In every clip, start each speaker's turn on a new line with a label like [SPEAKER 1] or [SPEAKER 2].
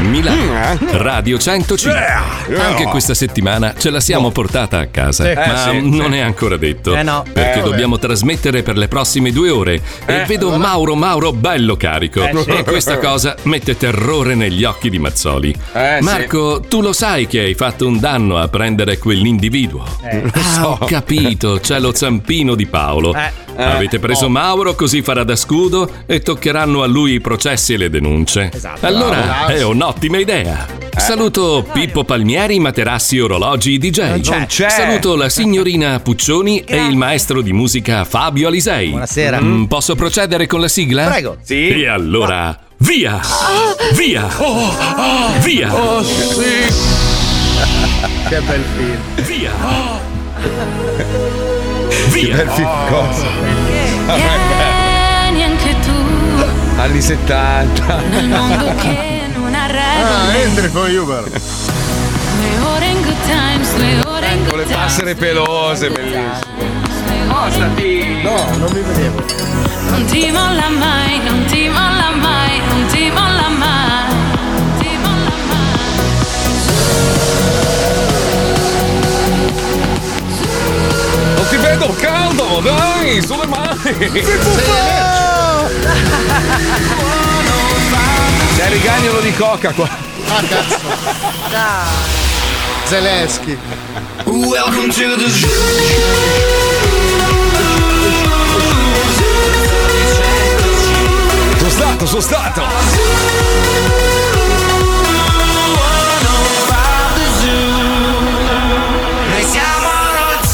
[SPEAKER 1] Milano,
[SPEAKER 2] Mm, eh?
[SPEAKER 1] Radio 105. Anche questa settimana ce la siamo portata a casa,
[SPEAKER 2] Eh,
[SPEAKER 1] ma
[SPEAKER 2] Boh. sì,
[SPEAKER 1] non
[SPEAKER 2] sì.
[SPEAKER 1] è ancora detto.
[SPEAKER 2] Eh, no.
[SPEAKER 1] Perché
[SPEAKER 2] Eh, vabbè.
[SPEAKER 1] dobbiamo trasmettere per le prossime due ore. e
[SPEAKER 2] Eh,
[SPEAKER 1] vedo
[SPEAKER 2] allora.
[SPEAKER 1] Mauro Mauro bello carico.
[SPEAKER 2] Eh, sì.
[SPEAKER 1] E questa cosa mette terrore negli occhi di Mazzoli.
[SPEAKER 2] Eh, sì.
[SPEAKER 1] Marco, tu lo sai che hai fatto un danno a prendere quell'individuo.
[SPEAKER 2] Eh.
[SPEAKER 1] Ah,
[SPEAKER 2] oh.
[SPEAKER 1] ho capito, c'è lo zampino di Paolo.
[SPEAKER 3] Eh. Eh.
[SPEAKER 1] Avete preso
[SPEAKER 3] Oh.
[SPEAKER 1] Mauro, così farà da scudo e toccheranno a lui i processi e le denunce.
[SPEAKER 3] Esatto.
[SPEAKER 1] Allora eh,
[SPEAKER 3] Bravo.
[SPEAKER 1] è un'ottima idea.
[SPEAKER 3] Eh?
[SPEAKER 1] Saluto Pippo Palmieri, Materassi, Orologi, DJ.
[SPEAKER 3] Non c'è. Non c'è.
[SPEAKER 1] Saluto la signorina Puccioni e il maestro di musica Fabio Alisei.
[SPEAKER 3] Buonasera.
[SPEAKER 1] Mm, posso procedere con la sigla?
[SPEAKER 3] Prego.
[SPEAKER 1] Sì. E allora, via! Via! Via!
[SPEAKER 4] Oh, sì.
[SPEAKER 5] Che bel film.
[SPEAKER 1] Via! Via!
[SPEAKER 5] Che bel film cosa?
[SPEAKER 6] Vieni anche tu
[SPEAKER 5] Anni 70.
[SPEAKER 6] nel mondo che non Esatto. ha
[SPEAKER 5] Ah,
[SPEAKER 6] regole.
[SPEAKER 5] con Uber.
[SPEAKER 6] Le ore in good times, le ore
[SPEAKER 5] Con
[SPEAKER 6] in
[SPEAKER 5] Ecco le
[SPEAKER 6] good times.
[SPEAKER 5] passere pelose, bellissime. Spostati! No, non mi vedevo.
[SPEAKER 6] Non ti molla mai, non ti molla mai, non ti molla mai. non ti molla
[SPEAKER 5] Non ti vedo caldo, dai, sulle mani. C'è il rigagnolo di coca qua.
[SPEAKER 7] Ah, cazzo. Zelensky.
[SPEAKER 4] Welcome to the zoo.
[SPEAKER 5] Sono stato, sono stato.
[SPEAKER 4] Noi siamo lo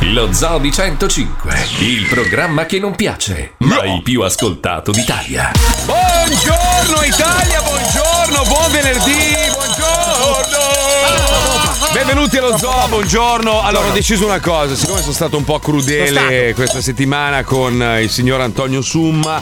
[SPEAKER 4] zoo.
[SPEAKER 1] Lo Zoo di 105, il programma che non piace, ma il più ascoltato d'Italia.
[SPEAKER 5] Buongiorno Italia, buongiorno, buon venerdì, Ah, buongiorno. Benvenuti allo zoo, buongiorno. Allora ho deciso una cosa, siccome sono stato un po' crudele questa settimana con eh, il signor Antonio Summa,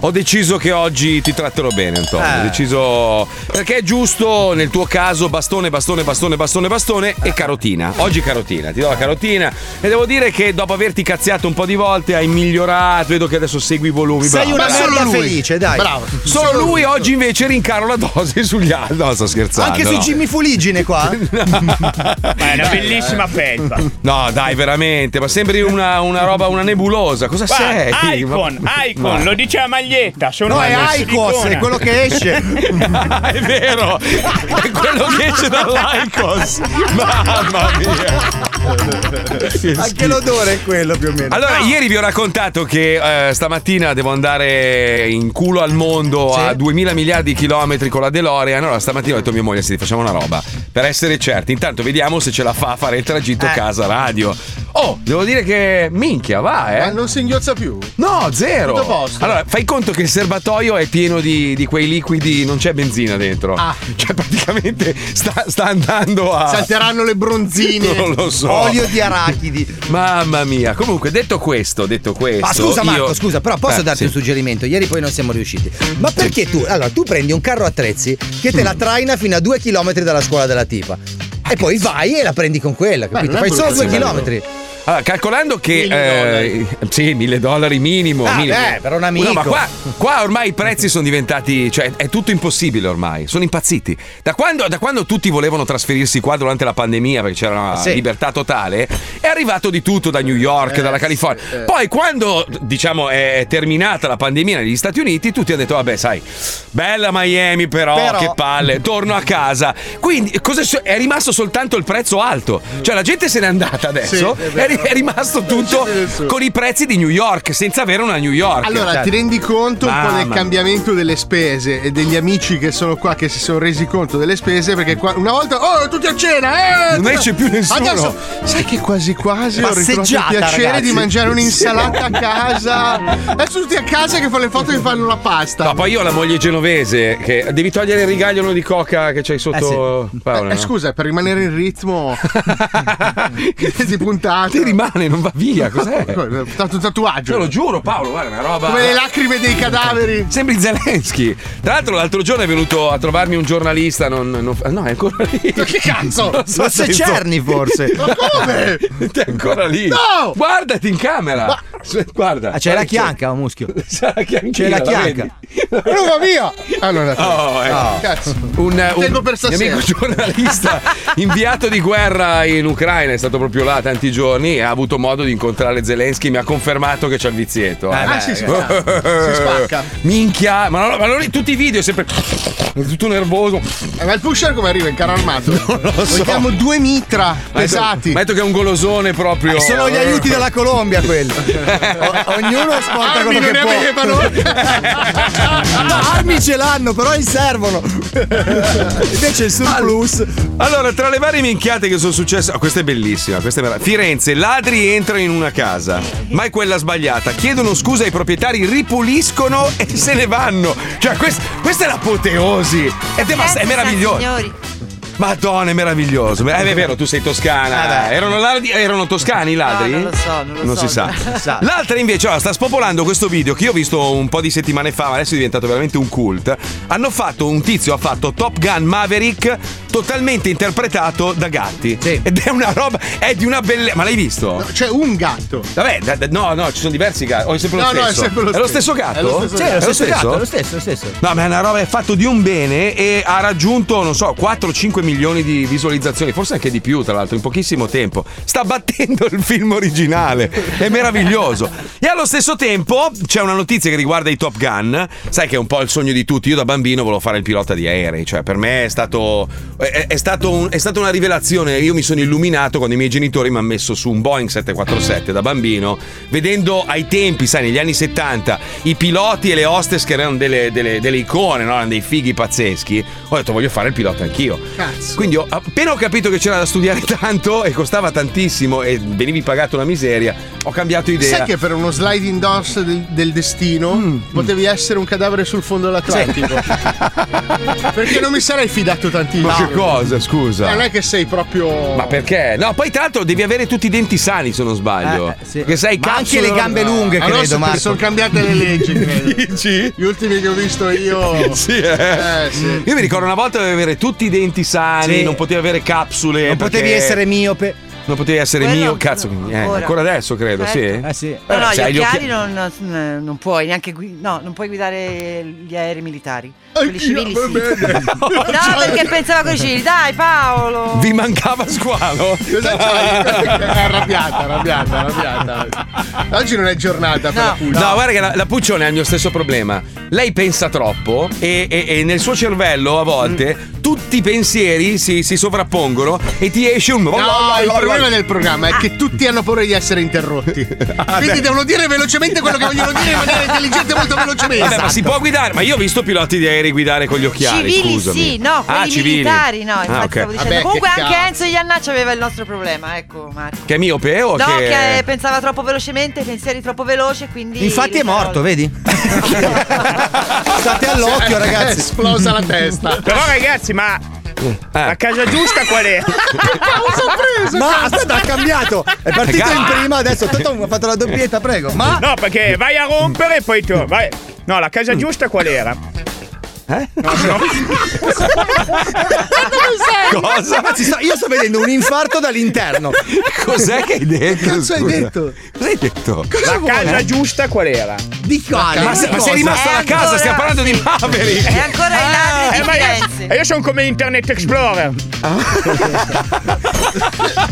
[SPEAKER 5] ho deciso che oggi ti tratterò bene Antonio,
[SPEAKER 8] Eh.
[SPEAKER 5] ho deciso perché è giusto nel tuo caso bastone, bastone, bastone, bastone, bastone e carotina. Oggi carotina, ti do la carotina e devo dire che dopo averti cazziato un po' di volte hai migliorato, vedo che adesso segui i volumi.
[SPEAKER 3] Sei
[SPEAKER 5] bravo.
[SPEAKER 3] una
[SPEAKER 5] Ma
[SPEAKER 3] merda
[SPEAKER 5] solo lui.
[SPEAKER 3] felice, dai.
[SPEAKER 5] Bravo. Solo, lui oggi invece rincaro la dose sugli altri. No, sto scherzando.
[SPEAKER 3] Anche su
[SPEAKER 5] no.
[SPEAKER 3] Jimmy Fuligine qua.
[SPEAKER 9] Ma è una bellissima felpa.
[SPEAKER 5] No, dai, veramente, ma sembri una, una roba, una nebulosa. Cosa
[SPEAKER 3] Eh,
[SPEAKER 9] Guarda,
[SPEAKER 5] sei?
[SPEAKER 9] Ah, Icon,
[SPEAKER 5] Ma-
[SPEAKER 9] Icon,
[SPEAKER 5] ma-
[SPEAKER 9] lo dice la maglietta. Sono
[SPEAKER 5] No,
[SPEAKER 9] una
[SPEAKER 5] è
[SPEAKER 9] silicona.
[SPEAKER 5] Icos, è quello che esce. è vero, è quello che esce dall'Icos. Mamma mia.
[SPEAKER 3] Anche l'odore è quello più o meno.
[SPEAKER 5] Allora, ieri vi ho raccontato che eh, stamattina devo andare in culo al mondo a 2000 miliardi di chilometri con la DeLorean. Allora, stamattina ho detto a mia moglie: Sì, facciamo una roba per essere certi. Intanto vediamo se ce la fa a fare il tragitto
[SPEAKER 9] Eh.
[SPEAKER 5] casa-radio. Oh, devo dire che minchia, va, eh.
[SPEAKER 7] Ma non si inghiozza più?
[SPEAKER 5] No, zero.
[SPEAKER 7] Tutto a posto.
[SPEAKER 5] Allora, fai conto che il serbatoio è pieno di, di quei liquidi, non c'è benzina dentro.
[SPEAKER 7] Ah.
[SPEAKER 5] Cioè, praticamente sta, sta andando a.
[SPEAKER 7] Salteranno le bronzine.
[SPEAKER 5] Ah. Non lo so.
[SPEAKER 7] Olio di
[SPEAKER 3] arachidi.
[SPEAKER 5] Mamma mia. Comunque, detto questo, detto questo.
[SPEAKER 3] Ma scusa Marco,
[SPEAKER 5] io-
[SPEAKER 3] scusa, però posso
[SPEAKER 5] Eh,
[SPEAKER 3] darti
[SPEAKER 5] sì.
[SPEAKER 3] un suggerimento? Ieri poi non siamo riusciti. Ma perché tu? Allora, tu prendi un carro attrezzi che te
[SPEAKER 5] Mm.
[SPEAKER 3] la traina fino a due chilometri dalla scuola della tipa. E poi vai e la prendi con quella, capito?
[SPEAKER 5] non
[SPEAKER 3] Fai
[SPEAKER 5] è
[SPEAKER 3] solo
[SPEAKER 5] brutto,
[SPEAKER 3] due
[SPEAKER 5] sì,
[SPEAKER 3] chilometri.
[SPEAKER 5] Allora, calcolando che. eh, sì, mille dollari minimo.
[SPEAKER 3] Ah,
[SPEAKER 5] minimo.
[SPEAKER 3] beh, per un amico.
[SPEAKER 5] No, ma qua, qua ormai i prezzi sono diventati. cioè, è tutto impossibile ormai. Sono impazziti. Da quando, da quando tutti volevano trasferirsi qua durante la pandemia, perché c'era una
[SPEAKER 8] Sì.
[SPEAKER 5] libertà totale, è arrivato di tutto da New York,
[SPEAKER 8] Eh,
[SPEAKER 5] dalla California.
[SPEAKER 8] sì, eh.
[SPEAKER 5] Poi, quando, diciamo, è terminata la pandemia negli Stati Uniti, tutti hanno detto, vabbè, sai, bella Miami, però,
[SPEAKER 8] Però-
[SPEAKER 5] che palle, torno a casa. Quindi, cosa è su- è rimasto soltanto il prezzo alto. Cioè, la gente se n'è andata adesso.
[SPEAKER 7] Sì, è
[SPEAKER 5] è, ri-
[SPEAKER 7] vero.
[SPEAKER 5] è rimasto tutto con i prezzi di New York, senza avere una New York. Cioè,
[SPEAKER 7] Allora, ti rendi conto un po'
[SPEAKER 5] Mamma
[SPEAKER 7] del
[SPEAKER 5] mia.
[SPEAKER 7] cambiamento delle spese e degli amici che sono qua che si sono resi conto delle spese perché qua- una volta oh tutti a cena eh,
[SPEAKER 5] Non
[SPEAKER 7] tutti a-
[SPEAKER 5] esce più nessuno.
[SPEAKER 7] Adesso sai che quasi quasi ho ritrovato il
[SPEAKER 5] Passeggiata,
[SPEAKER 7] piacere
[SPEAKER 5] ragazzi.
[SPEAKER 7] di mangiare un'insalata a
[SPEAKER 5] Sì.
[SPEAKER 7] casa. Adesso tutti a casa che fanno le foto che fanno la pasta.
[SPEAKER 5] No, poi io ho la moglie genovese che devi togliere il rigagliolo di coca che c'hai sotto Paola.
[SPEAKER 7] Eh,
[SPEAKER 5] no?
[SPEAKER 7] scusa, per rimanere in ritmo di puntata. Ti
[SPEAKER 5] rimane, non va via, cos'è?
[SPEAKER 7] Tanto tatuaggio.
[SPEAKER 5] Te lo giuro, Paolo, guarda una roba.
[SPEAKER 7] Come le lacrime dei cadaveri.
[SPEAKER 5] Sembri Zelensky. Tra l'altro, l'altro giorno è venuto a trovarmi un giornalista. Non, non- no, è ancora lì.
[SPEAKER 7] Ma che cazzo?
[SPEAKER 5] Non
[SPEAKER 7] Ma
[SPEAKER 5] se
[SPEAKER 7] sei
[SPEAKER 5] è ancora-
[SPEAKER 7] Cerny, forse? Ma come?
[SPEAKER 5] È ancora lì.
[SPEAKER 7] No!
[SPEAKER 5] Guardati in camera. Guarda.
[SPEAKER 3] Ah, c'è la
[SPEAKER 5] Guarda,
[SPEAKER 3] chianca, oh, muschio.
[SPEAKER 5] C'è la chianchina,
[SPEAKER 3] C'è la
[SPEAKER 5] la
[SPEAKER 3] chianca.
[SPEAKER 5] vedi?
[SPEAKER 7] Non va via! Allora, Ah,
[SPEAKER 5] Oh, ecco.
[SPEAKER 7] cazzo.
[SPEAKER 5] Un, un
[SPEAKER 7] Tengo per
[SPEAKER 5] mio
[SPEAKER 7] stasera.
[SPEAKER 5] amico giornalista inviato di guerra in Ucraina è stato proprio là tanti giorni e ha avuto modo di incontrare Zelensky mi ha confermato che c'ha il vizietto eh.
[SPEAKER 7] Ah, sì, sì, si spacca.
[SPEAKER 5] minchia ma, no- ma allora in tutti i video è sempre tutto nervoso
[SPEAKER 7] Eh, Ma il pusher come arriva in carro armato?
[SPEAKER 5] lo so.
[SPEAKER 7] Vogliamo due mitra esatto. pesati.
[SPEAKER 5] metto che è un golosone proprio
[SPEAKER 3] Eh, Sono gli aiuti della Colombia quelli. O- ognuno sporca
[SPEAKER 7] Armi
[SPEAKER 3] quello
[SPEAKER 7] non
[SPEAKER 3] che
[SPEAKER 7] ne
[SPEAKER 3] può.
[SPEAKER 7] avevano.
[SPEAKER 3] No, armi ce l'hanno, però gli servono. Invece il surplus.
[SPEAKER 5] Allora, tra le varie minchiate che sono successe, ah, questa è bellissima. Questa è vera- Firenze, ladri entrano in una casa, ma è quella sbagliata. Chiedono scusa ai proprietari, ripuliscono e se ne vanno. Cioè, quest- questa è l'apoteosi. È, devast- è meraviglioso.
[SPEAKER 2] Eh, Signori.
[SPEAKER 5] Madonna, è meraviglioso. Eh, è vero, tu sei
[SPEAKER 3] Eh
[SPEAKER 5] toscana. erano, ladri- erano toscani i ladri?
[SPEAKER 2] No, Ah, non lo so, non lo so,
[SPEAKER 5] si sa.
[SPEAKER 2] non lo so.
[SPEAKER 5] L'altra invece, allora, sta spopolando questo video che io ho visto un po' di settimane fa, ma adesso è diventato veramente un cult. Hanno fatto un tizio, ha fatto Top Gun Maverick totalmente interpretato da gatti.
[SPEAKER 3] Sì.
[SPEAKER 5] Ed è una roba, è di una bellezza. Ma l'hai visto?
[SPEAKER 7] C'è un gatto.
[SPEAKER 5] Vabbè, da- da- no, no, ci sono diversi gatti. O è sempre lo
[SPEAKER 7] No,
[SPEAKER 5] stesso.
[SPEAKER 7] no, è sempre lo
[SPEAKER 5] eh, È lo stesso
[SPEAKER 7] stesso.
[SPEAKER 5] gatto?
[SPEAKER 7] È lo stesso
[SPEAKER 5] Sì,
[SPEAKER 7] gatto.
[SPEAKER 5] è lo stesso
[SPEAKER 3] gatto,
[SPEAKER 5] gatto?
[SPEAKER 3] è lo stesso, è lo stesso.
[SPEAKER 5] No, ma è una roba, è fatto di un bene e ha raggiunto, non so, 4-5 milioni di visualizzazioni, forse anche di più, tra l'altro, in pochissimo tempo. Sta battendo il film originale, è meraviglioso. E allo stesso tempo c'è una notizia che riguarda i Top Gun, sai che è un po' il sogno di tutti, io da bambino volevo fare il pilota di aerei, cioè per me è stato, è, è stato un- è stata una rivelazione, io mi sono illuminato quando i miei genitori mi hanno messo su un Boeing 747 da bambino, vedendo ai tempi, sai, negli anni 70, i piloti e le hostess che erano delle, delle- delle icone, no? erano dei fighi pazzeschi, ho detto voglio fare il pilota anch'io.
[SPEAKER 7] Cazzo.
[SPEAKER 5] Quindi ho- appena ho capito che c'era da studiare tanto e costava tantissimo e venivi pagato una miseria, ho cambiato idea. Mm.
[SPEAKER 7] Sai che per uno sliding doors del, del destino potevi essere un cadavere sul fondo dell'Atlantico? Perché non mi sarei fidato
[SPEAKER 5] Ma
[SPEAKER 7] tantissimo. Eh,
[SPEAKER 5] che cosa, scusa?
[SPEAKER 7] Non è che sei proprio.
[SPEAKER 5] Ma perché? No, poi tra l'altro devi avere tutti i denti sani se non sbaglio.
[SPEAKER 3] Eh, sì.
[SPEAKER 5] Perché sai
[SPEAKER 3] Ma
[SPEAKER 5] cazzo
[SPEAKER 3] anche le
[SPEAKER 5] loro-
[SPEAKER 3] gambe lunghe,
[SPEAKER 7] Allora
[SPEAKER 3] credo,
[SPEAKER 7] sono-
[SPEAKER 3] Marco.
[SPEAKER 7] sono cambiate le leggi, credo.
[SPEAKER 5] Dici?
[SPEAKER 7] Gli ultimi che ho visto io.
[SPEAKER 5] Sì, eh.
[SPEAKER 7] Eh, sì.
[SPEAKER 5] Io mi ricordo una volta dovevi avere tutti i denti sani,
[SPEAKER 3] Sì.
[SPEAKER 5] non potevi avere capsule.
[SPEAKER 3] Non
[SPEAKER 5] perché-
[SPEAKER 3] potevi essere miope.
[SPEAKER 5] Non potevi essere
[SPEAKER 2] Quello
[SPEAKER 5] mio,
[SPEAKER 2] ancora-
[SPEAKER 5] cazzo. eh, ancora.
[SPEAKER 2] ancora.
[SPEAKER 5] adesso credo,
[SPEAKER 2] Certo.
[SPEAKER 3] Eh
[SPEAKER 5] sì.
[SPEAKER 3] sì.
[SPEAKER 2] No, no,
[SPEAKER 5] Cioè,
[SPEAKER 2] gli
[SPEAKER 5] gli occhi-
[SPEAKER 2] occhiali non, non- non puoi neanche gui- no, non puoi guidare gli aerei militari. Quelli
[SPEAKER 7] Anch'io,
[SPEAKER 2] civili
[SPEAKER 7] va
[SPEAKER 2] sì.
[SPEAKER 7] bene.
[SPEAKER 2] No, perché pensava con i civili. Dai Paolo!
[SPEAKER 5] Vi mancava squalo.
[SPEAKER 7] Cosa c'hai? È arrabbiata, arrabbiata, arrabbiata. Oggi non è giornata per
[SPEAKER 2] No.
[SPEAKER 7] la Puglia.
[SPEAKER 5] No, guarda che la, la Puccione ha il mio stesso problema. Lei pensa troppo e, e- e nel suo cervello a volte tutti i pensieri si, si sovrappongono e ti esce un. Oh,
[SPEAKER 7] No, il problema del programma è
[SPEAKER 5] Ah.
[SPEAKER 7] che tutti hanno paura di essere interrotti. Quindi devono dire velocemente quello che vogliono dire in maniera intelligente molto velocemente.
[SPEAKER 5] Vabbè, ma si può guidare? Ma io ho visto piloti di aerei guidare con gli occhiali.
[SPEAKER 2] civili
[SPEAKER 5] scusami.
[SPEAKER 2] sì, no, quelli
[SPEAKER 5] ah, civili.
[SPEAKER 2] militari no, infatti
[SPEAKER 5] Ah, ok.
[SPEAKER 2] stavo dicendo.
[SPEAKER 7] Vabbè,
[SPEAKER 2] Comunque
[SPEAKER 7] che
[SPEAKER 2] anche
[SPEAKER 7] cazzo.
[SPEAKER 2] Enzo Iannacci aveva il nostro problema, ecco Marco.
[SPEAKER 5] Che è miope o
[SPEAKER 2] No,
[SPEAKER 5] Oh, che...
[SPEAKER 2] che eh, pensava troppo velocemente, pensieri troppo veloci, quindi.
[SPEAKER 3] Infatti è morto, vedi? State all'occhio,
[SPEAKER 7] È
[SPEAKER 3] ragazzi. Eh.
[SPEAKER 7] esplosa la testa.
[SPEAKER 9] Però ragazzi, ma la casa giusta qual è?
[SPEAKER 3] Ma aspetta, ha cambiato. È partito
[SPEAKER 5] Raga.
[SPEAKER 3] in prima, adesso Totom ha fatto la doppietta, prego. Ma Mm.
[SPEAKER 9] No, perché vai a rompere e poi torni. Vai. No, la casa giusta qual era?
[SPEAKER 3] Eh?
[SPEAKER 10] Eh.
[SPEAKER 5] Cosa?
[SPEAKER 3] ragazzi, sto- io sto vedendo un infarto dall'interno.
[SPEAKER 5] Cos'è che hai detto?
[SPEAKER 7] cazzo hai
[SPEAKER 5] scusa?
[SPEAKER 7] detto?
[SPEAKER 5] Cosa hai detto?
[SPEAKER 9] La
[SPEAKER 11] Eh?
[SPEAKER 9] casa giusta qual era?
[SPEAKER 3] Di quale?
[SPEAKER 5] Ma, se- ma sei rimasta
[SPEAKER 2] È
[SPEAKER 5] la casa,
[SPEAKER 2] ancora-
[SPEAKER 5] stiamo parlando di
[SPEAKER 2] sì.
[SPEAKER 5] Maverick.
[SPEAKER 2] È ancora in ladri
[SPEAKER 9] Eh,
[SPEAKER 2] di
[SPEAKER 9] ma
[SPEAKER 2] Firenze.
[SPEAKER 9] io, io sono come Internet Explorer.
[SPEAKER 7] Esatto.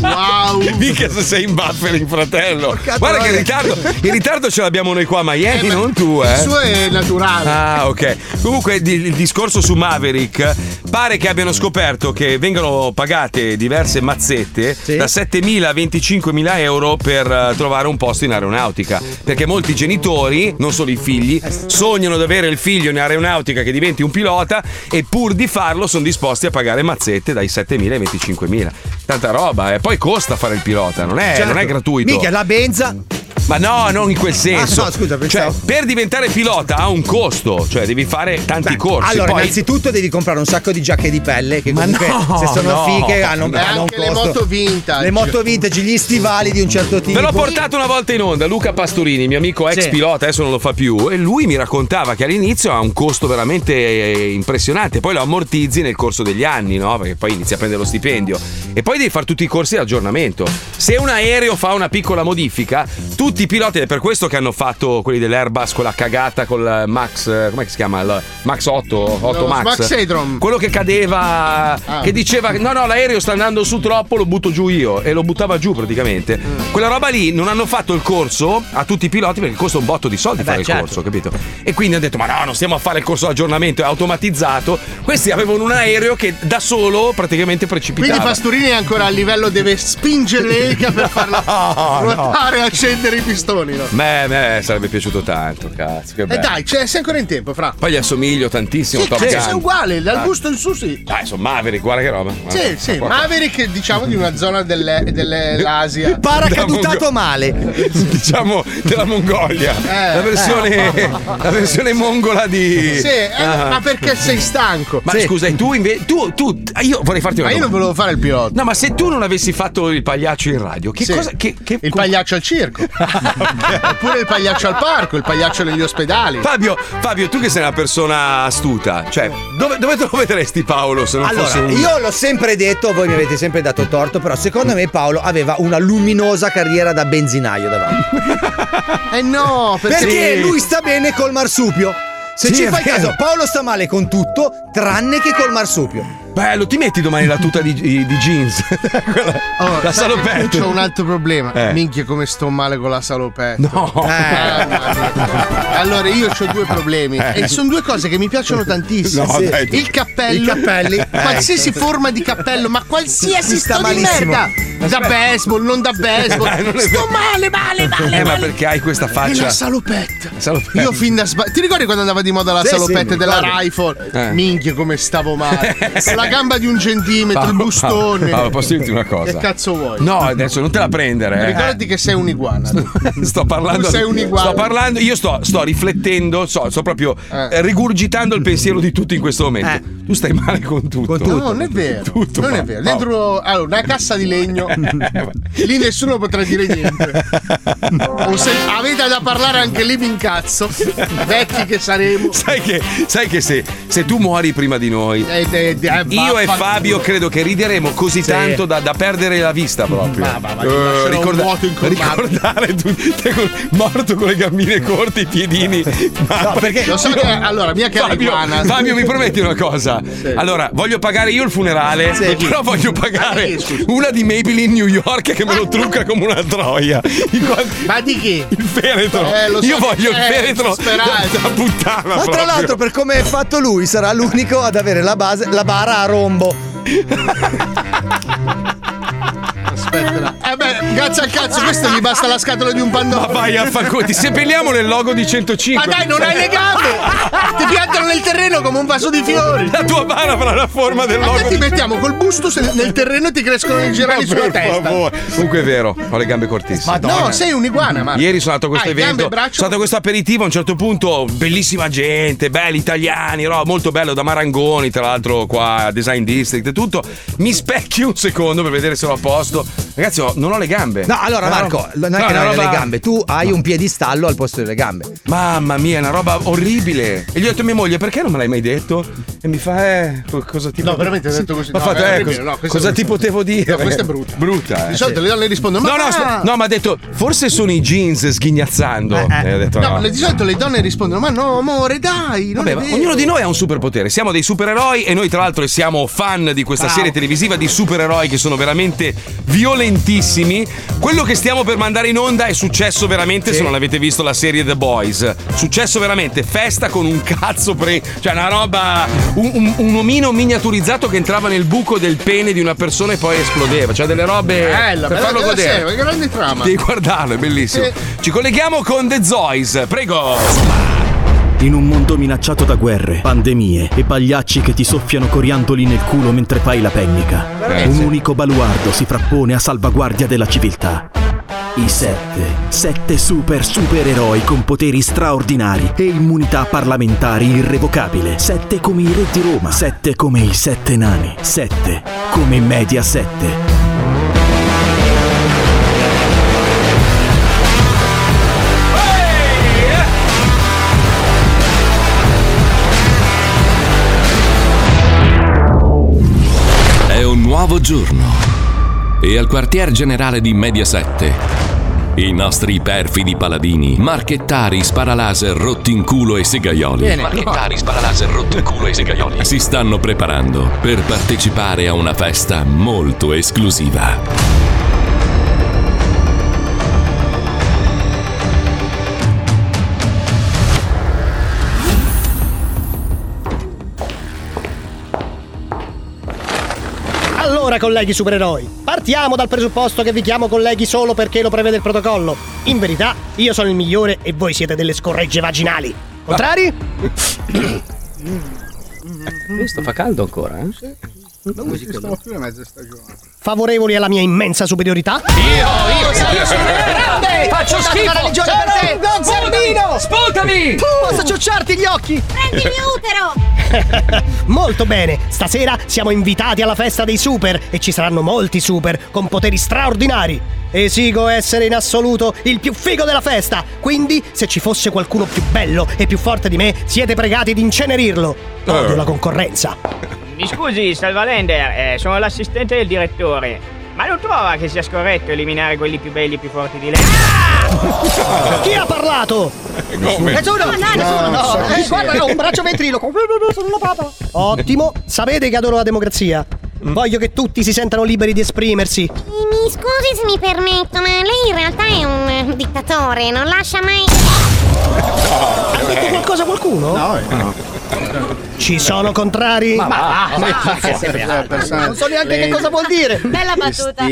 [SPEAKER 7] Wow.
[SPEAKER 5] Mica se sei in buffering, fratello.
[SPEAKER 3] Porca
[SPEAKER 5] Guarda che il
[SPEAKER 3] troia.
[SPEAKER 5] ritardo, il ritardo ce l'abbiamo noi qua a Miami, non tu, eh.
[SPEAKER 7] Il suo è naturale.
[SPEAKER 5] Ah, ok. Comunque di- il discorso su Maverick pare che abbiano scoperto che vengono pagate diverse mazzette
[SPEAKER 3] Sì.
[SPEAKER 5] da 7.000 a 25.000 euro per eh, trovare un posto in aeronautica. Perché molti genitori, non solo i figli,
[SPEAKER 3] Eh
[SPEAKER 5] sognano di avere il figlio in aeronautica che diventi un pilota e pur di farlo sono disposti a pagare mazzette dai 7.000 ai 25.000. Tanta roba, eh. Poi costa fare il pilota, non è, Eh, non è gratuito.
[SPEAKER 3] Certo.
[SPEAKER 5] Mm.
[SPEAKER 3] Mica la benza.
[SPEAKER 5] Ma no, non in quel senso.
[SPEAKER 3] Ah, no, scusa,
[SPEAKER 5] cioè,
[SPEAKER 3] pensavo-
[SPEAKER 5] per diventare pilota ha un costo, cioè devi fare tanti corsi.
[SPEAKER 3] Allora,
[SPEAKER 5] poi...
[SPEAKER 3] innanzitutto devi comprare un sacco di giacche di pelle che
[SPEAKER 5] Ma
[SPEAKER 3] comunque
[SPEAKER 5] no,
[SPEAKER 3] se sono
[SPEAKER 5] no.
[SPEAKER 3] fighe hanno, hanno
[SPEAKER 5] E
[SPEAKER 3] un
[SPEAKER 7] anche le
[SPEAKER 3] costo.
[SPEAKER 7] moto vintage.
[SPEAKER 3] Le moto vintage, gli stivali di un certo tipo.
[SPEAKER 5] Ve l'ho portato una volta in onda Luca Pastorini, mio amico ex
[SPEAKER 3] Sì.
[SPEAKER 5] pilota, adesso non lo fa più. E lui mi raccontava che all'inizio ha un costo veramente eh, impressionante, poi lo ammortizzi nel corso degli anni, no? Perché poi inizi a prendere lo stipendio. E poi devi fare tutti i corsi di aggiornamento. Se un aereo fa una piccola modifica, tu tutti i piloti, ed è per questo che hanno fatto quelli dell'Airbus quella cagata col Max, eh, com'è che si chiama? Il Max 8, 8
[SPEAKER 7] lo
[SPEAKER 5] Max.
[SPEAKER 7] Max Hadron.
[SPEAKER 5] Quello che cadeva,
[SPEAKER 7] Ah.
[SPEAKER 12] Ah.
[SPEAKER 5] che diceva no no l'aereo sta andando su troppo, lo butto giù io e lo buttava giù praticamente.
[SPEAKER 7] Mm.
[SPEAKER 5] Quella roba lì non hanno fatto il corso a tutti i piloti perché costa un botto di
[SPEAKER 7] Eh
[SPEAKER 5] soldi fare
[SPEAKER 7] certo.
[SPEAKER 5] il corso, capito? E quindi hanno detto ma no, non stiamo a fare il corso di aggiornamento, è automatizzato. Questi avevano un aereo che da solo praticamente precipitava.
[SPEAKER 7] Quindi Pasturini è ancora a livello deve spingere l'elica per farla
[SPEAKER 5] no.
[SPEAKER 7] ruotare e accendere i pistoni. No?
[SPEAKER 5] Beh, me sarebbe piaciuto tanto, cazzo, che
[SPEAKER 7] E
[SPEAKER 5] bello.
[SPEAKER 7] Eh, dai, c'è, sei ancora in tempo, fra.
[SPEAKER 5] Poi gli assomiglio tantissimo
[SPEAKER 7] Sì,
[SPEAKER 5] a Top
[SPEAKER 7] cazzo,
[SPEAKER 5] Gun.
[SPEAKER 7] sei uguale, dal
[SPEAKER 5] Ah.
[SPEAKER 7] gusto in su sì.
[SPEAKER 5] Dai, sono Maverick, guarda che roba.
[SPEAKER 7] Sì, sì,
[SPEAKER 5] Guarda.
[SPEAKER 7] Maverick diciamo di una zona delle- dell'Asia.
[SPEAKER 5] Da Mongo- diciamo della Mongolia.
[SPEAKER 7] Eh.
[SPEAKER 5] la versione
[SPEAKER 7] Eh.
[SPEAKER 5] la versione mongola di
[SPEAKER 7] Sì, eh,
[SPEAKER 5] Ah.
[SPEAKER 7] ma perché sei stanco?
[SPEAKER 5] Ma
[SPEAKER 7] Sì.
[SPEAKER 5] scusa, e tu invece tu, tu io vorrei farti una
[SPEAKER 7] Ma io non
[SPEAKER 5] domanda.
[SPEAKER 7] volevo fare il pilota.
[SPEAKER 5] No, ma se tu non avessi fatto il pagliaccio in radio, che
[SPEAKER 7] Sì.
[SPEAKER 5] cosa che, che-
[SPEAKER 7] Il pagliaccio al circo. Oppure il pagliaccio al parco, il pagliaccio negli ospedali.
[SPEAKER 5] Fabio, Fabio, tu che sei una persona astuta, cioè, dove, dove te lo vedresti Paolo se non fosse
[SPEAKER 3] Allora,
[SPEAKER 5] un
[SPEAKER 3] io l'ho sempre detto, voi mi avete sempre dato torto, però secondo me Paolo aveva una luminosa carriera da benzinaio davanti.
[SPEAKER 7] Eh no, perché,
[SPEAKER 3] Perché lui sta bene col marsupio. Se
[SPEAKER 5] Sì,
[SPEAKER 3] ci
[SPEAKER 5] è
[SPEAKER 3] fai
[SPEAKER 5] vero.
[SPEAKER 3] caso, Paolo sta male con tutto, tranne che col marsupio.
[SPEAKER 5] Bello, ti metti domani la tuta di, di- di jeans. Quella-
[SPEAKER 7] Oh, sai che
[SPEAKER 5] la salopetta.
[SPEAKER 7] C'ho un altro problema.
[SPEAKER 5] Eh.
[SPEAKER 7] Minchia, come sto male con la salopetta.
[SPEAKER 5] No.
[SPEAKER 7] Ah, mamma mia. Allora io ho due problemi
[SPEAKER 5] Eh.
[SPEAKER 7] e sono due cose che mi piacciono tantissimo.
[SPEAKER 5] No, dai.
[SPEAKER 7] Il cappello, Eh.
[SPEAKER 3] I cappelli.
[SPEAKER 7] qualsiasi forma di cappello, ma qualsiasi
[SPEAKER 3] Sta
[SPEAKER 7] sto di
[SPEAKER 3] malissimo.
[SPEAKER 7] merda. Da baseball, non da
[SPEAKER 5] Eh, non
[SPEAKER 7] baseball.
[SPEAKER 5] è
[SPEAKER 7] Sto
[SPEAKER 5] vero.
[SPEAKER 7] male, male, male.
[SPEAKER 5] Eh, ma
[SPEAKER 7] male.
[SPEAKER 5] perché hai questa
[SPEAKER 7] E
[SPEAKER 5] faccia?
[SPEAKER 7] la salopetta.
[SPEAKER 5] Salopetta.
[SPEAKER 7] Io fin da sbaglio. Ti ricordi quando andava di moda la
[SPEAKER 3] Sì, sì,
[SPEAKER 7] salopetta
[SPEAKER 3] mi
[SPEAKER 7] e della
[SPEAKER 3] ricordo.
[SPEAKER 7] rifle?
[SPEAKER 5] Eh.
[SPEAKER 7] Minchia, come stavo male. Con
[SPEAKER 5] Sì.
[SPEAKER 7] la gamba di un centimetro, il
[SPEAKER 5] Paolo,
[SPEAKER 7] bustone.
[SPEAKER 5] Paolo, posso dirti una cosa?
[SPEAKER 7] Che cazzo vuoi?
[SPEAKER 5] No, adesso non te la prendere.
[SPEAKER 7] Ricordati che sei un iguana.
[SPEAKER 5] Eh. Sto parlando.
[SPEAKER 7] Tu sei un uguale.
[SPEAKER 5] Sto parlando, io sto, sto riflettendo, so- sto proprio
[SPEAKER 7] Eh.
[SPEAKER 5] eh, rigurgitando il pensiero di tutti in questo momento. Tu stai male con tutto.
[SPEAKER 7] No, non è vero.
[SPEAKER 5] Tutto,
[SPEAKER 7] non è
[SPEAKER 5] ma-
[SPEAKER 7] vero. Dentro allora, una cassa di legno, lì nessuno potrà dire niente. O se avete da parlare anche lì, mi incazzo. Vecchi che saremo.
[SPEAKER 5] Sai che, sai che se, se tu muori prima di noi,
[SPEAKER 7] Eh, eh, eh,
[SPEAKER 5] io e
[SPEAKER 7] vaffanculo.
[SPEAKER 5] Fabio credo che rideremo così tanto da, da perdere la vista proprio. Eh,
[SPEAKER 7] Ma va, ma ti lascerò un
[SPEAKER 5] ricorda-
[SPEAKER 7] vuoto incolmabile.
[SPEAKER 5] ricordare tu, te con- morto con le gambine corte, i piedini. Ma-
[SPEAKER 3] perché-
[SPEAKER 7] Lo so che allora, mia cara
[SPEAKER 5] Fabio,
[SPEAKER 7] iguana.
[SPEAKER 5] Fabio, mi prometti una cosa? Allora, voglio pagare io il funerale, però voglio pagare
[SPEAKER 7] Ah, sì, scusa.
[SPEAKER 5] una di Maybelline New York che me lo trucca come una troia. I qua-
[SPEAKER 7] Ma di chi?
[SPEAKER 5] Il feretro.
[SPEAKER 7] Eh, lo so
[SPEAKER 5] io
[SPEAKER 7] che-
[SPEAKER 5] voglio il
[SPEAKER 7] eh,
[SPEAKER 5] feretro
[SPEAKER 7] disperati.
[SPEAKER 5] da, da puttana.
[SPEAKER 3] Ma tra
[SPEAKER 5] proprio.
[SPEAKER 3] l'altro, per come è fatto lui, sarà l'unico ad avere la, base, la bara a rombo.
[SPEAKER 7] Aspetta. Eh beh, grazie al cazzo, questo gli basta la scatola di un
[SPEAKER 5] Ma
[SPEAKER 7] pandoro.
[SPEAKER 5] vai a far co- ti seppelliamo nel logo di 105.
[SPEAKER 7] Ma dai, non hai le gambe! Ti piantano nel terreno come un vaso di fiori!
[SPEAKER 5] La tua mano avrà la forma del
[SPEAKER 7] Ma
[SPEAKER 5] logo
[SPEAKER 7] noi ti
[SPEAKER 5] di
[SPEAKER 7] mettiamo col busto se- nel terreno e ti crescono i
[SPEAKER 5] Ma
[SPEAKER 7] girali sulla
[SPEAKER 5] per
[SPEAKER 7] testa.
[SPEAKER 5] favore. Comunque è vero, ho le gambe cortissime.
[SPEAKER 7] No, sei un'iguana, Marco.
[SPEAKER 5] Ieri sono andato a questo
[SPEAKER 7] Hai gambe
[SPEAKER 5] evento,
[SPEAKER 7] e
[SPEAKER 5] sono
[SPEAKER 7] braccia?
[SPEAKER 5] andato a questo aperitivo. A un certo punto, bellissima gente, belli italiani, roba, molto bello da Marangoni, tra l'altro, qua a Design District e tutto. Mi specchio un secondo per vedere se ero a posto. Ragazzi, ho- non ho le gambe.
[SPEAKER 3] No, allora,
[SPEAKER 5] Una
[SPEAKER 3] Marco,
[SPEAKER 5] roba-
[SPEAKER 3] non è
[SPEAKER 5] no,
[SPEAKER 3] che
[SPEAKER 5] una
[SPEAKER 3] non hai le
[SPEAKER 5] roba-
[SPEAKER 3] gambe, tu hai un piedistallo al posto delle gambe.
[SPEAKER 5] Mamma mia, è una roba orribile. E gli ho detto a mia moglie, perché non me l'hai mai detto? E mi fa, eh, co- cosa ti
[SPEAKER 7] No, veramente hai detto così.
[SPEAKER 5] Ma
[SPEAKER 7] No,
[SPEAKER 5] fatto,
[SPEAKER 7] è
[SPEAKER 5] eh,
[SPEAKER 7] orribile,
[SPEAKER 5] cosa,
[SPEAKER 7] no, questo è
[SPEAKER 5] cosa ti
[SPEAKER 7] brutto.
[SPEAKER 5] potevo dire?
[SPEAKER 7] No, questa è brutta.
[SPEAKER 5] Brutta, eh.
[SPEAKER 7] Di solito le donne rispondono: Ma
[SPEAKER 5] No, no, aspe- no, mi ha detto, forse sono i jeans sghignazzando. E ho detto,
[SPEAKER 7] Eh, No,
[SPEAKER 5] no.
[SPEAKER 7] le- di solito le donne rispondono: Ma no, amore, dai. Non
[SPEAKER 5] Vabbè,
[SPEAKER 7] è
[SPEAKER 5] ma
[SPEAKER 7] vero."
[SPEAKER 5] ognuno di noi ha un superpotere, siamo dei supereroi e noi tra l'altro siamo fan di questa serie televisiva di supereroi che sono veramente violentissimi. Quello che stiamo per mandare in onda è successo veramente se non avete visto la serie The Boys. Successo veramente, festa con un cazzo pre... cioè una roba... un, un- un omino miniaturizzato che entrava nel buco del pene di una persona e poi esplodeva, cioè delle robe...
[SPEAKER 7] Bella,
[SPEAKER 5] per
[SPEAKER 7] bella,
[SPEAKER 5] farlo
[SPEAKER 7] bella
[SPEAKER 5] godere.
[SPEAKER 7] serie, grande trama.
[SPEAKER 5] Devi guardarlo, è bellissimo.
[SPEAKER 7] Sì.
[SPEAKER 5] Ci colleghiamo con The Zoys, prego.
[SPEAKER 8] In un mondo minacciato da guerre, pandemie e pagliacci che ti soffiano coriandoli nel culo mentre fai la pennica, un unico baluardo si frappone a salvaguardia della civiltà. I sette, sette super supereroi con poteri straordinari e immunità parlamentari irrevocabile. Sette come i re di Roma, sette come i sette nani, sette come media sette.
[SPEAKER 1] È un nuovo giorno e al quartier generale di Mediasette I nostri perfidi paladini, marchettari, sparalaser, rottinculo e segaioli.
[SPEAKER 12] Bene.
[SPEAKER 1] Marchettari, sparalaser, rottinculo e segaioli. Si stanno preparando per partecipare a una festa molto esclusiva.
[SPEAKER 13] Allora, colleghi supereroi, partiamo dal presupposto che vi chiamo colleghi solo perché lo prevede il protocollo. In verità, io sono il migliore e voi siete delle scorregge vaginali. Contrari?
[SPEAKER 10] Questo fa caldo ancora, eh?
[SPEAKER 7] Non ci stavo più la mezza stagione.
[SPEAKER 13] Favorevoli alla mia immensa superiorità?
[SPEAKER 9] Oh,
[SPEAKER 12] Io, io, sei io sono grande! Faccio
[SPEAKER 13] Ho dato
[SPEAKER 12] schifo!
[SPEAKER 13] la religione per te!
[SPEAKER 12] Non
[SPEAKER 13] Zerbino!
[SPEAKER 12] Sputami!
[SPEAKER 13] Posso ciucciarti gli occhi? Prendimi utero! Molto bene, stasera siamo invitati alla festa dei super e ci saranno molti super con poteri straordinari. Esigo essere in assoluto il più figo della festa, quindi se ci fosse qualcuno più bello e più forte di me, siete pregati di incenerirlo. Odio la concorrenza.
[SPEAKER 14] Mi scusi, Salvalender, eh, sono l'assistente del direttore. Ma non trova che sia scorretto eliminare quelli più belli e più forti di lei?
[SPEAKER 13] Chi ha parlato?
[SPEAKER 14] Come?
[SPEAKER 13] Nessuno, no,
[SPEAKER 14] No,
[SPEAKER 13] nessuno, no.
[SPEAKER 14] so chi
[SPEAKER 13] Eh,
[SPEAKER 14] sia.
[SPEAKER 13] guarda, no, un braccio ventriloquo. Sono la papa. Ottimo, sapete che adoro la democrazia. Voglio che tutti si sentano liberi di esprimersi.
[SPEAKER 8] Mi scusi se mi permetto, ma lei in realtà è un eh, dittatore, non lascia mai.
[SPEAKER 13] Ha detto qualcosa qualcuno? Eh. No, Ah, Ci sono contrari? Ah,
[SPEAKER 7] Ma va, ma va, che sempre
[SPEAKER 13] Eh,
[SPEAKER 7] altro.
[SPEAKER 13] non so neanche che cosa vuol dire. Bella battuta.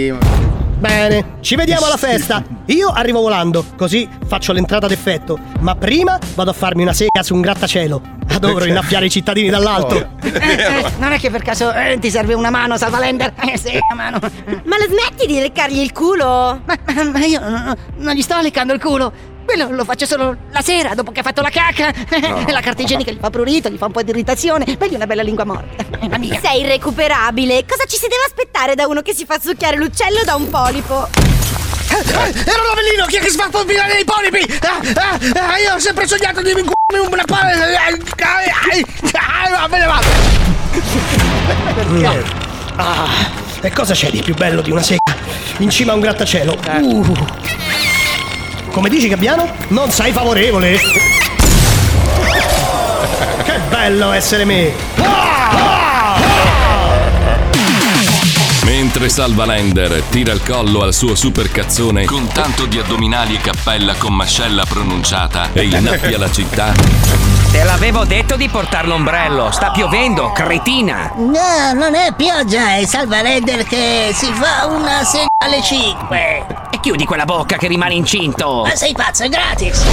[SPEAKER 13] Bene, ci vediamo alla festa. Io arrivo volando, così faccio l'entrata d'effetto. Ma prima vado a farmi una sega su un grattacielo. Adoro innaffiare i cittadini dall'alto.
[SPEAKER 2] eh, non è che per caso eh, ti serve una mano, Salvalender? Eh sì, una mano. Ma lo smetti di leccargli il culo? Ma, ma io no- non gli sto leccando il culo. Quello lo faccio solo la sera, dopo che ha fatto la cacca.
[SPEAKER 8] No.
[SPEAKER 2] La carta igienica gli fa prurito, gli fa un po' di irritazione. Meglio una bella lingua morta.
[SPEAKER 8] Sei irrecuperabile. Cosa ci si deve aspettare da uno che si fa succhiare l'uccello da un polipo?
[SPEAKER 5] Eh.
[SPEAKER 12] Era un avellino, chi è che si fa pompinare nei polipi? Ah, ah, ah, io ho sempre sognato di vincularmi una palla... Ah, ah, ah, ah, me ne vado!
[SPEAKER 13] Perché? Ah, e cosa c'è di più bello di una sega? In cima a un grattacielo. Uh. Come dici, Gabbiano? Non sei favorevole? che bello essere me!
[SPEAKER 1] Mentre Salvalender tira il collo al suo supercazzone con tanto di addominali e cappella con mascella pronunciata e innaffia la città,
[SPEAKER 10] Te l'avevo detto di portare l'ombrello. Sta piovendo, cretina.
[SPEAKER 11] No, non è pioggia, è Salvalender che si fa una sega alle 5.
[SPEAKER 10] E chiudi quella bocca che rimane incinto.
[SPEAKER 11] Ma sei pazzo, è gratis!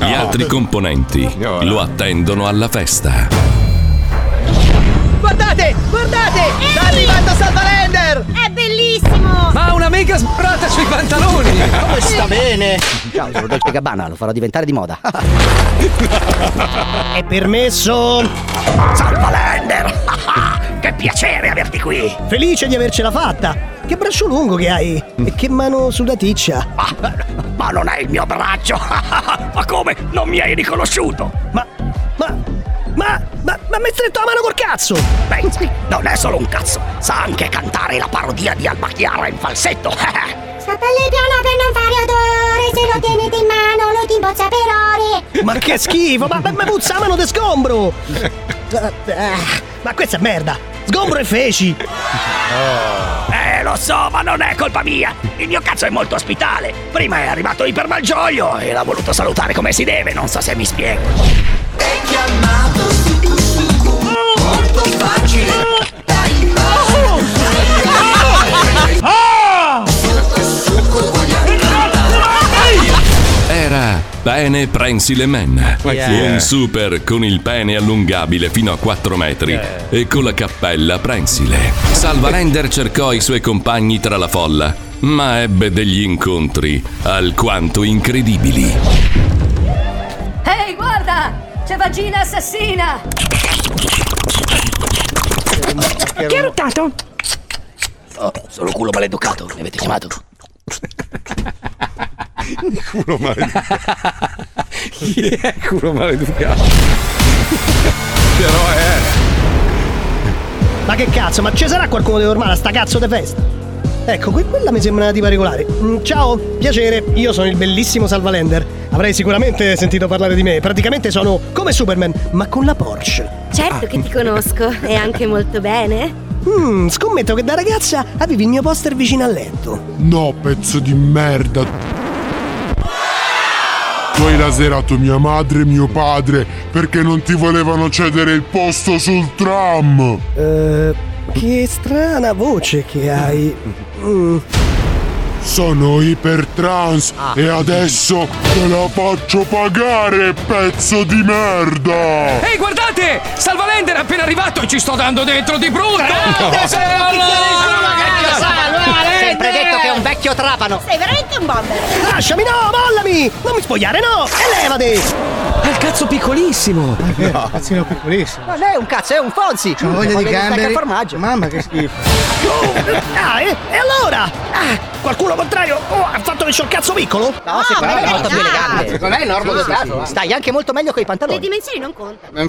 [SPEAKER 1] gli altri componenti lo attendono alla festa.
[SPEAKER 2] Guardate, guardate! Sta arrivando Salvalender! È bellissimo!
[SPEAKER 10] Ma una mega sbrata sui pantaloni!
[SPEAKER 12] Ah,
[SPEAKER 2] Come sta bene?
[SPEAKER 13] Ciao, sono Dolce Gabbana, lo farò diventare di moda. È permesso? Salvalender! che piacere averti qui! Felice di avercela fatta! Che braccio lungo che hai! E che mano sudaticcia!
[SPEAKER 12] Ma non è il mio braccio! Ma come? Non mi hai riconosciuto!
[SPEAKER 13] Ma... ma... Ma, ma, ma mi hai stretto la mano col cazzo!
[SPEAKER 12] Pensi, non è solo un cazzo, sa anche cantare la parodia di Alba Chiara in falsetto!
[SPEAKER 8] Sapelle piano per non fare odore. Se lo tenete in mano lo ti imboccia per ore.
[SPEAKER 13] Ma che schifo! Ma, ma, ma puzza la mano di sgombro! Ah, Ma questa è merda! Sgombro e feci!
[SPEAKER 12] Eh, lo so, ma non è colpa mia! Il mio cazzo è molto ospitale! Prima è arrivato Ipermalgioglio e l'ha voluto salutare come si deve, non so se mi spiego. Molto facile!
[SPEAKER 15] Ah!
[SPEAKER 1] Era Pene Prensile Man,
[SPEAKER 16] Yeah.
[SPEAKER 1] un super con il pene allungabile fino a 4 metri e con la cappella prensile. Salvalender cercò i suoi compagni tra la folla, ma ebbe degli incontri alquanto incredibili.
[SPEAKER 17] Ehi, guarda! C'è vagina assassina!
[SPEAKER 12] Chi ha ruttato? Oh, sono culo maleducato, mi avete chiamato?
[SPEAKER 16] Culo maleducato. Chi è culo maleducato? Però è.
[SPEAKER 13] Ma che cazzo, ma ci sarà qualcuno che dormire a sta cazzo di festa? Ecco, que- quella mi sembra una tipa regolare. Mm, ciao, piacere, io sono il bellissimo Salvalender. Avrei sicuramente sentito parlare di me. Praticamente sono come Superman, ma con la Porsche.
[SPEAKER 8] Certo che ti conosco e anche molto bene.
[SPEAKER 13] Mm, scommetto che da ragazza avevi il mio poster vicino al letto.
[SPEAKER 18] No, pezzo di merda. Tu hai laserato mia madre e mio padre perché non ti volevano cedere il posto sul tram.
[SPEAKER 13] Eh, che strana voce che hai. Mm. Ah.
[SPEAKER 18] Sono ipertrans e adesso te la faccio pagare, pezzo di merda!
[SPEAKER 10] Ehi, guardate! Salvalender è appena arrivato e ci sto dando dentro di brutto! Ah!
[SPEAKER 19] Eh,
[SPEAKER 13] Sempre detto che è un vecchio trapano.
[SPEAKER 19] Sei veramente un bomber.
[SPEAKER 13] Lasciami, no, mollami! Non mi spogliare, no! E levati! È il cazzo piccolissimo!
[SPEAKER 15] No, cazzino Ah, piccolissimo.
[SPEAKER 13] Ma lei è un cazzo, è un Fonzi!
[SPEAKER 15] C'ho voglia di gamberi.
[SPEAKER 13] formaggio.
[SPEAKER 15] Mamma che schifo.
[SPEAKER 13] Ah, e, e allora? Ah, qualcuno contrario oh, ha fatto che c'ho il cazzo piccolo? Ah, No,
[SPEAKER 20] secondo me è molto più elegante.
[SPEAKER 13] Secondo me è
[SPEAKER 20] enorme
[SPEAKER 13] normo
[SPEAKER 20] dotato, eh.
[SPEAKER 13] Stai anche molto meglio coi
[SPEAKER 8] Le
[SPEAKER 13] pantaloni.
[SPEAKER 8] dimensioni non contano.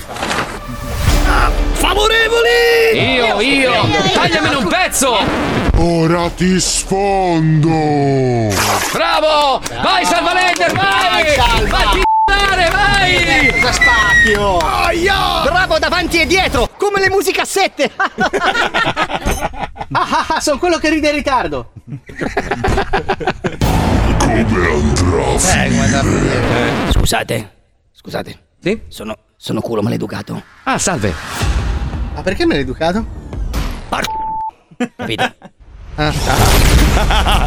[SPEAKER 13] Favorevoli!
[SPEAKER 10] Io, io! Tagliamene un pezzo!
[SPEAKER 18] Ora ti sfondo!
[SPEAKER 10] Bravo! Vai, Salvalender, vai! Fatti dare, vai!
[SPEAKER 13] Cosa spacchio! Bravo davanti e dietro, come le musicassette!
[SPEAKER 15] Ah, ah, ah, sono quello che ride in ritardo. Eh,
[SPEAKER 12] Scusate, scusate. Sì? Sono, sono culo maleducato.
[SPEAKER 15] Ah, salve. Ma perché me l'hai educato?
[SPEAKER 12] Capito?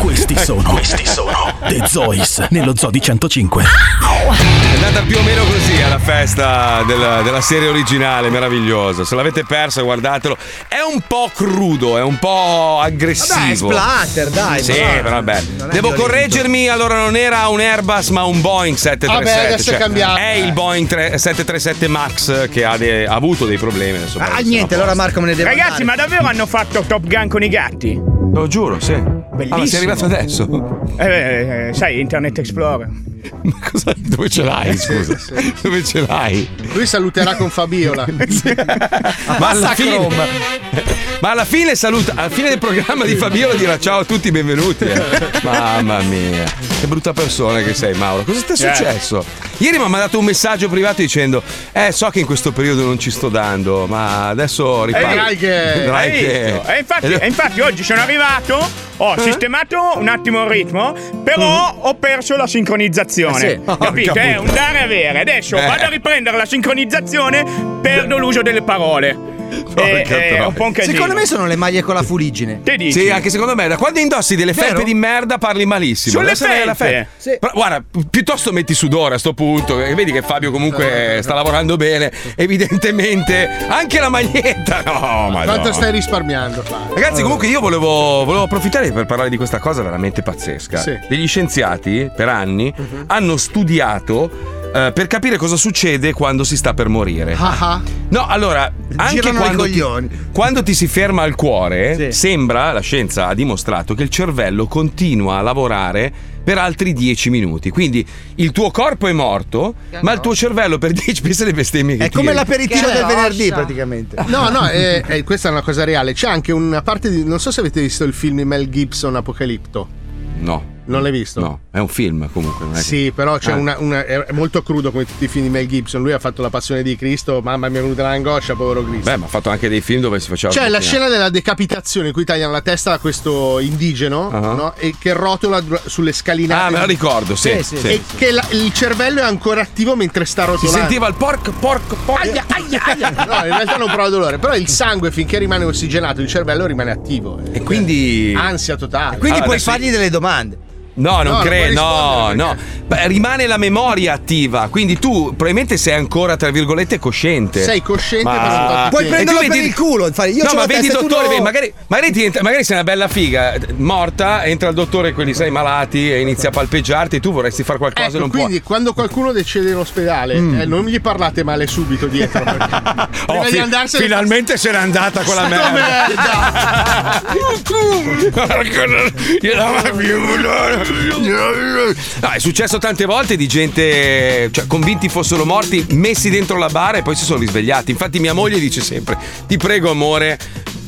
[SPEAKER 16] Questi sono. Questi sono. The Zois nello Zoo di 105.
[SPEAKER 5] È andata più o meno così alla festa della, della serie originale, meravigliosa. Se l'avete persa, guardatelo. È un po' crudo, è un po' aggressivo.
[SPEAKER 3] Vabbè, è splatter, dai,
[SPEAKER 5] Sì,
[SPEAKER 3] ma-
[SPEAKER 5] però vabbè.
[SPEAKER 3] non è
[SPEAKER 5] Devo
[SPEAKER 3] violento.
[SPEAKER 5] correggermi, allora non era un Airbus, ma un Boeing 737.
[SPEAKER 7] Vabbè, adesso è
[SPEAKER 5] cioè,
[SPEAKER 7] cambiato,
[SPEAKER 3] eh.
[SPEAKER 5] È il Boeing tre- 737 Max che ha, de- ha avuto dei problemi. Adesso
[SPEAKER 3] Ah,
[SPEAKER 9] Ah,
[SPEAKER 5] penso.
[SPEAKER 3] allora Marco me ne deve
[SPEAKER 9] Ragazzi, ma davvero hanno fatto Top Gun con i gatti?
[SPEAKER 5] Lo giuro, sì. Bellissimo. sei arrivato adesso?
[SPEAKER 9] Eh, eh, eh, sai, Internet Explorer.
[SPEAKER 5] Dove ce l'hai, scusa? Dove ce l'hai?
[SPEAKER 7] Lui saluterà con Fabiola.
[SPEAKER 5] Ma alla fine, ma alla fine saluta, alla fine del programma di Fabiola dirà ciao a tutti, benvenuti. eh. Mamma mia, che brutta persona che sei Mauro. Cosa ti è
[SPEAKER 21] Eh.
[SPEAKER 5] successo? Ieri mi ha mandato un messaggio privato dicendo eh so che in questo periodo non ci sto dando, ma adesso riparto.
[SPEAKER 9] Ehi,
[SPEAKER 5] Dai
[SPEAKER 9] hai visto?
[SPEAKER 5] che-
[SPEAKER 9] E infatti,
[SPEAKER 5] Ed- Eh?
[SPEAKER 9] e infatti oggi sono arrivato, ho sistemato un attimo il ritmo, però ho perso la sincronizzazione.
[SPEAKER 5] Mm. Eh sì. Oh,
[SPEAKER 9] Capito?
[SPEAKER 5] capito.
[SPEAKER 9] È un dare e avere. Adesso
[SPEAKER 5] Eh.
[SPEAKER 9] vado a riprendere la sincronizzazione, perdo l'uso delle parole.
[SPEAKER 5] Eh,
[SPEAKER 9] E- È,
[SPEAKER 5] troia.
[SPEAKER 9] un po' un casino.
[SPEAKER 5] Secondo me
[SPEAKER 3] sono le maglie con la fuligine.
[SPEAKER 9] Te dici?
[SPEAKER 5] Sì, anche secondo me, da quando indossi delle
[SPEAKER 9] Vero?
[SPEAKER 5] felpe di merda parli malissimo.
[SPEAKER 9] Sulle
[SPEAKER 5] Adesso vai alla
[SPEAKER 9] felpe.
[SPEAKER 5] felpa. Però, guarda, pi- piuttosto metti sudore a sto punto, che vedi che Fabio comunque eh, sta lavorando bene, evidentemente anche la maglietta. No, ma
[SPEAKER 7] Quanto stai Eh. risparmiando? Fabio?
[SPEAKER 5] Ragazzi, comunque io volevo, volevo approfittare per parlare di questa cosa veramente pazzesca.
[SPEAKER 7] Sì. Mhm.
[SPEAKER 5] Degli scienziati, per anni, hanno studiato eh, per capire cosa succede quando si sta per morire.
[SPEAKER 7] Ah, ah.
[SPEAKER 5] No, allora, anche
[SPEAKER 7] Girano i
[SPEAKER 5] quando,
[SPEAKER 7] coglioni.
[SPEAKER 5] Ti, quando ti si ferma il cuore, sembra, la scienza ha dimostrato, che il cervello continua a lavorare per altri 10 minuti. Quindi il tuo corpo è morto, ma il tuo cervello per 10 pensa le bestemmie che
[SPEAKER 7] È come
[SPEAKER 5] tiri.
[SPEAKER 7] l'aperitivo Che del venerdì, roscia.
[SPEAKER 3] praticamente.
[SPEAKER 7] No, no, eh, eh, questa è una cosa reale. C'è anche una parte di. Non so se avete visto il film di Mel Gibson Apocalipto.
[SPEAKER 5] No.
[SPEAKER 7] Non l'hai visto?
[SPEAKER 5] No, è un film comunque. Non è che-
[SPEAKER 7] Sì, però c'è
[SPEAKER 5] Ah.
[SPEAKER 7] una, una- è molto crudo come tutti i film di Mel Gibson. Lui ha fatto La passione di Cristo, mamma mia, è venuta l'angoscia, povero Cristo.
[SPEAKER 5] Beh, ma ha fatto anche dei film dove si faceva.
[SPEAKER 7] C'è Cioè, la
[SPEAKER 5] pettinare.
[SPEAKER 7] scena della decapitazione in cui tagliano la testa a questo indigeno no? e che rotola dr- sulle scalinate.
[SPEAKER 5] Ah, me la ricordo, sì, Sì, sì, sì.
[SPEAKER 7] e
[SPEAKER 5] sì.
[SPEAKER 7] che la- il cervello è ancora attivo mentre sta
[SPEAKER 5] Si
[SPEAKER 7] rotolando.
[SPEAKER 5] sentiva il porco, porco, porco.
[SPEAKER 7] Aia, aia, aia. No, in realtà non prova dolore, però il sangue finché rimane ossigenato, il cervello rimane attivo. E
[SPEAKER 5] quindi.
[SPEAKER 7] Ansia totale. Ah,
[SPEAKER 3] Quindi puoi fargli delle domande.
[SPEAKER 5] No, non
[SPEAKER 7] No, non
[SPEAKER 5] credo,
[SPEAKER 7] puoi
[SPEAKER 5] no, no. Beh, rimane la memoria attiva, quindi tu probabilmente sei ancora, tra virgolette, cosciente.
[SPEAKER 7] Sei cosciente,
[SPEAKER 5] Ma-
[SPEAKER 7] ma soltanto
[SPEAKER 3] Puoi
[SPEAKER 5] E tu
[SPEAKER 3] prenderlo
[SPEAKER 5] vedi-
[SPEAKER 3] per il culo. fare, Io
[SPEAKER 5] no,
[SPEAKER 3] c'ho
[SPEAKER 5] ma
[SPEAKER 3] la
[SPEAKER 5] vedi,
[SPEAKER 3] testa e tu
[SPEAKER 5] dottore,
[SPEAKER 3] no.
[SPEAKER 5] vedi, magari, magari ti entra- magari sei una bella figa, eh, morta, entra il dottore, quelli sei malati e inizia a palpeggiarti e tu vorresti fare qualcosa e
[SPEAKER 7] Ecco,
[SPEAKER 5] non
[SPEAKER 7] quindi quando qualcuno decede in ospedale,
[SPEAKER 5] Mm.
[SPEAKER 7] eh, non gli parlate male subito dietro. perché
[SPEAKER 5] puoi.
[SPEAKER 7] prima di
[SPEAKER 5] fi-
[SPEAKER 7] andarsene-
[SPEAKER 5] finalmente se n'è andata con la
[SPEAKER 7] Sta
[SPEAKER 5] merda. No, Ah, è successo tante volte di gente cioè, convinti fossero morti, messi dentro la bara e poi si sono risvegliati. Infatti, mia moglie dice sempre: Ti prego, amore.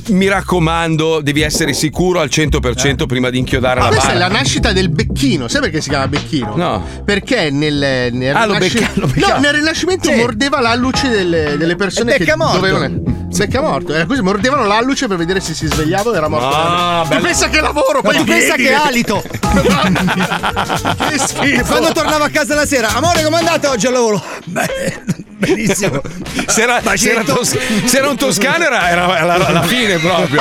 [SPEAKER 5] mi raccomando, devi essere sicuro al 100% prima di inchiodare la
[SPEAKER 7] Eh. Questa è la
[SPEAKER 5] barra.
[SPEAKER 7] nascita del becchino. Sai perché si chiama becchino?
[SPEAKER 5] Ah, No.
[SPEAKER 7] Perché nel, nel,
[SPEAKER 5] Ah, lo
[SPEAKER 7] Rinasci-
[SPEAKER 5] becca- lo beccava.
[SPEAKER 7] No, nel Rinascimento
[SPEAKER 5] Sì.
[SPEAKER 7] mordeva l'alluce delle, delle persone
[SPEAKER 5] È
[SPEAKER 7] che
[SPEAKER 5] beccamorto.
[SPEAKER 7] dovevano. Becca morto, era così, mordevano l'alluce per vedere se si svegliava o era morto.
[SPEAKER 5] Ah,
[SPEAKER 7] tu
[SPEAKER 5] bello.
[SPEAKER 7] pensa che lavoro, poi
[SPEAKER 3] tu
[SPEAKER 7] i piedi.
[SPEAKER 3] pensa che alito!
[SPEAKER 7] che schifo!
[SPEAKER 3] Quando tornavo a casa la sera, amore, com'è andato oggi al lavoro?
[SPEAKER 5] Benissimo. Se era,
[SPEAKER 3] Ma
[SPEAKER 5] se era
[SPEAKER 3] cento-
[SPEAKER 5] tos- se era un toscano era, era la, la fine proprio.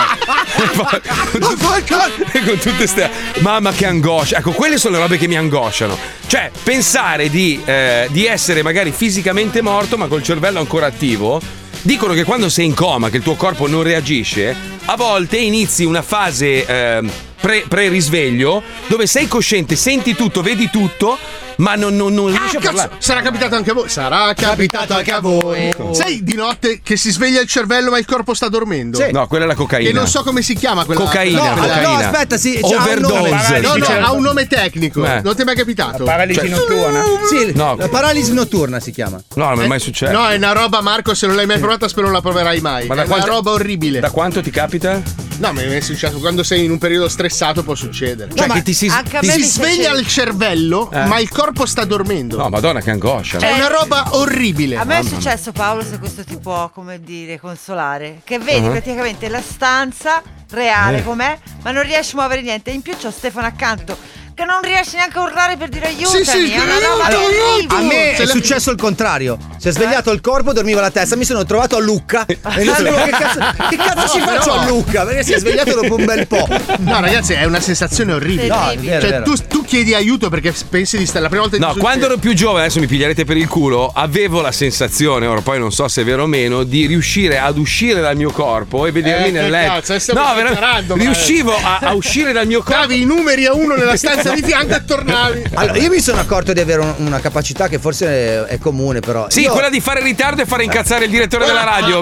[SPEAKER 5] Con tut- con tutte ste. Mamma che angoscia. Ecco, quelle sono le robe che mi angosciano. Cioè, pensare di, eh, di essere magari fisicamente morto ma col cervello ancora attivo. Dicono che quando sei in coma, che il tuo corpo non reagisce, a volte inizi una fase ehm, pre- pre-risveglio dove sei cosciente, senti tutto, vedi tutto, ma non, non, non riesci a
[SPEAKER 7] Ah, Cazzo,
[SPEAKER 5] parlare. Ecco.
[SPEAKER 7] sarà capitato anche a voi. Sarà capitato anche a voi. Sai di notte che si sveglia il cervello ma il corpo sta dormendo?
[SPEAKER 5] No, quella è la cocaina.
[SPEAKER 7] E non so come si chiama quella
[SPEAKER 5] Cocaina,
[SPEAKER 7] quella- quella-
[SPEAKER 5] cocaina.
[SPEAKER 7] No, aspetta, sì, c'ha
[SPEAKER 5] Overdose.
[SPEAKER 7] un nome. No, no, ha un nome tecnico.
[SPEAKER 5] Eh. Cioè.
[SPEAKER 7] Non ti è mai capitato?
[SPEAKER 5] paralisi notturna?
[SPEAKER 3] Cioè, Sì,
[SPEAKER 5] No.
[SPEAKER 3] la paralisi notturna si chiama.
[SPEAKER 5] No, non mi è mai successo.
[SPEAKER 7] No, è una roba, Marco, se non l'hai mai provata, spero non la proverai mai.
[SPEAKER 5] Certo. Ma da
[SPEAKER 7] è
[SPEAKER 5] quante-
[SPEAKER 7] una roba orribile.
[SPEAKER 5] Da quanto ti capita?
[SPEAKER 7] No, ma mi è successo quando sei in un periodo stressato può succedere.
[SPEAKER 5] Cioè No, che ma ti si- anche a ti me
[SPEAKER 7] si
[SPEAKER 5] mi
[SPEAKER 7] sveglia il cervello,
[SPEAKER 5] Eh.
[SPEAKER 7] ma il corpo sta dormendo.
[SPEAKER 5] No, madonna che angoscia.
[SPEAKER 7] È una roba orribile.
[SPEAKER 2] A me è
[SPEAKER 5] Mamma
[SPEAKER 2] successo, Paolo, se questo ti può, come dire, consolare, che vedi
[SPEAKER 5] Ah.
[SPEAKER 2] praticamente la stanza reale
[SPEAKER 5] Eh.
[SPEAKER 2] com'è, ma non riesci a muovere niente. In più c'ho Stefano accanto, che non riesce neanche a urlare per dire aiutami.
[SPEAKER 3] Sì, sì,
[SPEAKER 2] è una roba
[SPEAKER 3] Allora,
[SPEAKER 2] orribile.
[SPEAKER 3] a
[SPEAKER 5] Cioè,
[SPEAKER 3] me è successo il contrario. Si è svegliato il corpo, dormiva la testa. Mi sono trovato a Lucca. E non sapevo che cazzo, che cazzo ci
[SPEAKER 7] No,
[SPEAKER 3] faccio
[SPEAKER 7] no.
[SPEAKER 3] a Lucca? Perché si è svegliato dopo un bel po'.
[SPEAKER 7] No, ragazzi, è una sensazione orribile.
[SPEAKER 3] No, è vero,
[SPEAKER 7] cioè,
[SPEAKER 3] è vero.
[SPEAKER 7] Tu, tu chiedi aiuto perché pensi di stare la prima volta che
[SPEAKER 5] No,
[SPEAKER 7] ti
[SPEAKER 5] quando
[SPEAKER 7] succede.
[SPEAKER 5] ero più giovane, adesso mi piglierete per il culo, avevo la sensazione, ora poi non so se è vero o meno, di riuscire ad uscire dal mio corpo e vedermi
[SPEAKER 7] Eh,
[SPEAKER 5] nel
[SPEAKER 7] che
[SPEAKER 5] letto.
[SPEAKER 7] cazzo, stiamo
[SPEAKER 5] no,
[SPEAKER 7] esagerando, ma-
[SPEAKER 5] riuscivo a, a uscire dal mio corpo.
[SPEAKER 7] Stavi i numeri a uno nella stanza di fianco e tornavi.
[SPEAKER 3] Allora, io mi sono accorto di avere un- una capacità che forse è comune, però.
[SPEAKER 5] Sì,
[SPEAKER 3] Io
[SPEAKER 5] quella di fare ritardo e fare incazzare il direttore della radio.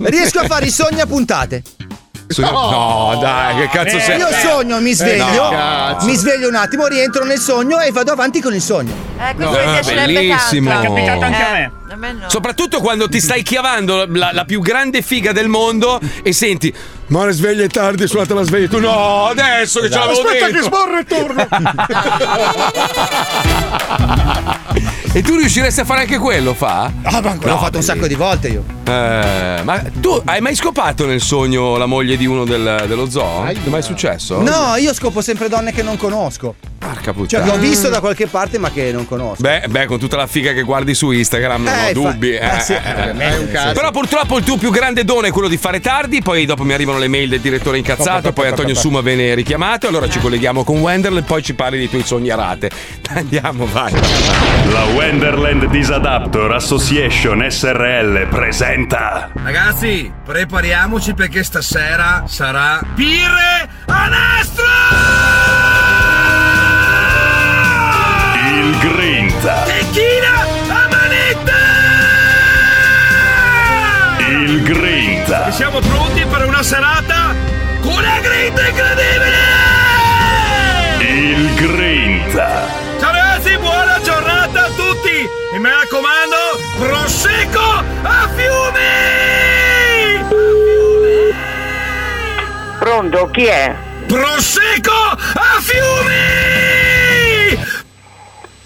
[SPEAKER 3] Riesco a fare i sogni a puntate.
[SPEAKER 5] Sogno- No, dai, che cazzo sei?
[SPEAKER 3] Io sogno, mi sveglio,
[SPEAKER 5] Eh, no, cazzo.
[SPEAKER 3] mi sveglio un attimo, rientro nel sogno e vado avanti con il sogno.
[SPEAKER 2] Eh,
[SPEAKER 5] questo No, mi piacerebbe bellissimo. tanto. È capitato anche Eh, a
[SPEAKER 2] me.
[SPEAKER 5] Soprattutto quando ti stai chiavando la, la più grande figa del mondo e senti, ma la sveglia è tardi, suonate la sveglia. Tu no, adesso che ce l'avevo
[SPEAKER 7] Aspetta che
[SPEAKER 5] dentro.
[SPEAKER 7] sborro e torno.
[SPEAKER 5] E tu riusciresti a fare anche quello, fa?
[SPEAKER 3] Ah, ma l'ho fatto un sacco di volte io.
[SPEAKER 5] Eh, ma tu hai mai scopato nel sogno la moglie di uno del- dello zoo? Ti è mai successo?
[SPEAKER 3] No, io scopo sempre donne che non conosco.
[SPEAKER 5] Porca
[SPEAKER 3] Cioè,
[SPEAKER 5] puttana. Mm.
[SPEAKER 3] che ho visto da qualche parte, ma che non conosco.
[SPEAKER 5] Beh, beh, con tutta la figa che guardi su Instagram, non
[SPEAKER 3] Eh,
[SPEAKER 5] ho
[SPEAKER 3] infa-
[SPEAKER 5] dubbi.
[SPEAKER 3] eh, sì, veramente,
[SPEAKER 7] un cazzo.
[SPEAKER 5] Però purtroppo il tuo più grande dono è quello di fare tardi, poi dopo mi arrivano le mail del direttore incazzato, poi Antonio Suma viene richiamato, allora ci colleghiamo con Wendell e poi ci parli dei tuoi sogni a rate. Andiamo, vai.
[SPEAKER 22] La Wenderland Disadaptor Association SRL presenta
[SPEAKER 10] Ragazzi, prepariamoci perché stasera sarà birre a nastro!
[SPEAKER 22] Il Grinta.
[SPEAKER 10] Tequila a manetta!
[SPEAKER 22] Il Grinta.
[SPEAKER 10] E siamo pronti per una serata con la grinta incredibile!
[SPEAKER 22] Il Grinta.
[SPEAKER 10] Ciao ragazzi, buona giornata a tutti! E mi raccomando, prosecco a fiumi!
[SPEAKER 23] Pronto, chi è?
[SPEAKER 10] Prosecco a fiumi!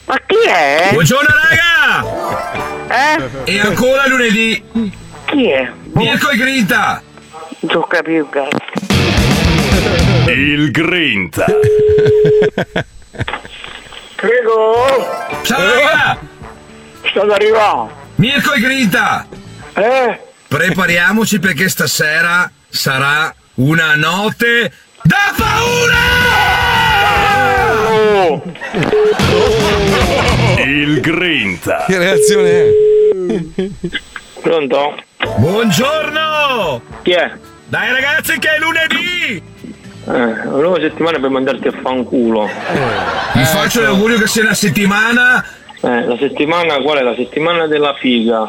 [SPEAKER 23] Ma chi è?
[SPEAKER 10] Buongiorno raga!
[SPEAKER 23] Eh?
[SPEAKER 10] E ancora lunedì!
[SPEAKER 23] Chi è?
[SPEAKER 10] Mirko e Grinta!
[SPEAKER 23] Non capivo, cazzo.
[SPEAKER 22] Il Grinta.
[SPEAKER 10] Prego! Eh, Ciao raga! Sto arrivando! Mirko e Grinta! Eh? Prepariamoci perché stasera sarà una notte da paura!
[SPEAKER 22] Il Grinta.
[SPEAKER 5] Che reazione è?
[SPEAKER 10] Pronto? Buongiorno! Chi è? Dai ragazzi che è lunedì!
[SPEAKER 24] Eh, una settimana per mandarti a fanculo.
[SPEAKER 10] Vi Eh, faccio l'augurio che sia una settimana
[SPEAKER 24] Eh, la settimana qual è? La settimana della figa.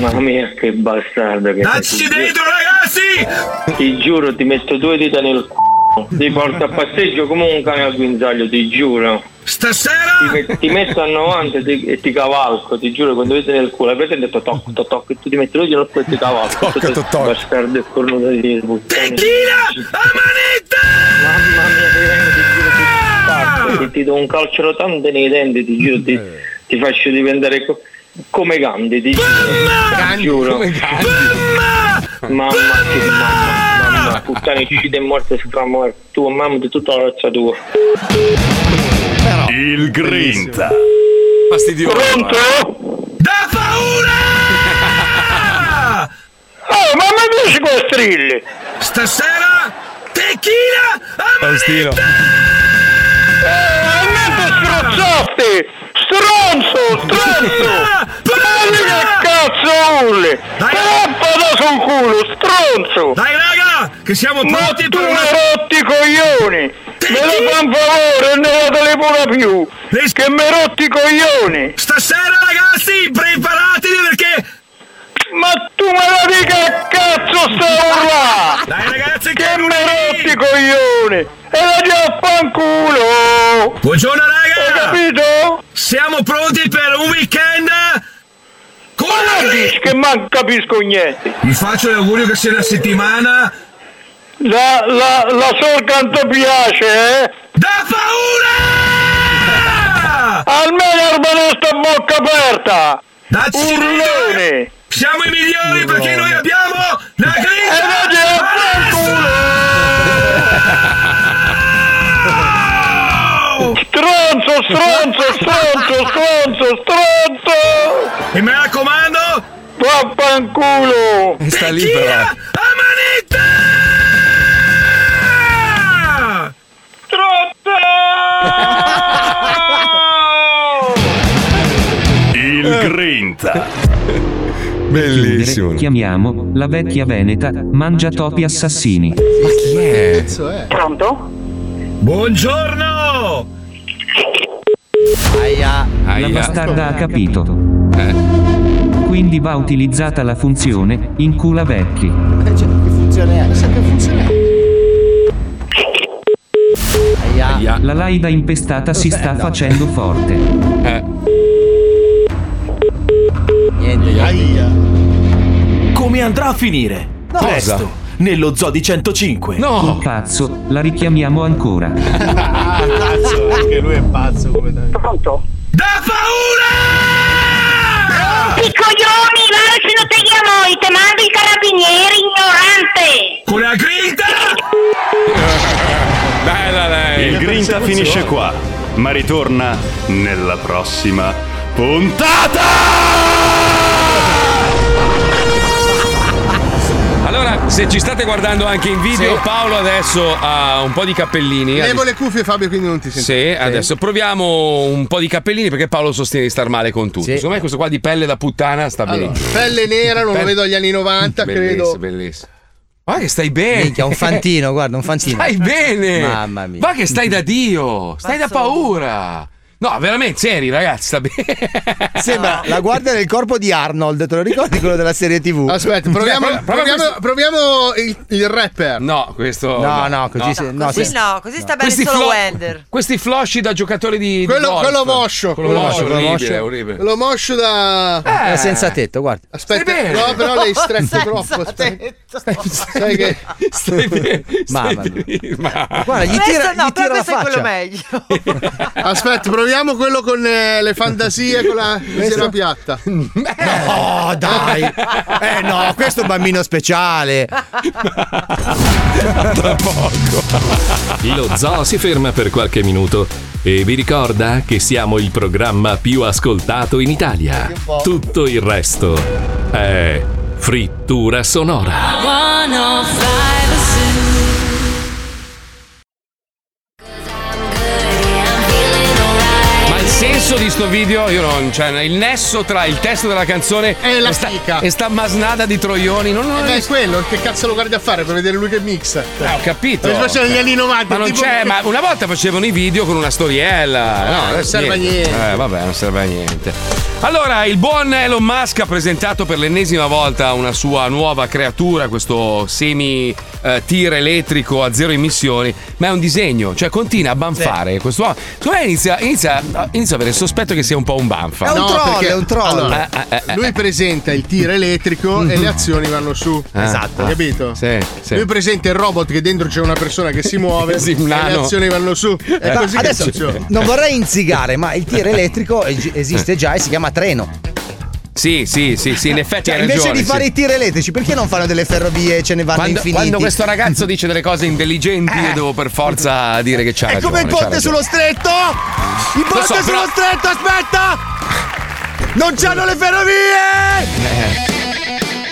[SPEAKER 24] Mamma mia, che bastardo che
[SPEAKER 10] Dacci
[SPEAKER 24] sei.
[SPEAKER 10] dentro ragazzi!
[SPEAKER 24] Ti giuro, ti metto due dita nel c***o Ti porto a passeggio come un cane al guinzaglio, ti giuro. Stasera? Ti, met- ti metto a 90 e ti, e ti cavalco, ti giuro, quando vedi nel culo, hai presente to- toc, to- toc, e tu ti metti l'olio e ti cavalco. Toc, toc, toc. Bastardo e cornuto di dirbo. Ti, ti do un calcio rotante nei denti, ti giuro, ti, ti faccio diventare co- come Gandhi, ti giuro. Ti giuro. Mamma, che mamma, mamma, puttana, uccide e morte, esclamò, tua mamma di tutta la razza tua.
[SPEAKER 22] Il Grinta.
[SPEAKER 5] Fastidioso.
[SPEAKER 22] Pronto?
[SPEAKER 10] eh.
[SPEAKER 24] Oh, ma mi dici con strilli?
[SPEAKER 10] Stasera tequila a
[SPEAKER 5] Faustino.
[SPEAKER 24] Niente strozzotti! Stronzo! Stronzo! Parli che cazzo urli! Trappata sul culo, stronzo! Dai raga! Che siamo pronti Ma tu ne rotti i coglioni! Me lo fa un favore e non lo telefono più! Che mi rotti i coglioni! Stasera ragazzi, preparatevi perché... Ma tu me lo dica che cazzo sta urlando! Dai ragazzi che... mi rotti i coglioni! E la già fanculo!
[SPEAKER 10] Buongiorno raga!
[SPEAKER 24] Hai capito?
[SPEAKER 10] Siamo pronti per un weekend con la
[SPEAKER 24] Grinta. Che manco capisco niente!
[SPEAKER 10] Vi faccio l'augurio che sia una settimana
[SPEAKER 24] La, la, la sorga non ti piace, eh? Da paura! Almeno armanesta a bocca aperta! Urlone! Siamo i migliori perché noi abbiamo la grinta!
[SPEAKER 10] Stronzo, stronzo, stronzo, stronzo, stronzo! E mi raccomando!
[SPEAKER 24] Vaffanculo!
[SPEAKER 5] E sta lì però.
[SPEAKER 22] Il
[SPEAKER 5] Eh.
[SPEAKER 22] Grinta.
[SPEAKER 6] Bellissimo. Chiamiamo la vecchia veneta mangia topi assassini. Ma chi è?
[SPEAKER 24] Pronto?
[SPEAKER 10] Buongiorno!
[SPEAKER 6] Aia. Eh. La bastarda ha capito. Quindi va utilizzata la funzione incula vecchi.
[SPEAKER 13] Eh, cioè, che funzione ha? Chissà che funzione
[SPEAKER 6] La Laida impestata si sta facendo forte. Eh,
[SPEAKER 3] Niente,
[SPEAKER 14] Come andrà a finire?
[SPEAKER 6] No.
[SPEAKER 14] Presto, nello zoo di 105.
[SPEAKER 6] Un pazzo, la richiamiamo ancora.
[SPEAKER 13] ha. Ah, cazzo, anche lui è pazzo come te.
[SPEAKER 24] Pronto?
[SPEAKER 23] Rompi coglioni, vale se non te chiamo e te mando i carabinieri ignorante!
[SPEAKER 10] Con la grinta!
[SPEAKER 5] Bella lei!
[SPEAKER 22] Il Grinta finisce qua, ma ritorna nella prossima puntata!
[SPEAKER 5] Allora, se ci state guardando anche in video,
[SPEAKER 7] Sì.
[SPEAKER 5] Paolo adesso ha un po' di cappellini. Ha
[SPEAKER 7] Levo le cuffie Fabio quindi non ti
[SPEAKER 5] Sì,
[SPEAKER 7] sento.
[SPEAKER 5] adesso proviamo un po' di cappellini perché Paolo sostiene di star male con tutto. Secondo me questo qua di pelle da puttana sta bene.
[SPEAKER 7] Pelle nera, non lo
[SPEAKER 5] Pelle-
[SPEAKER 7] vedo agli anni 90,
[SPEAKER 5] Bellissimo,
[SPEAKER 7] credo.
[SPEAKER 5] bellissimo. Guarda che stai bene.
[SPEAKER 3] Minchia, un fantino, guarda, un fantino.
[SPEAKER 5] Stai bene.
[SPEAKER 3] Mamma mia.
[SPEAKER 5] Eh, Va che stai da Dio. Stai da paura. No, veramente, seri ragazzi, sta bene.
[SPEAKER 3] Sembra la guardia del corpo di Arnold, te lo ricordi quello della serie TV?
[SPEAKER 5] Cioè,
[SPEAKER 7] Aspetta, proviamo,
[SPEAKER 3] Prova- prova
[SPEAKER 7] proviamo-
[SPEAKER 3] questo.
[SPEAKER 7] proviamo il, il rapper.
[SPEAKER 5] No, questo.
[SPEAKER 3] No, no, così se- no,
[SPEAKER 2] così
[SPEAKER 3] se-
[SPEAKER 2] no, così sta bene
[SPEAKER 5] Questi
[SPEAKER 2] solo
[SPEAKER 5] flo-
[SPEAKER 2] Wender.
[SPEAKER 5] Questi flosci da giocatore di. di
[SPEAKER 7] Quello-
[SPEAKER 5] golf.
[SPEAKER 7] quello moscio.
[SPEAKER 5] Quello
[SPEAKER 7] Quello
[SPEAKER 5] moscio,
[SPEAKER 7] moscio, quello
[SPEAKER 5] orribile,
[SPEAKER 7] moscio.
[SPEAKER 5] orribile.
[SPEAKER 7] Lo moscio da.
[SPEAKER 5] Eh,
[SPEAKER 3] Era Eh, senza tetto, guarda.
[SPEAKER 7] Aspetta, no, però l'hai stretto troppo. aspetta. Sai che.
[SPEAKER 5] Stai bene.
[SPEAKER 3] Mamma mia.
[SPEAKER 7] Guarda, gli
[SPEAKER 2] Questo
[SPEAKER 7] tira-
[SPEAKER 2] no,
[SPEAKER 7] gli
[SPEAKER 2] però
[SPEAKER 7] tira la
[SPEAKER 2] questo è quello
[SPEAKER 7] faccia.
[SPEAKER 2] meglio.
[SPEAKER 7] Aspetta, proviamo quello con eh, le fantasie con la misera piatta. Eh,
[SPEAKER 3] No, Oh, dai. Eh no, questo è un bambino speciale.
[SPEAKER 1] Lo zoo si ferma per qualche minuto e vi ricorda che siamo il programma più ascoltato in Italia. Tutto il resto è frittura sonora.
[SPEAKER 25] 105
[SPEAKER 5] Ma il senso di vedi sto video, io non. Cioè, il nesso tra il testo della canzone
[SPEAKER 7] E la
[SPEAKER 5] sta,
[SPEAKER 7] fica.
[SPEAKER 5] e sta masnada di troioni. Non, non,
[SPEAKER 7] Eh beh, è quello, che cazzo lo guardi a fare per vedere lui che mix?
[SPEAKER 5] Ah, ho capito.
[SPEAKER 7] Come si faceva negli anni 90.
[SPEAKER 5] Ma non
[SPEAKER 7] tipo-
[SPEAKER 5] c'è, ma una volta facevano i video con una storiella. No,
[SPEAKER 7] Eh,
[SPEAKER 5] adesso
[SPEAKER 7] non serve a niente.
[SPEAKER 5] Eh, vabbè, non serve a niente. Allora, il buon Elon Musk ha presentato per l'ennesima volta una sua nuova creatura, questo semi eh, tir elettrico a zero emissioni, ma è un disegno, cioè continua a banfare questo uomo. Secondo me inizia, inizia, inizia a avere il sospetto che sia un po' un banfa.
[SPEAKER 7] No, perché-
[SPEAKER 5] Ah,
[SPEAKER 7] allora,
[SPEAKER 5] ah, ah, ah.
[SPEAKER 7] lui presenta il tir elettrico e le azioni vanno su.
[SPEAKER 5] Ah, ah.
[SPEAKER 7] Esatto, Capito?
[SPEAKER 5] Sì, sì.
[SPEAKER 7] Lui presenta il robot che dentro c'è una persona che si muove
[SPEAKER 5] Sì, un
[SPEAKER 7] e le
[SPEAKER 5] nano.
[SPEAKER 7] azioni vanno su. È
[SPEAKER 3] Ma
[SPEAKER 7] così
[SPEAKER 3] adesso
[SPEAKER 7] che funziona.
[SPEAKER 3] non vorrei inzigare, ma il tir elettrico eg- esiste già e si chiama treno.
[SPEAKER 5] Sì, sì, sì, sì, in effetti
[SPEAKER 3] Cioè,
[SPEAKER 5] hai
[SPEAKER 3] invece
[SPEAKER 5] ragione,
[SPEAKER 3] di fare
[SPEAKER 5] sì.
[SPEAKER 3] i tir elettrici, perché non fanno delle ferrovie e ce ne vanno
[SPEAKER 5] Quando,
[SPEAKER 3] infiniti? Eh.
[SPEAKER 5] quando questo ragazzo dice delle cose intelligenti, io devo per forza dire che c'ha
[SPEAKER 3] È
[SPEAKER 5] ragione.
[SPEAKER 3] come il
[SPEAKER 5] c'ha
[SPEAKER 3] ponte
[SPEAKER 5] ragione.
[SPEAKER 3] sullo stretto! Il
[SPEAKER 5] Lo
[SPEAKER 3] ponte
[SPEAKER 5] so,
[SPEAKER 3] sullo
[SPEAKER 5] però-
[SPEAKER 3] stretto, aspetta! Non c'hanno le ferrovie!
[SPEAKER 5] Eh.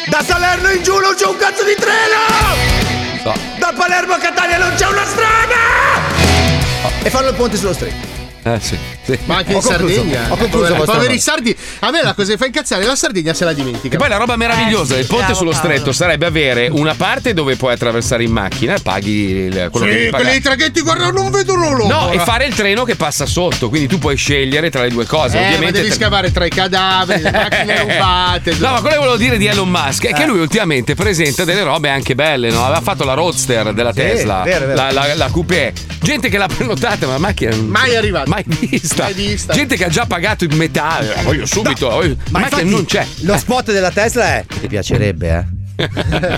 [SPEAKER 3] Da Salerno in giù non c'è un cazzo di treno!
[SPEAKER 5] So.
[SPEAKER 3] Da Palermo a Catania non c'è una strada! E fanno il ponte sullo stretto.
[SPEAKER 5] Eh, sì, sì.
[SPEAKER 7] Ma anche
[SPEAKER 3] Ho
[SPEAKER 7] in
[SPEAKER 3] concluso,
[SPEAKER 7] Sardegna.
[SPEAKER 3] ho
[SPEAKER 7] eh,
[SPEAKER 3] concluso,
[SPEAKER 7] poveri-
[SPEAKER 3] vostra
[SPEAKER 7] Poveri
[SPEAKER 3] onore.
[SPEAKER 7] sardi. A me la cosa che fa incazzare, la Sardegna se la dimentica.
[SPEAKER 5] E poi la roba
[SPEAKER 3] Eh,
[SPEAKER 5] meravigliosa del ponte sullo stretto sarebbe avere una parte dove puoi attraversare in macchina e paghi il- quello che
[SPEAKER 7] Sì, quelli
[SPEAKER 5] devi pagare.
[SPEAKER 7] dei traghetti, guarda, non vedo Eh, l'ora.
[SPEAKER 5] No, e fare il treno che passa sotto, quindi tu puoi scegliere tra le due cose.
[SPEAKER 7] Eh, ma
[SPEAKER 5] Ovviamente
[SPEAKER 7] devi
[SPEAKER 5] tra-
[SPEAKER 7] scavare tra i cadaveri, le macchine rubate.
[SPEAKER 5] Eh.
[SPEAKER 7] Eh.
[SPEAKER 5] No, ma quello che volevo dire di Elon Musk è che lui ultimamente presenta delle robe anche belle, no? Aveva fatto la roadster della
[SPEAKER 7] Sì,
[SPEAKER 5] Tesla,
[SPEAKER 7] vero, vero.
[SPEAKER 5] La, la, la coupé. Gente che l'ha prenotata, ma la macchina non-
[SPEAKER 7] Mai arrivato.
[SPEAKER 5] Mai vista. Gente che ha già pagato in metà, eh, voglio subito, voglio- la macchina
[SPEAKER 3] infatti
[SPEAKER 5] non c'è.
[SPEAKER 3] Lo spot della Tesla è. Ti piacerebbe, eh?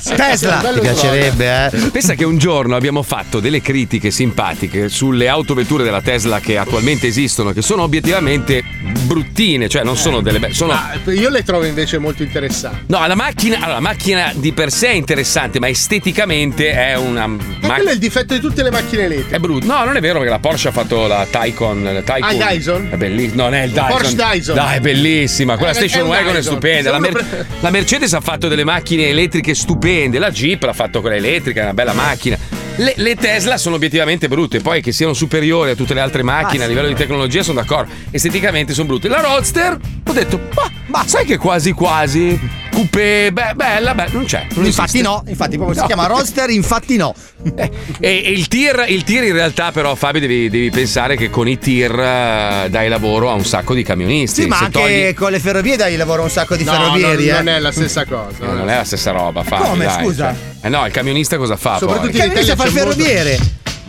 [SPEAKER 3] Tesla! Ti piacerebbe, eh?
[SPEAKER 5] Pensa che un giorno abbiamo fatto delle critiche simpatiche sulle autovetture della Tesla che attualmente esistono, che sono obiettivamente bruttine, cioè non sono delle belle. Sono...
[SPEAKER 7] Ah, io le trovo invece molto interessanti.
[SPEAKER 5] No, la macchina, allora, la macchina di per sé è interessante, ma esteticamente è una.
[SPEAKER 7] Ma
[SPEAKER 5] macchina
[SPEAKER 7] quello è il difetto di tutte le macchine elettriche.
[SPEAKER 5] È brutto. No, non è vero perché la Porsche ha fatto la Tycoon. La Tycoon.
[SPEAKER 7] Ah, Dyson?
[SPEAKER 5] È bellissima. Non è il
[SPEAKER 7] La
[SPEAKER 5] Dyson.
[SPEAKER 7] Porsche Dyson.
[SPEAKER 5] Dai, è bellissima. Quella
[SPEAKER 7] Eh, è
[SPEAKER 5] station
[SPEAKER 7] un
[SPEAKER 5] wagon è
[SPEAKER 7] Dyson.
[SPEAKER 5] stupenda. La,
[SPEAKER 7] Se uno
[SPEAKER 5] Mer- la Mercedes ha fatto delle macchine elettriche stupende. La Jeep l'ha fatto quella elettrica, è una bella macchina. Le, le Tesla sono obiettivamente brutte, poi che siano superiori a tutte le altre macchine a livello di tecnologia sono d'accordo, esteticamente sono brutte. La Roadster, ho detto, ma, ma sai che quasi quasi, coupé, be- Eh, bella, bella, non c'è. non
[SPEAKER 3] Infatti
[SPEAKER 5] esiste.
[SPEAKER 3] no, infatti proprio
[SPEAKER 5] No.
[SPEAKER 3] si chiama Roadster, infatti no.
[SPEAKER 5] E e il tir, il tir in realtà però Fabio devi, devi pensare che con i tir eh, dai lavoro a un sacco di camionisti.
[SPEAKER 3] Sì, ma
[SPEAKER 5] Se
[SPEAKER 3] anche
[SPEAKER 5] togli-
[SPEAKER 3] con le ferrovie dai lavoro a un sacco di
[SPEAKER 7] No,
[SPEAKER 3] ferrovieri.
[SPEAKER 7] non, non
[SPEAKER 3] eh.
[SPEAKER 7] è la stessa cosa.
[SPEAKER 5] Eh, Non è la stessa roba, Fabio.
[SPEAKER 3] Come,
[SPEAKER 5] dai,
[SPEAKER 3] scusa?
[SPEAKER 5] cioè. Eh no, il camionista cosa fa?
[SPEAKER 7] Soprattutto
[SPEAKER 5] Ah, poi?
[SPEAKER 7] in Italia c'è molto-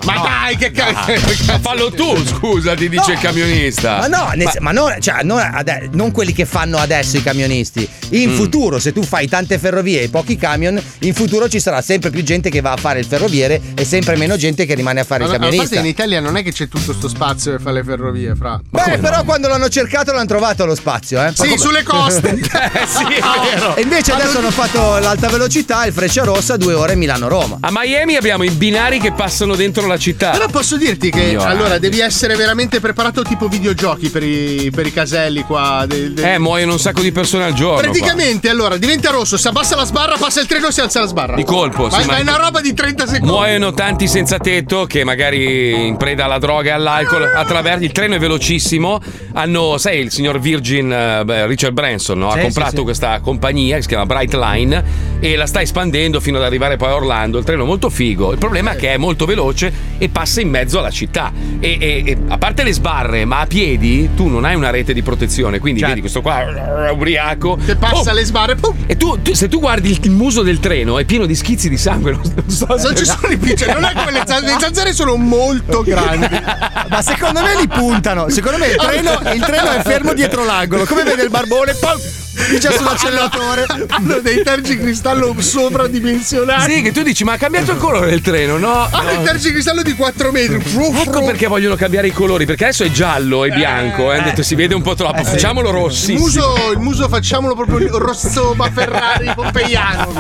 [SPEAKER 7] Ma
[SPEAKER 5] No.
[SPEAKER 7] dai, che
[SPEAKER 5] Ah,
[SPEAKER 7] cazzo.
[SPEAKER 5] ma fallo tu, scusa, ti dice il camionista.
[SPEAKER 7] Ah.
[SPEAKER 3] Ma no, nel- ma non, cioè, non ade- non quelli che fanno adesso i camionisti. In
[SPEAKER 5] Mm.
[SPEAKER 3] futuro, se tu fai tante ferrovie e pochi camion, in futuro ci sarà sempre più gente che va a fare il ferroviere e sempre meno gente che rimane a fare
[SPEAKER 7] Ma
[SPEAKER 3] il
[SPEAKER 7] no, a parte
[SPEAKER 3] camionista.
[SPEAKER 7] in Italia non è che c'è tutto sto spazio per fare le ferrovie, fra.
[SPEAKER 3] Beh, però quando l'hanno cercato l'hanno trovato lo spazio, eh.
[SPEAKER 7] Sì, sulle coste.
[SPEAKER 5] Eh,
[SPEAKER 3] E invece adesso hanno fatto l'alta velocità, il Freccia Rossa, due ore Milano-Roma.
[SPEAKER 5] A Miami abbiamo i binari che passano dentro la città. eh.
[SPEAKER 7] Però posso dirti che
[SPEAKER 5] Ignoranti.
[SPEAKER 7] allora devi essere veramente preparato tipo videogiochi per i, per i caselli qua. del- del-
[SPEAKER 5] Eh, muoiono un sacco di persone al giorno. qua.
[SPEAKER 7] Praticamente allora diventa rosso, si abbassa la sbarra, passa il treno e si alza la sbarra.
[SPEAKER 5] Di colpo,
[SPEAKER 7] Ma,
[SPEAKER 5] sì,
[SPEAKER 7] ma
[SPEAKER 5] ma-
[SPEAKER 7] è una roba di 30 secondi.
[SPEAKER 5] Muoiono tanti senza tetto che magari in preda alla droga e all'alcol attraver- il treno è velocissimo. Hanno, sai, il signor Virgin eh, beh, Richard Branson no? ha
[SPEAKER 26] Sì,
[SPEAKER 5] comprato
[SPEAKER 26] sì, sì.
[SPEAKER 5] questa compagnia che si chiama Bright Line e la sta espandendo fino ad arrivare poi a Orlando. Il treno è molto figo. Il problema è che è molto veloce e passa in mezzo alla città. E, e- e a parte le sbarre, ma a piedi tu non hai una rete di protezione. Quindi vedi questo qua, eh, ubriaco. Che
[SPEAKER 7] passa le sbarre,
[SPEAKER 5] E tu, tu- se tu guardi il, il muso del treno, è pieno di schizzi di sangue. Non, so
[SPEAKER 7] Non ci sono i piccioli, non è come le zanzare, le zanzare sono molto grandi.
[SPEAKER 3] Ma secondo me li puntano. Secondo me il treno, il treno è fermo dietro l'angolo. Come vede il barbone, pam, piccia sull'acceleratore.
[SPEAKER 7] Hanno dei tergicristallo sovradimensionati.
[SPEAKER 5] Sì, che tu dici, ma ha cambiato il colore del treno, no?
[SPEAKER 7] Hanno il tergicristallo di 4 metri.
[SPEAKER 5] Ecco perché vogliono cambiare i colori, perché adesso è giallo e bianco. Eh, hanno detto si vede un po' troppo, facciamolo rossi.
[SPEAKER 7] Il muso, il muso facciamolo proprio il rosso ma Ferrari pompeiano.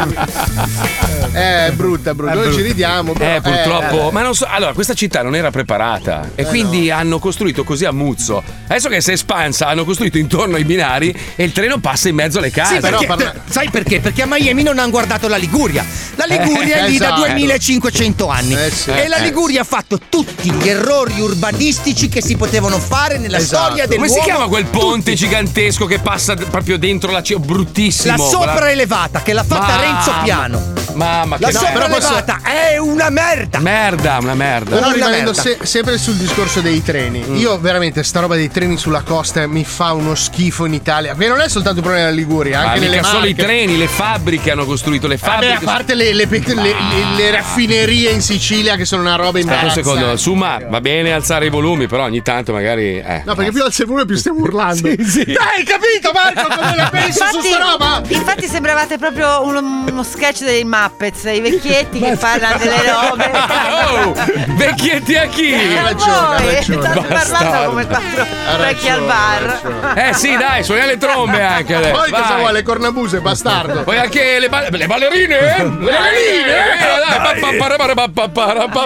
[SPEAKER 7] Eh, è brutta, brutta. Noi ci ridiamo. però-
[SPEAKER 5] Eh, purtroppo.
[SPEAKER 7] eh,
[SPEAKER 5] Ma non so. Allora, questa città non era preparata. E quindi hanno costruito così a muzzo. Adesso che si è espansa, hanno costruito intorno ai binari e il treno passa in in mezzo alle case.
[SPEAKER 3] Sì, perché- per- sai perché? Perché a Miami non hanno guardato la Liguria. La Liguria è lì
[SPEAKER 5] Esatto.
[SPEAKER 3] da 2500 anni
[SPEAKER 5] Eh, sì.
[SPEAKER 3] e la
[SPEAKER 5] Eh.
[SPEAKER 3] Liguria ha fatto tutti gli errori urbanistici che si potevano fare nella storia
[SPEAKER 5] Esatto. Come
[SPEAKER 3] dell'uomo.
[SPEAKER 5] si chiama quel ponte gigantesco che passa d- proprio dentro la città? Bruttissimo.
[SPEAKER 3] La sopraelevata che l'ha fatta
[SPEAKER 5] Ma-
[SPEAKER 3] Renzo Piano.
[SPEAKER 5] Mamma
[SPEAKER 3] La
[SPEAKER 5] che merda.
[SPEAKER 3] sopraelevata è una merda.
[SPEAKER 5] Merda, una merda.
[SPEAKER 7] Però
[SPEAKER 5] Una
[SPEAKER 7] rimanendo
[SPEAKER 5] merda.
[SPEAKER 7] se- sempre sul discorso dei treni,
[SPEAKER 5] Mm.
[SPEAKER 7] io veramente sta roba dei treni sulla costa mi fa uno schifo in Italia. Perché non è soltanto un problema della Liguria,
[SPEAKER 5] Ma
[SPEAKER 7] anche nelle
[SPEAKER 5] mica solo i
[SPEAKER 7] Marche.
[SPEAKER 5] treni, le fabbriche hanno costruito le
[SPEAKER 7] Vabbè,
[SPEAKER 5] fabbriche.
[SPEAKER 7] a parte le, le pet- le- le- le raffinerie in Sicilia che sono una roba
[SPEAKER 5] Aspetta un
[SPEAKER 7] imbarazzante.
[SPEAKER 5] secondo, Suma, va bene alzare i volumi, però ogni tanto magari. eh.
[SPEAKER 7] No, perché più alzi il volume più stiamo urlando. Dai, capito Marco come la penso su sta roba?
[SPEAKER 2] Infatti sembravate proprio uno, uno sketch dei Muppets, i vecchietti che parlano delle robe.
[SPEAKER 5] Oh, vecchietti a chi?
[SPEAKER 2] Eh, Ha ragione, ha voi, ragione. state parlando
[SPEAKER 5] Bastardo.
[SPEAKER 2] come quattro vecchi al bar.
[SPEAKER 5] Eh sì, dai, suoniamo le trombe anche adesso.
[SPEAKER 7] Poi cosa
[SPEAKER 5] vai.
[SPEAKER 7] vuole? Cornabuse, bastardo.
[SPEAKER 5] Poi anche le, ba- le ballerine? eh? Le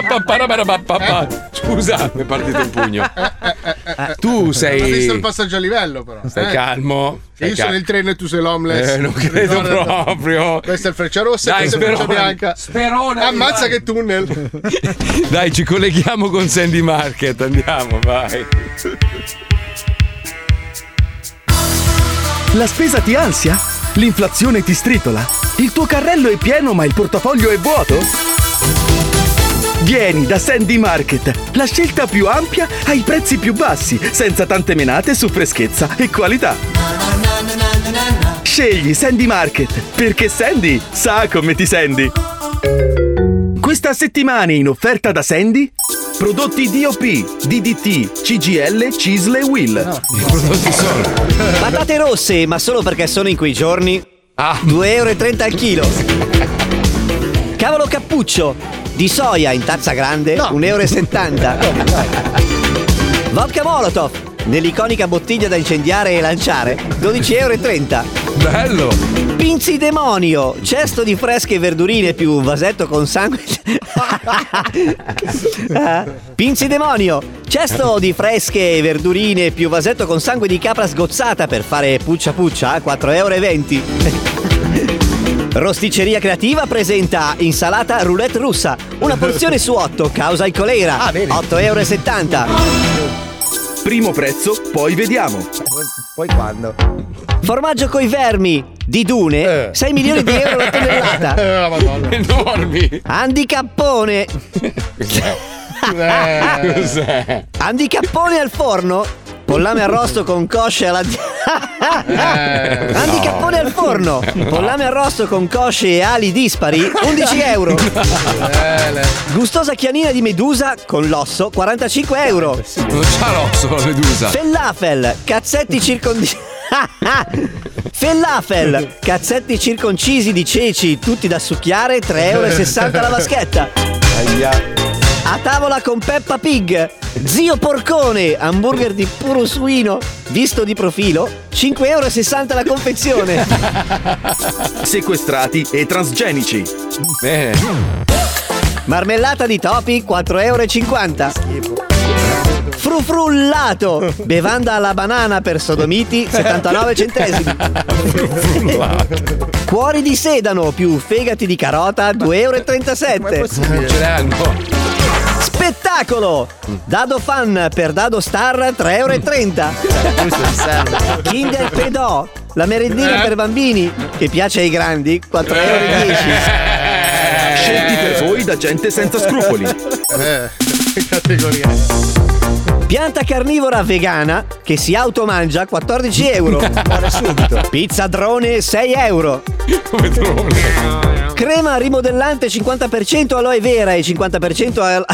[SPEAKER 5] ballerine? eh? Scusa, mi è partito un pugno. Tu
[SPEAKER 7] Ma visto il
[SPEAKER 5] sei.
[SPEAKER 7] passaggio a livello, però.
[SPEAKER 5] Stai
[SPEAKER 7] eh?
[SPEAKER 5] calmo.
[SPEAKER 7] Io
[SPEAKER 5] stai
[SPEAKER 7] sono
[SPEAKER 5] calmo.
[SPEAKER 7] il treno e tu sei l'homeless.
[SPEAKER 5] Eh, non credo
[SPEAKER 7] Ricordati.
[SPEAKER 5] proprio.
[SPEAKER 7] Questa è il freccia rossa,
[SPEAKER 5] Dai,
[SPEAKER 7] questa è il freccia
[SPEAKER 5] Sperone.
[SPEAKER 7] bianca.
[SPEAKER 5] Sperone,
[SPEAKER 7] Ammazza
[SPEAKER 5] vai.
[SPEAKER 7] che tunnel.
[SPEAKER 5] Dai, ci colleghiamo con Sandy Market. Andiamo, vai.
[SPEAKER 14] La spesa ti ansia? L'inflazione ti stritola? Il tuo carrello è pieno ma il portafoglio è vuoto? Vieni da Sandy Market, la scelta più ampia ai prezzi più bassi, senza tante menate su freschezza e qualità. Scegli Sandy Market, perché Sandy sa come ti senti. Questa settimana in offerta da Sandy prodotti DOP, DDT, CGL, Cisle e Will.
[SPEAKER 26] Patate rosse, ma solo perché sono in quei giorni. 2,30 euro al chilo. Cavolo cappuccio di soia in tazza grande, 1,70 Vodka Molotov nell'iconica bottiglia da incendiare e lanciare, 12,30
[SPEAKER 5] Bello!
[SPEAKER 26] Pinzi demonio, cesto di fresche verdurine più un vasetto con sangue. Eh? Pinzi demonio, cesto di fresche verdurine più vasetto con sangue di capra sgozzata per fare puccia puccia, eh? 4,20 Rosticceria Creativa presenta insalata roulette russa, una porzione su 8 causa il colera, 8,70
[SPEAKER 14] Primo prezzo, poi vediamo.
[SPEAKER 26] Poi quando? Formaggio coi vermi di Dune,
[SPEAKER 5] Eh.
[SPEAKER 26] 6 milioni di euro la tonnellata.
[SPEAKER 7] Eh, la Madonna.
[SPEAKER 5] Enormi.
[SPEAKER 26] Andicappone.
[SPEAKER 5] Eh, Cos'è?
[SPEAKER 26] Andicappone al forno. Pollame arrosto con cosce alla...
[SPEAKER 5] Eh,
[SPEAKER 26] Andicappone
[SPEAKER 5] no.
[SPEAKER 26] al forno.
[SPEAKER 5] No.
[SPEAKER 26] Pollame arrosto con cosce e ali dispari, 11 euro.
[SPEAKER 7] Eh,
[SPEAKER 26] Gustosa chianina di medusa con l'osso, 45 euro.
[SPEAKER 5] Non c'ha l'osso la medusa.
[SPEAKER 26] Fellafel, cazzetti circoncisi. Fellafel, cazzetti circoncisi di ceci, tutti da succhiare, 3,60 euro la vaschetta. A tavola con Peppa Pig, zio porcone, hamburger di puro suino, visto di profilo, 5,60 euro la confezione.
[SPEAKER 14] Sequestrati e transgenici.
[SPEAKER 27] Eh.
[SPEAKER 5] Bene.
[SPEAKER 26] Marmellata di topi 4,50 euro. Frufrullato, bevanda alla banana per sodomiti 79 centesimi. Cuori di sedano più fegati di carota 2,37 euro.
[SPEAKER 5] Ce l'hanno.
[SPEAKER 26] Spettacolo! Dado fan per Dado Star 3,30 euro. Kinder Pedò, la
[SPEAKER 5] Eh?
[SPEAKER 26] merendina per bambini che piace ai grandi 4,10
[SPEAKER 5] Eh.
[SPEAKER 7] Eh.
[SPEAKER 14] Scelti per voi da gente senza scrupoli.
[SPEAKER 7] categoria.
[SPEAKER 26] Pianta carnivora vegana che si automangia 14 euro. Pizza drone 6 euro. Crema rimodellante 50% aloe vera e 50% al...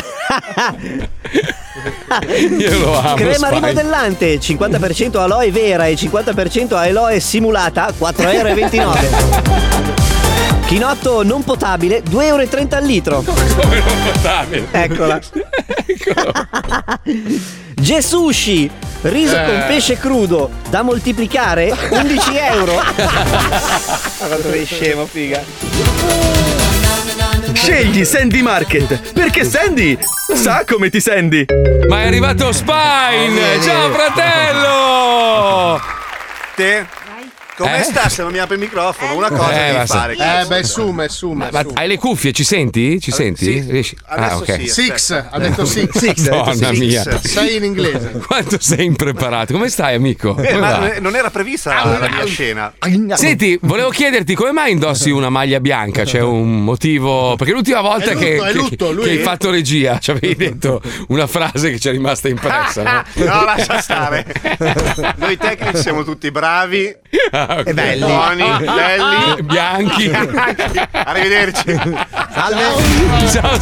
[SPEAKER 5] Io lo amo.
[SPEAKER 26] Crema
[SPEAKER 5] Spike.
[SPEAKER 26] rimodellante 50% aloe vera e 50% aloe simulata 4,29 euro. Chinotto non potabile 2,30 euro al litro.
[SPEAKER 5] Come non potabile.
[SPEAKER 26] Eccola. Gesushi, riso
[SPEAKER 5] Eh.
[SPEAKER 26] con pesce crudo da moltiplicare 11 euro. scemo, figa.
[SPEAKER 14] Scegli Sandy Market, perché Sandy sa come ti Ah, eh, senti.
[SPEAKER 5] Ma è arrivato Spine! Ciao fratello! Te? Oh. Eh?
[SPEAKER 13] Come sta se non mi apri il microfono? Una cosa
[SPEAKER 5] Eh,
[SPEAKER 13] devi
[SPEAKER 5] ma sa-
[SPEAKER 13] fare.
[SPEAKER 7] Eh, beh, su, ma su, ma
[SPEAKER 5] Ah, Ma
[SPEAKER 7] su.
[SPEAKER 5] hai le cuffie, ci senti? Ci senti?
[SPEAKER 7] sì,
[SPEAKER 5] Riesci? Ah,
[SPEAKER 7] adesso sì, Six, ha detto six. Six, ha detto
[SPEAKER 5] Madonna
[SPEAKER 7] six.
[SPEAKER 5] mia.
[SPEAKER 7] Sei in inglese.
[SPEAKER 5] Quanto sei impreparato? Come stai, amico?
[SPEAKER 13] Eh,
[SPEAKER 5] Come
[SPEAKER 13] ma
[SPEAKER 5] va?
[SPEAKER 13] non è- non era prevista
[SPEAKER 5] Ah,
[SPEAKER 13] la, la mia scena.
[SPEAKER 5] Senti, volevo chiederti come mai indossi una maglia bianca? C'è un motivo? Perché l'ultima volta
[SPEAKER 13] È lutto,
[SPEAKER 5] che,
[SPEAKER 13] è
[SPEAKER 5] che-
[SPEAKER 13] lutto, lui-
[SPEAKER 5] che hai fatto regia ci avevi detto una frase che ci è rimasta impressa. No,
[SPEAKER 13] No, lascia stare. Noi tecnici siamo tutti bravi,
[SPEAKER 5] Ah, ok.
[SPEAKER 13] belli,
[SPEAKER 10] Ah,
[SPEAKER 13] buoni, belli,
[SPEAKER 5] bianchi.
[SPEAKER 13] Arrivederci.
[SPEAKER 5] Ciao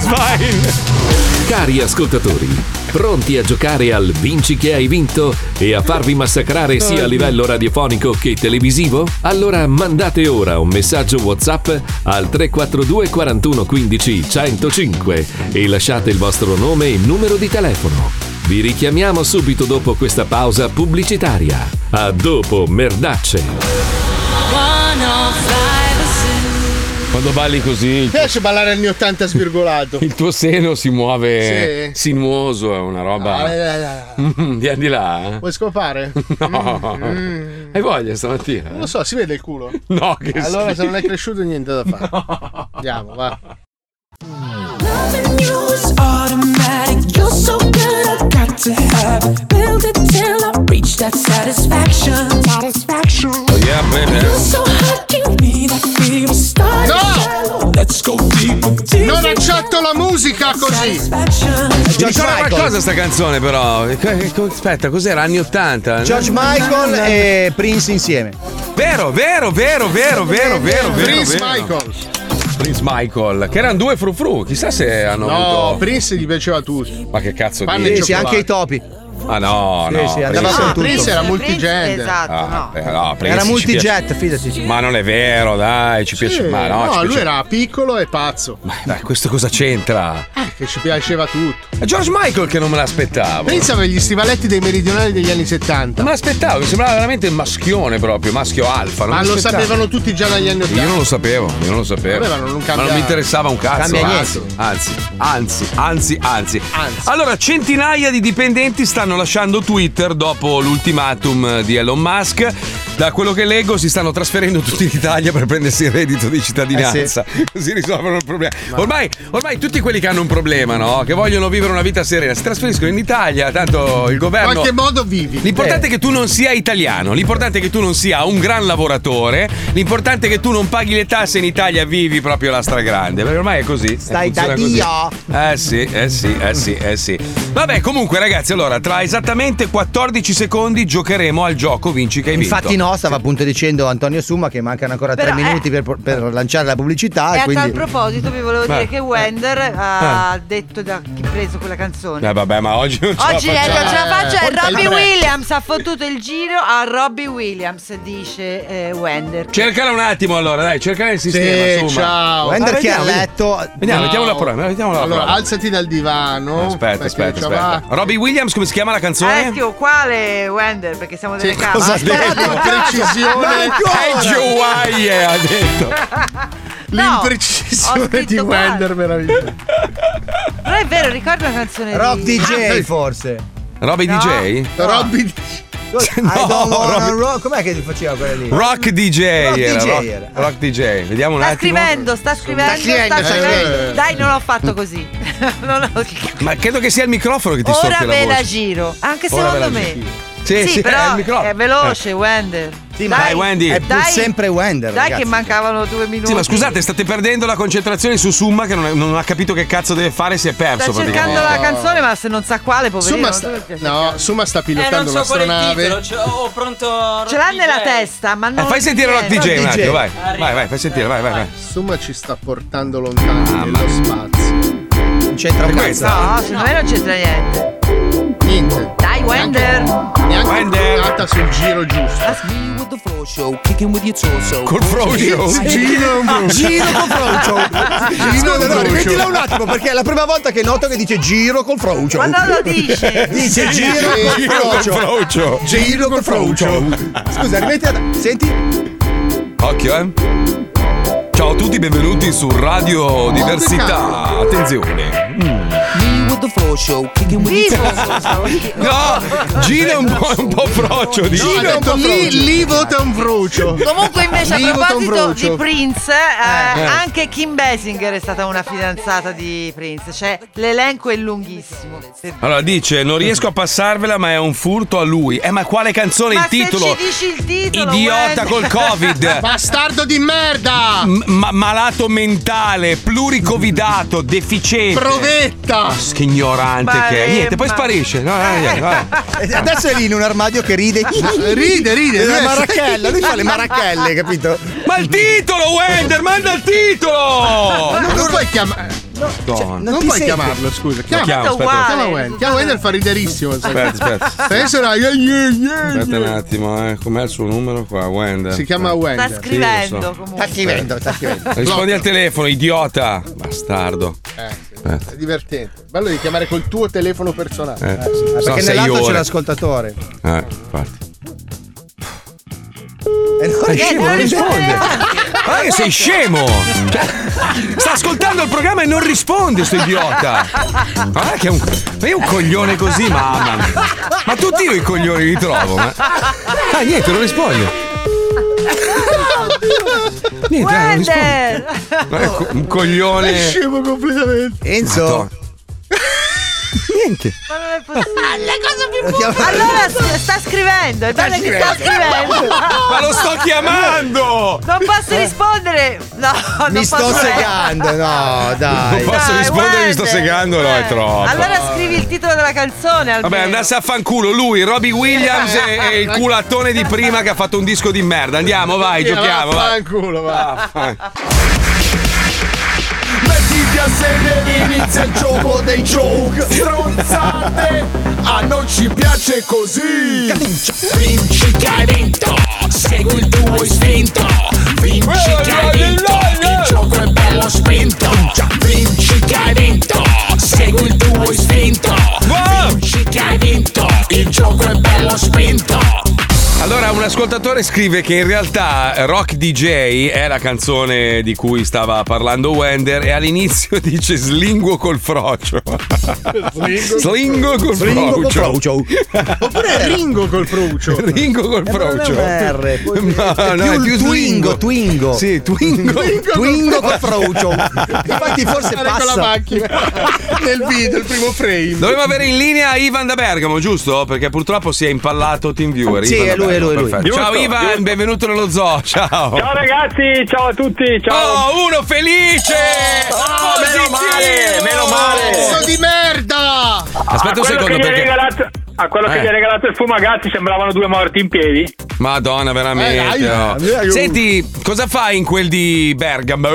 [SPEAKER 12] Cari ascoltatori, pronti a giocare al Vinci che hai vinto e a farvi massacrare sia a livello radiofonico che televisivo? Allora mandate ora un messaggio WhatsApp al 342 41 15 105 e lasciate il vostro nome e numero di telefono. Vi richiamiamo subito dopo questa pausa pubblicitaria. A dopo, merdacce!
[SPEAKER 23] 105
[SPEAKER 5] Quando balli così,
[SPEAKER 7] Mi piace ballare anni 80 svirgolato.
[SPEAKER 5] il tuo seno si muove sinuoso, è una
[SPEAKER 7] Ah, eh,
[SPEAKER 5] roba.
[SPEAKER 7] eh, eh.
[SPEAKER 5] Mm, Di, di là. eh?
[SPEAKER 7] Vuoi scopare?
[SPEAKER 5] No.
[SPEAKER 7] Mm.
[SPEAKER 5] Hai voglia stamattina? eh?
[SPEAKER 7] Non lo so, si vede il culo.
[SPEAKER 5] No, che
[SPEAKER 7] allora
[SPEAKER 5] schifo.
[SPEAKER 7] se non è cresciuto niente da fare. Andiamo, va.
[SPEAKER 12] Loving you is automatic. You're so good, I got to have it. Build it till I reach that satisfaction. Satisfaction.
[SPEAKER 5] Yeah, baby.
[SPEAKER 12] You're so hot, give me that fever. Start no! Let's go deeper.
[SPEAKER 7] Non accetto la musica così.
[SPEAKER 5] Mi ricorda qualcosa sta canzone però. Che- che- Aspetta, cos'era? Anni 80?
[SPEAKER 3] George
[SPEAKER 5] No.
[SPEAKER 3] Michael e Prince insieme.
[SPEAKER 5] Vero, vero, vero, vero, vero, vero, vero.
[SPEAKER 7] Prince
[SPEAKER 5] vero.
[SPEAKER 7] Michael.
[SPEAKER 5] Prince Michael. Che erano due frufru. Chissà se hanno
[SPEAKER 7] No,
[SPEAKER 5] avuto.
[SPEAKER 7] Prince gli piaceva a tutti.
[SPEAKER 5] Ma che cazzo
[SPEAKER 7] Panne
[SPEAKER 5] di.
[SPEAKER 7] e Sì, sì, anche i
[SPEAKER 3] topi.
[SPEAKER 5] Ah no,
[SPEAKER 3] Sì,
[SPEAKER 5] no.
[SPEAKER 3] sì, andava
[SPEAKER 5] Prince-
[SPEAKER 3] con
[SPEAKER 7] Ah,
[SPEAKER 3] tutto.
[SPEAKER 7] Prince esatto, era multigender.
[SPEAKER 5] Ah, eh, no, Prince
[SPEAKER 3] Era
[SPEAKER 5] ci piace-
[SPEAKER 3] multijet, fidati.
[SPEAKER 5] Ma non è vero, dai, ci piace.
[SPEAKER 7] Sì,
[SPEAKER 5] ma no,
[SPEAKER 7] no,
[SPEAKER 5] ci
[SPEAKER 7] lui
[SPEAKER 5] piace-
[SPEAKER 7] era piccolo e pazzo. Eh,
[SPEAKER 5] Dai, questo cosa c'entra?
[SPEAKER 7] Che ci piaceva tutto.
[SPEAKER 5] È Eh, George Michael che non me l'aspettavo.
[SPEAKER 7] Pensa agli stivaletti dei meridionali degli anni 70.
[SPEAKER 5] Ma aspettavo, mi sembrava veramente maschione proprio, maschio alfa. non
[SPEAKER 7] Ma
[SPEAKER 5] mi
[SPEAKER 7] lo
[SPEAKER 5] aspettavo.
[SPEAKER 7] sapevano tutti già dagli anni 80.
[SPEAKER 5] Io non lo sapevo, io non lo sapevo.
[SPEAKER 7] Vabbè, ma non
[SPEAKER 5] ma
[SPEAKER 7] cambia-
[SPEAKER 5] non mi interessava un cazzo.
[SPEAKER 7] Cambia
[SPEAKER 5] anzi, anzi, anzi, anzi, anzi, Allora, centinaia di dipendenti stanno lasciando Twitter dopo l'ultimatum di Elon Musk. Da quello che leggo, si stanno trasferendo tutti in Italia per prendersi il reddito di cittadinanza.
[SPEAKER 7] Eh
[SPEAKER 5] Così risolvono il problema. Ormai, ormai tutti quelli che hanno un problema, no? Che vogliono vivere una vita serena, si trasferiscono in Italia, tanto il
[SPEAKER 7] In
[SPEAKER 5] governo.
[SPEAKER 7] qualche modo vivi. Eh.
[SPEAKER 5] L'importante è che tu non sia italiano, l'importante è che tu non sia un gran lavoratore, l'importante è che tu non paghi le tasse in Italia, vivi proprio la stragrande. Perché ormai è così. eh,
[SPEAKER 3] Stai
[SPEAKER 5] funziona
[SPEAKER 3] da
[SPEAKER 5] così.
[SPEAKER 3] Dio.
[SPEAKER 5] Eh sì, eh sì, eh sì, eh sì. Vabbè, comunque ragazzi, allora, tra esattamente 14 secondi giocheremo al gioco Vinci che hai vinto.
[SPEAKER 3] Infatti no, stava appunto dicendo Antonio Summa che mancano ancora
[SPEAKER 2] Però,
[SPEAKER 3] tre
[SPEAKER 2] eh.
[SPEAKER 3] minuti per, per lanciare la pubblicità.
[SPEAKER 2] e a
[SPEAKER 3] Ah, quindi...
[SPEAKER 2] tal proposito vi volevo
[SPEAKER 3] Beh.
[SPEAKER 2] dire che Wender ha detto da chi ha preso quella canzone.
[SPEAKER 5] Eh vabbè, ma oggi non ce la
[SPEAKER 2] Oggi eh,
[SPEAKER 5] facciamo.
[SPEAKER 2] non ce la faccio
[SPEAKER 7] Eh,
[SPEAKER 2] e Robbie
[SPEAKER 7] porta il re.
[SPEAKER 2] Williams ha fottuto il giro a Robbie Williams, dice eh, Wender.
[SPEAKER 5] Cercala un attimo allora, dai, cercala il sistema, insomma.
[SPEAKER 7] ciao.
[SPEAKER 5] Ah,
[SPEAKER 7] Wender che ha
[SPEAKER 5] vediamo,
[SPEAKER 7] letto-
[SPEAKER 5] Vediamo,
[SPEAKER 7] Ciao.
[SPEAKER 5] mettiamo la prova, mettiamo la
[SPEAKER 7] allora,
[SPEAKER 5] prova.
[SPEAKER 7] alzati dal divano.
[SPEAKER 5] Aspetta,
[SPEAKER 7] perché
[SPEAKER 5] aspetta,
[SPEAKER 7] ci
[SPEAKER 5] aspetta.
[SPEAKER 7] va.
[SPEAKER 5] Robbie Williams, come si chiama la canzone?
[SPEAKER 2] Eh, schio, quale Wender? Perché siamo delle case.
[SPEAKER 5] Cosa ha detto?
[SPEAKER 7] Precisione.
[SPEAKER 5] Peggio guaie, eh, ha detto.
[SPEAKER 7] L'imprecisione di Wender meraviglioso.
[SPEAKER 2] Però è vero, ricordo la canzone
[SPEAKER 3] Rob
[SPEAKER 2] di...
[SPEAKER 5] Ah,
[SPEAKER 3] DJ forse.
[SPEAKER 5] Robbie
[SPEAKER 3] No.
[SPEAKER 5] DJ?
[SPEAKER 7] Robby
[SPEAKER 3] I don't
[SPEAKER 5] No,
[SPEAKER 3] wanna
[SPEAKER 5] Robbie-
[SPEAKER 3] rock. Com'è che faceva quella lì?
[SPEAKER 5] Rock DJ
[SPEAKER 3] Rock
[SPEAKER 5] era,
[SPEAKER 3] DJ
[SPEAKER 5] rock,
[SPEAKER 3] era.
[SPEAKER 5] rock DJ. Vediamo un
[SPEAKER 2] Sta
[SPEAKER 5] attimo.
[SPEAKER 2] scrivendo, sta scrivendo,
[SPEAKER 3] scrivendo,
[SPEAKER 2] sta
[SPEAKER 3] sta
[SPEAKER 2] scrivendo.
[SPEAKER 5] scrivendo.
[SPEAKER 2] Dai, non l'ho fatto così. Non ho-
[SPEAKER 5] Ma credo che sia il microfono che ti
[SPEAKER 2] Ora
[SPEAKER 5] storpia la
[SPEAKER 2] ve
[SPEAKER 5] voce.
[SPEAKER 2] la giro. Anche
[SPEAKER 5] Ora ve
[SPEAKER 2] secondo
[SPEAKER 5] la
[SPEAKER 2] me.
[SPEAKER 5] giro. Sì, sì, è
[SPEAKER 2] però
[SPEAKER 5] il microfono. Eh.
[SPEAKER 2] è veloce, Wender.
[SPEAKER 5] dai, Wendy.
[SPEAKER 3] È pur
[SPEAKER 2] dai-
[SPEAKER 3] sempre Wender.
[SPEAKER 2] Dai
[SPEAKER 3] ragazzi.
[SPEAKER 2] che mancavano due minuti.
[SPEAKER 5] Sì, ma scusate, state perdendo la concentrazione su Summa che non, è- non ha capito che cazzo deve fare, si è perso
[SPEAKER 2] Sta cercando
[SPEAKER 5] praticamente.
[SPEAKER 2] la canzone, ma se non sa quale, poverino.
[SPEAKER 7] Summa
[SPEAKER 2] non
[SPEAKER 7] sta,
[SPEAKER 2] so perché-
[SPEAKER 7] no, Summa sta
[SPEAKER 2] Eh, non
[SPEAKER 7] pilotando
[SPEAKER 2] so
[SPEAKER 7] l'astronave.
[SPEAKER 2] qual è il
[SPEAKER 28] titolo, Ho pronto.
[SPEAKER 2] Ce l'ha nella testa, ma non.
[SPEAKER 5] Eh, fai sentire Rock
[SPEAKER 2] viene.
[SPEAKER 5] DJ un attimo, vai. Vai, vai, fai sentire, vai, vai, vai. Ah,
[SPEAKER 7] Summa ci sta portando lontano nello spazio. Non
[SPEAKER 3] c'entra
[SPEAKER 7] un
[SPEAKER 2] No, secondo me non c'entra niente.
[SPEAKER 7] Niente.
[SPEAKER 2] Dai, Wender.
[SPEAKER 7] Neanche puntata sul giro giusto.
[SPEAKER 5] Col Fro Show?
[SPEAKER 7] Giro
[SPEAKER 3] Ah, Giro col froucio.
[SPEAKER 7] Giro
[SPEAKER 3] Scusa,
[SPEAKER 7] col
[SPEAKER 3] no,
[SPEAKER 7] froucio.
[SPEAKER 3] ripetila un attimo perché è la prima volta che noto che dice giro col froucio.
[SPEAKER 7] Ma non lo dice.
[SPEAKER 3] dice giro
[SPEAKER 7] Giro
[SPEAKER 3] col
[SPEAKER 7] col
[SPEAKER 3] froucio.
[SPEAKER 5] froucio.
[SPEAKER 3] Giro col froucio. Scusa, ripetila. Senti,
[SPEAKER 5] Occhio, eh. Ciao a tutti, benvenuti su Radio Diversità. Attenzione.
[SPEAKER 12] Me
[SPEAKER 29] with the floor show, kicking with the floor show.
[SPEAKER 5] No, Gino è un po', un po frocio. Di...
[SPEAKER 7] No, ha detto lì, lì vota un brucio.
[SPEAKER 2] Comunque invece
[SPEAKER 7] Lì
[SPEAKER 2] a
[SPEAKER 7] vota un
[SPEAKER 2] proposito
[SPEAKER 7] brucio.
[SPEAKER 2] di Prince, eh,
[SPEAKER 7] Eh.
[SPEAKER 2] anche Kim Basinger è stata una fidanzata di Prince, cioè l'elenco è lunghissimo. Per-
[SPEAKER 5] Allora dice: Non riesco a passarvela, ma è un furto a lui. Eh, ma quale canzone?
[SPEAKER 2] Ma
[SPEAKER 5] il titolo?
[SPEAKER 2] se ci dici il titolo,
[SPEAKER 5] Idiota
[SPEAKER 2] Wes-
[SPEAKER 5] col Covid.
[SPEAKER 7] Bastardo di merda!
[SPEAKER 5] M- ma- malato mentale, pluricovidato, deficiente.
[SPEAKER 7] Provetta!
[SPEAKER 5] Che ignorante
[SPEAKER 3] Ma-
[SPEAKER 5] che è. Niente, poi
[SPEAKER 3] ma-
[SPEAKER 5] sparisce. No, eh, no,
[SPEAKER 3] Eh,
[SPEAKER 5] no, no.
[SPEAKER 3] E Adesso è lì in un armadio che ride.
[SPEAKER 7] Ride, ride,
[SPEAKER 3] È una
[SPEAKER 7] lui è-
[SPEAKER 3] marachella, lui fa le marachelle, capito?
[SPEAKER 5] Ma il titolo, Wender, manda il titolo!
[SPEAKER 7] Non lo puoi chiamare.
[SPEAKER 5] Madonna.
[SPEAKER 7] non
[SPEAKER 3] ti
[SPEAKER 7] puoi
[SPEAKER 3] sente.
[SPEAKER 7] chiamarlo, scusa. Chiama,
[SPEAKER 5] chiamo, aspetta.
[SPEAKER 7] chiama Wender. Chiama Wender fa riderissimo.
[SPEAKER 5] Aspetta, aspetta.
[SPEAKER 7] Adesso era- yeah, yeah, yeah,
[SPEAKER 5] Aspetta un
[SPEAKER 7] yeah.
[SPEAKER 5] attimo, eh. com'è il suo numero qua? Wender.
[SPEAKER 7] Si chiama Wender.
[SPEAKER 5] Sì, lo so.
[SPEAKER 3] Sta scrivendo, sta scrivendo.
[SPEAKER 5] Rispondi al telefono, idiota! Bastardo.
[SPEAKER 7] Eh, sì.
[SPEAKER 5] Aspetta.
[SPEAKER 7] È divertente. Bello di chiamare col tuo telefono personale.
[SPEAKER 5] Eh, sì. Sono
[SPEAKER 3] Perché
[SPEAKER 5] sei
[SPEAKER 3] nell'altro c'è
[SPEAKER 5] ore.
[SPEAKER 3] l'ascoltatore.
[SPEAKER 5] Eh, infatti.
[SPEAKER 3] E non
[SPEAKER 5] scemo, non risponde. Ma che sei scemo! Cioè, sta ascoltando il programma e non risponde, sto idiota! Guarda che è un, ma io un coglione così, mamma! mia. Ma tutti io i coglioni li trovo, ma. Ah, niente, non risponde. Niente, eh, non risponde. Ma è co- un coglione.
[SPEAKER 7] È scemo completamente.
[SPEAKER 5] Madonna. Niente.
[SPEAKER 2] Ma non è possibile. Allora s- sta scrivendo, è bello che sta scrivendo.
[SPEAKER 5] Ma lo sto chiamando!
[SPEAKER 2] Non posso rispondere. No, non
[SPEAKER 3] Eh. Mi sto
[SPEAKER 2] posso-
[SPEAKER 3] segando, no, dai.
[SPEAKER 5] Non posso
[SPEAKER 2] Dai,
[SPEAKER 5] rispondere, mi sto
[SPEAKER 2] Wender.
[SPEAKER 5] segando, no, è troppo.
[SPEAKER 2] Allora scrivi il titolo della canzone almeno.
[SPEAKER 5] Vabbè, andasse a fanculo lui, Robbie Williams e, e il culatone di prima che ha fatto un disco di merda. Andiamo, vai, giochiamo. Vai.
[SPEAKER 7] Vaffanculo, va.
[SPEAKER 10] Mettiti a sedere, inizia il gioco dei joke Stronzate, a noi ci piace così Vinci che hai vinto, segui il tuo istinto Vinci che hai vinto, il gioco è bello spinto Vinci che hai vinto, segui il tuo istinto Vinci che hai vinto, il gioco è bello spinto
[SPEAKER 5] Allora, un ascoltatore scrive che in realtà eh, Rock DJ è la canzone di cui stava parlando Wender e all'inizio dice slinguo col frocio. Slingo col
[SPEAKER 3] Slingo col
[SPEAKER 5] frocio. Eh.
[SPEAKER 7] Oppure Ringo col fruccio.
[SPEAKER 5] Ringo col
[SPEAKER 3] frocio.
[SPEAKER 5] No, no, è più
[SPEAKER 3] Twingo, Twingo.
[SPEAKER 5] Sì, Twingo.
[SPEAKER 3] Twingo col frocio. Infatti forse
[SPEAKER 7] Guarda con la
[SPEAKER 3] passa.
[SPEAKER 7] macchina. Nel video, il primo frame.
[SPEAKER 5] Dovevo avere in linea Ivan da Bergamo, giusto? Perché purtroppo si è impallato TeamViewer.
[SPEAKER 3] Sì,
[SPEAKER 5] Ivan da
[SPEAKER 3] è lui,
[SPEAKER 5] Bergamo,
[SPEAKER 3] è lui, è lui.
[SPEAKER 5] perfetto. Ciao
[SPEAKER 3] Giusto,
[SPEAKER 5] Ivan,
[SPEAKER 3] giusto.
[SPEAKER 5] benvenuto nello zoo. Ciao.
[SPEAKER 24] Ciao ragazzi, ciao a tutti, ciao.
[SPEAKER 5] Oh, uno felice!
[SPEAKER 24] Oh, meno male, meno male.
[SPEAKER 7] Pezzo di merda!
[SPEAKER 5] Aspetta
[SPEAKER 24] a
[SPEAKER 5] un
[SPEAKER 24] quello
[SPEAKER 5] secondo
[SPEAKER 24] che gli hai
[SPEAKER 5] perché-
[SPEAKER 24] regalato- a quello
[SPEAKER 5] Eh.
[SPEAKER 24] che gli hai regalato il fumagazzi sembravano due morti in piedi.
[SPEAKER 5] Madonna, veramente.
[SPEAKER 24] Eh, dai,
[SPEAKER 5] oh.
[SPEAKER 24] dai, oh.
[SPEAKER 5] Senti, cosa fai in quel di Bergamo?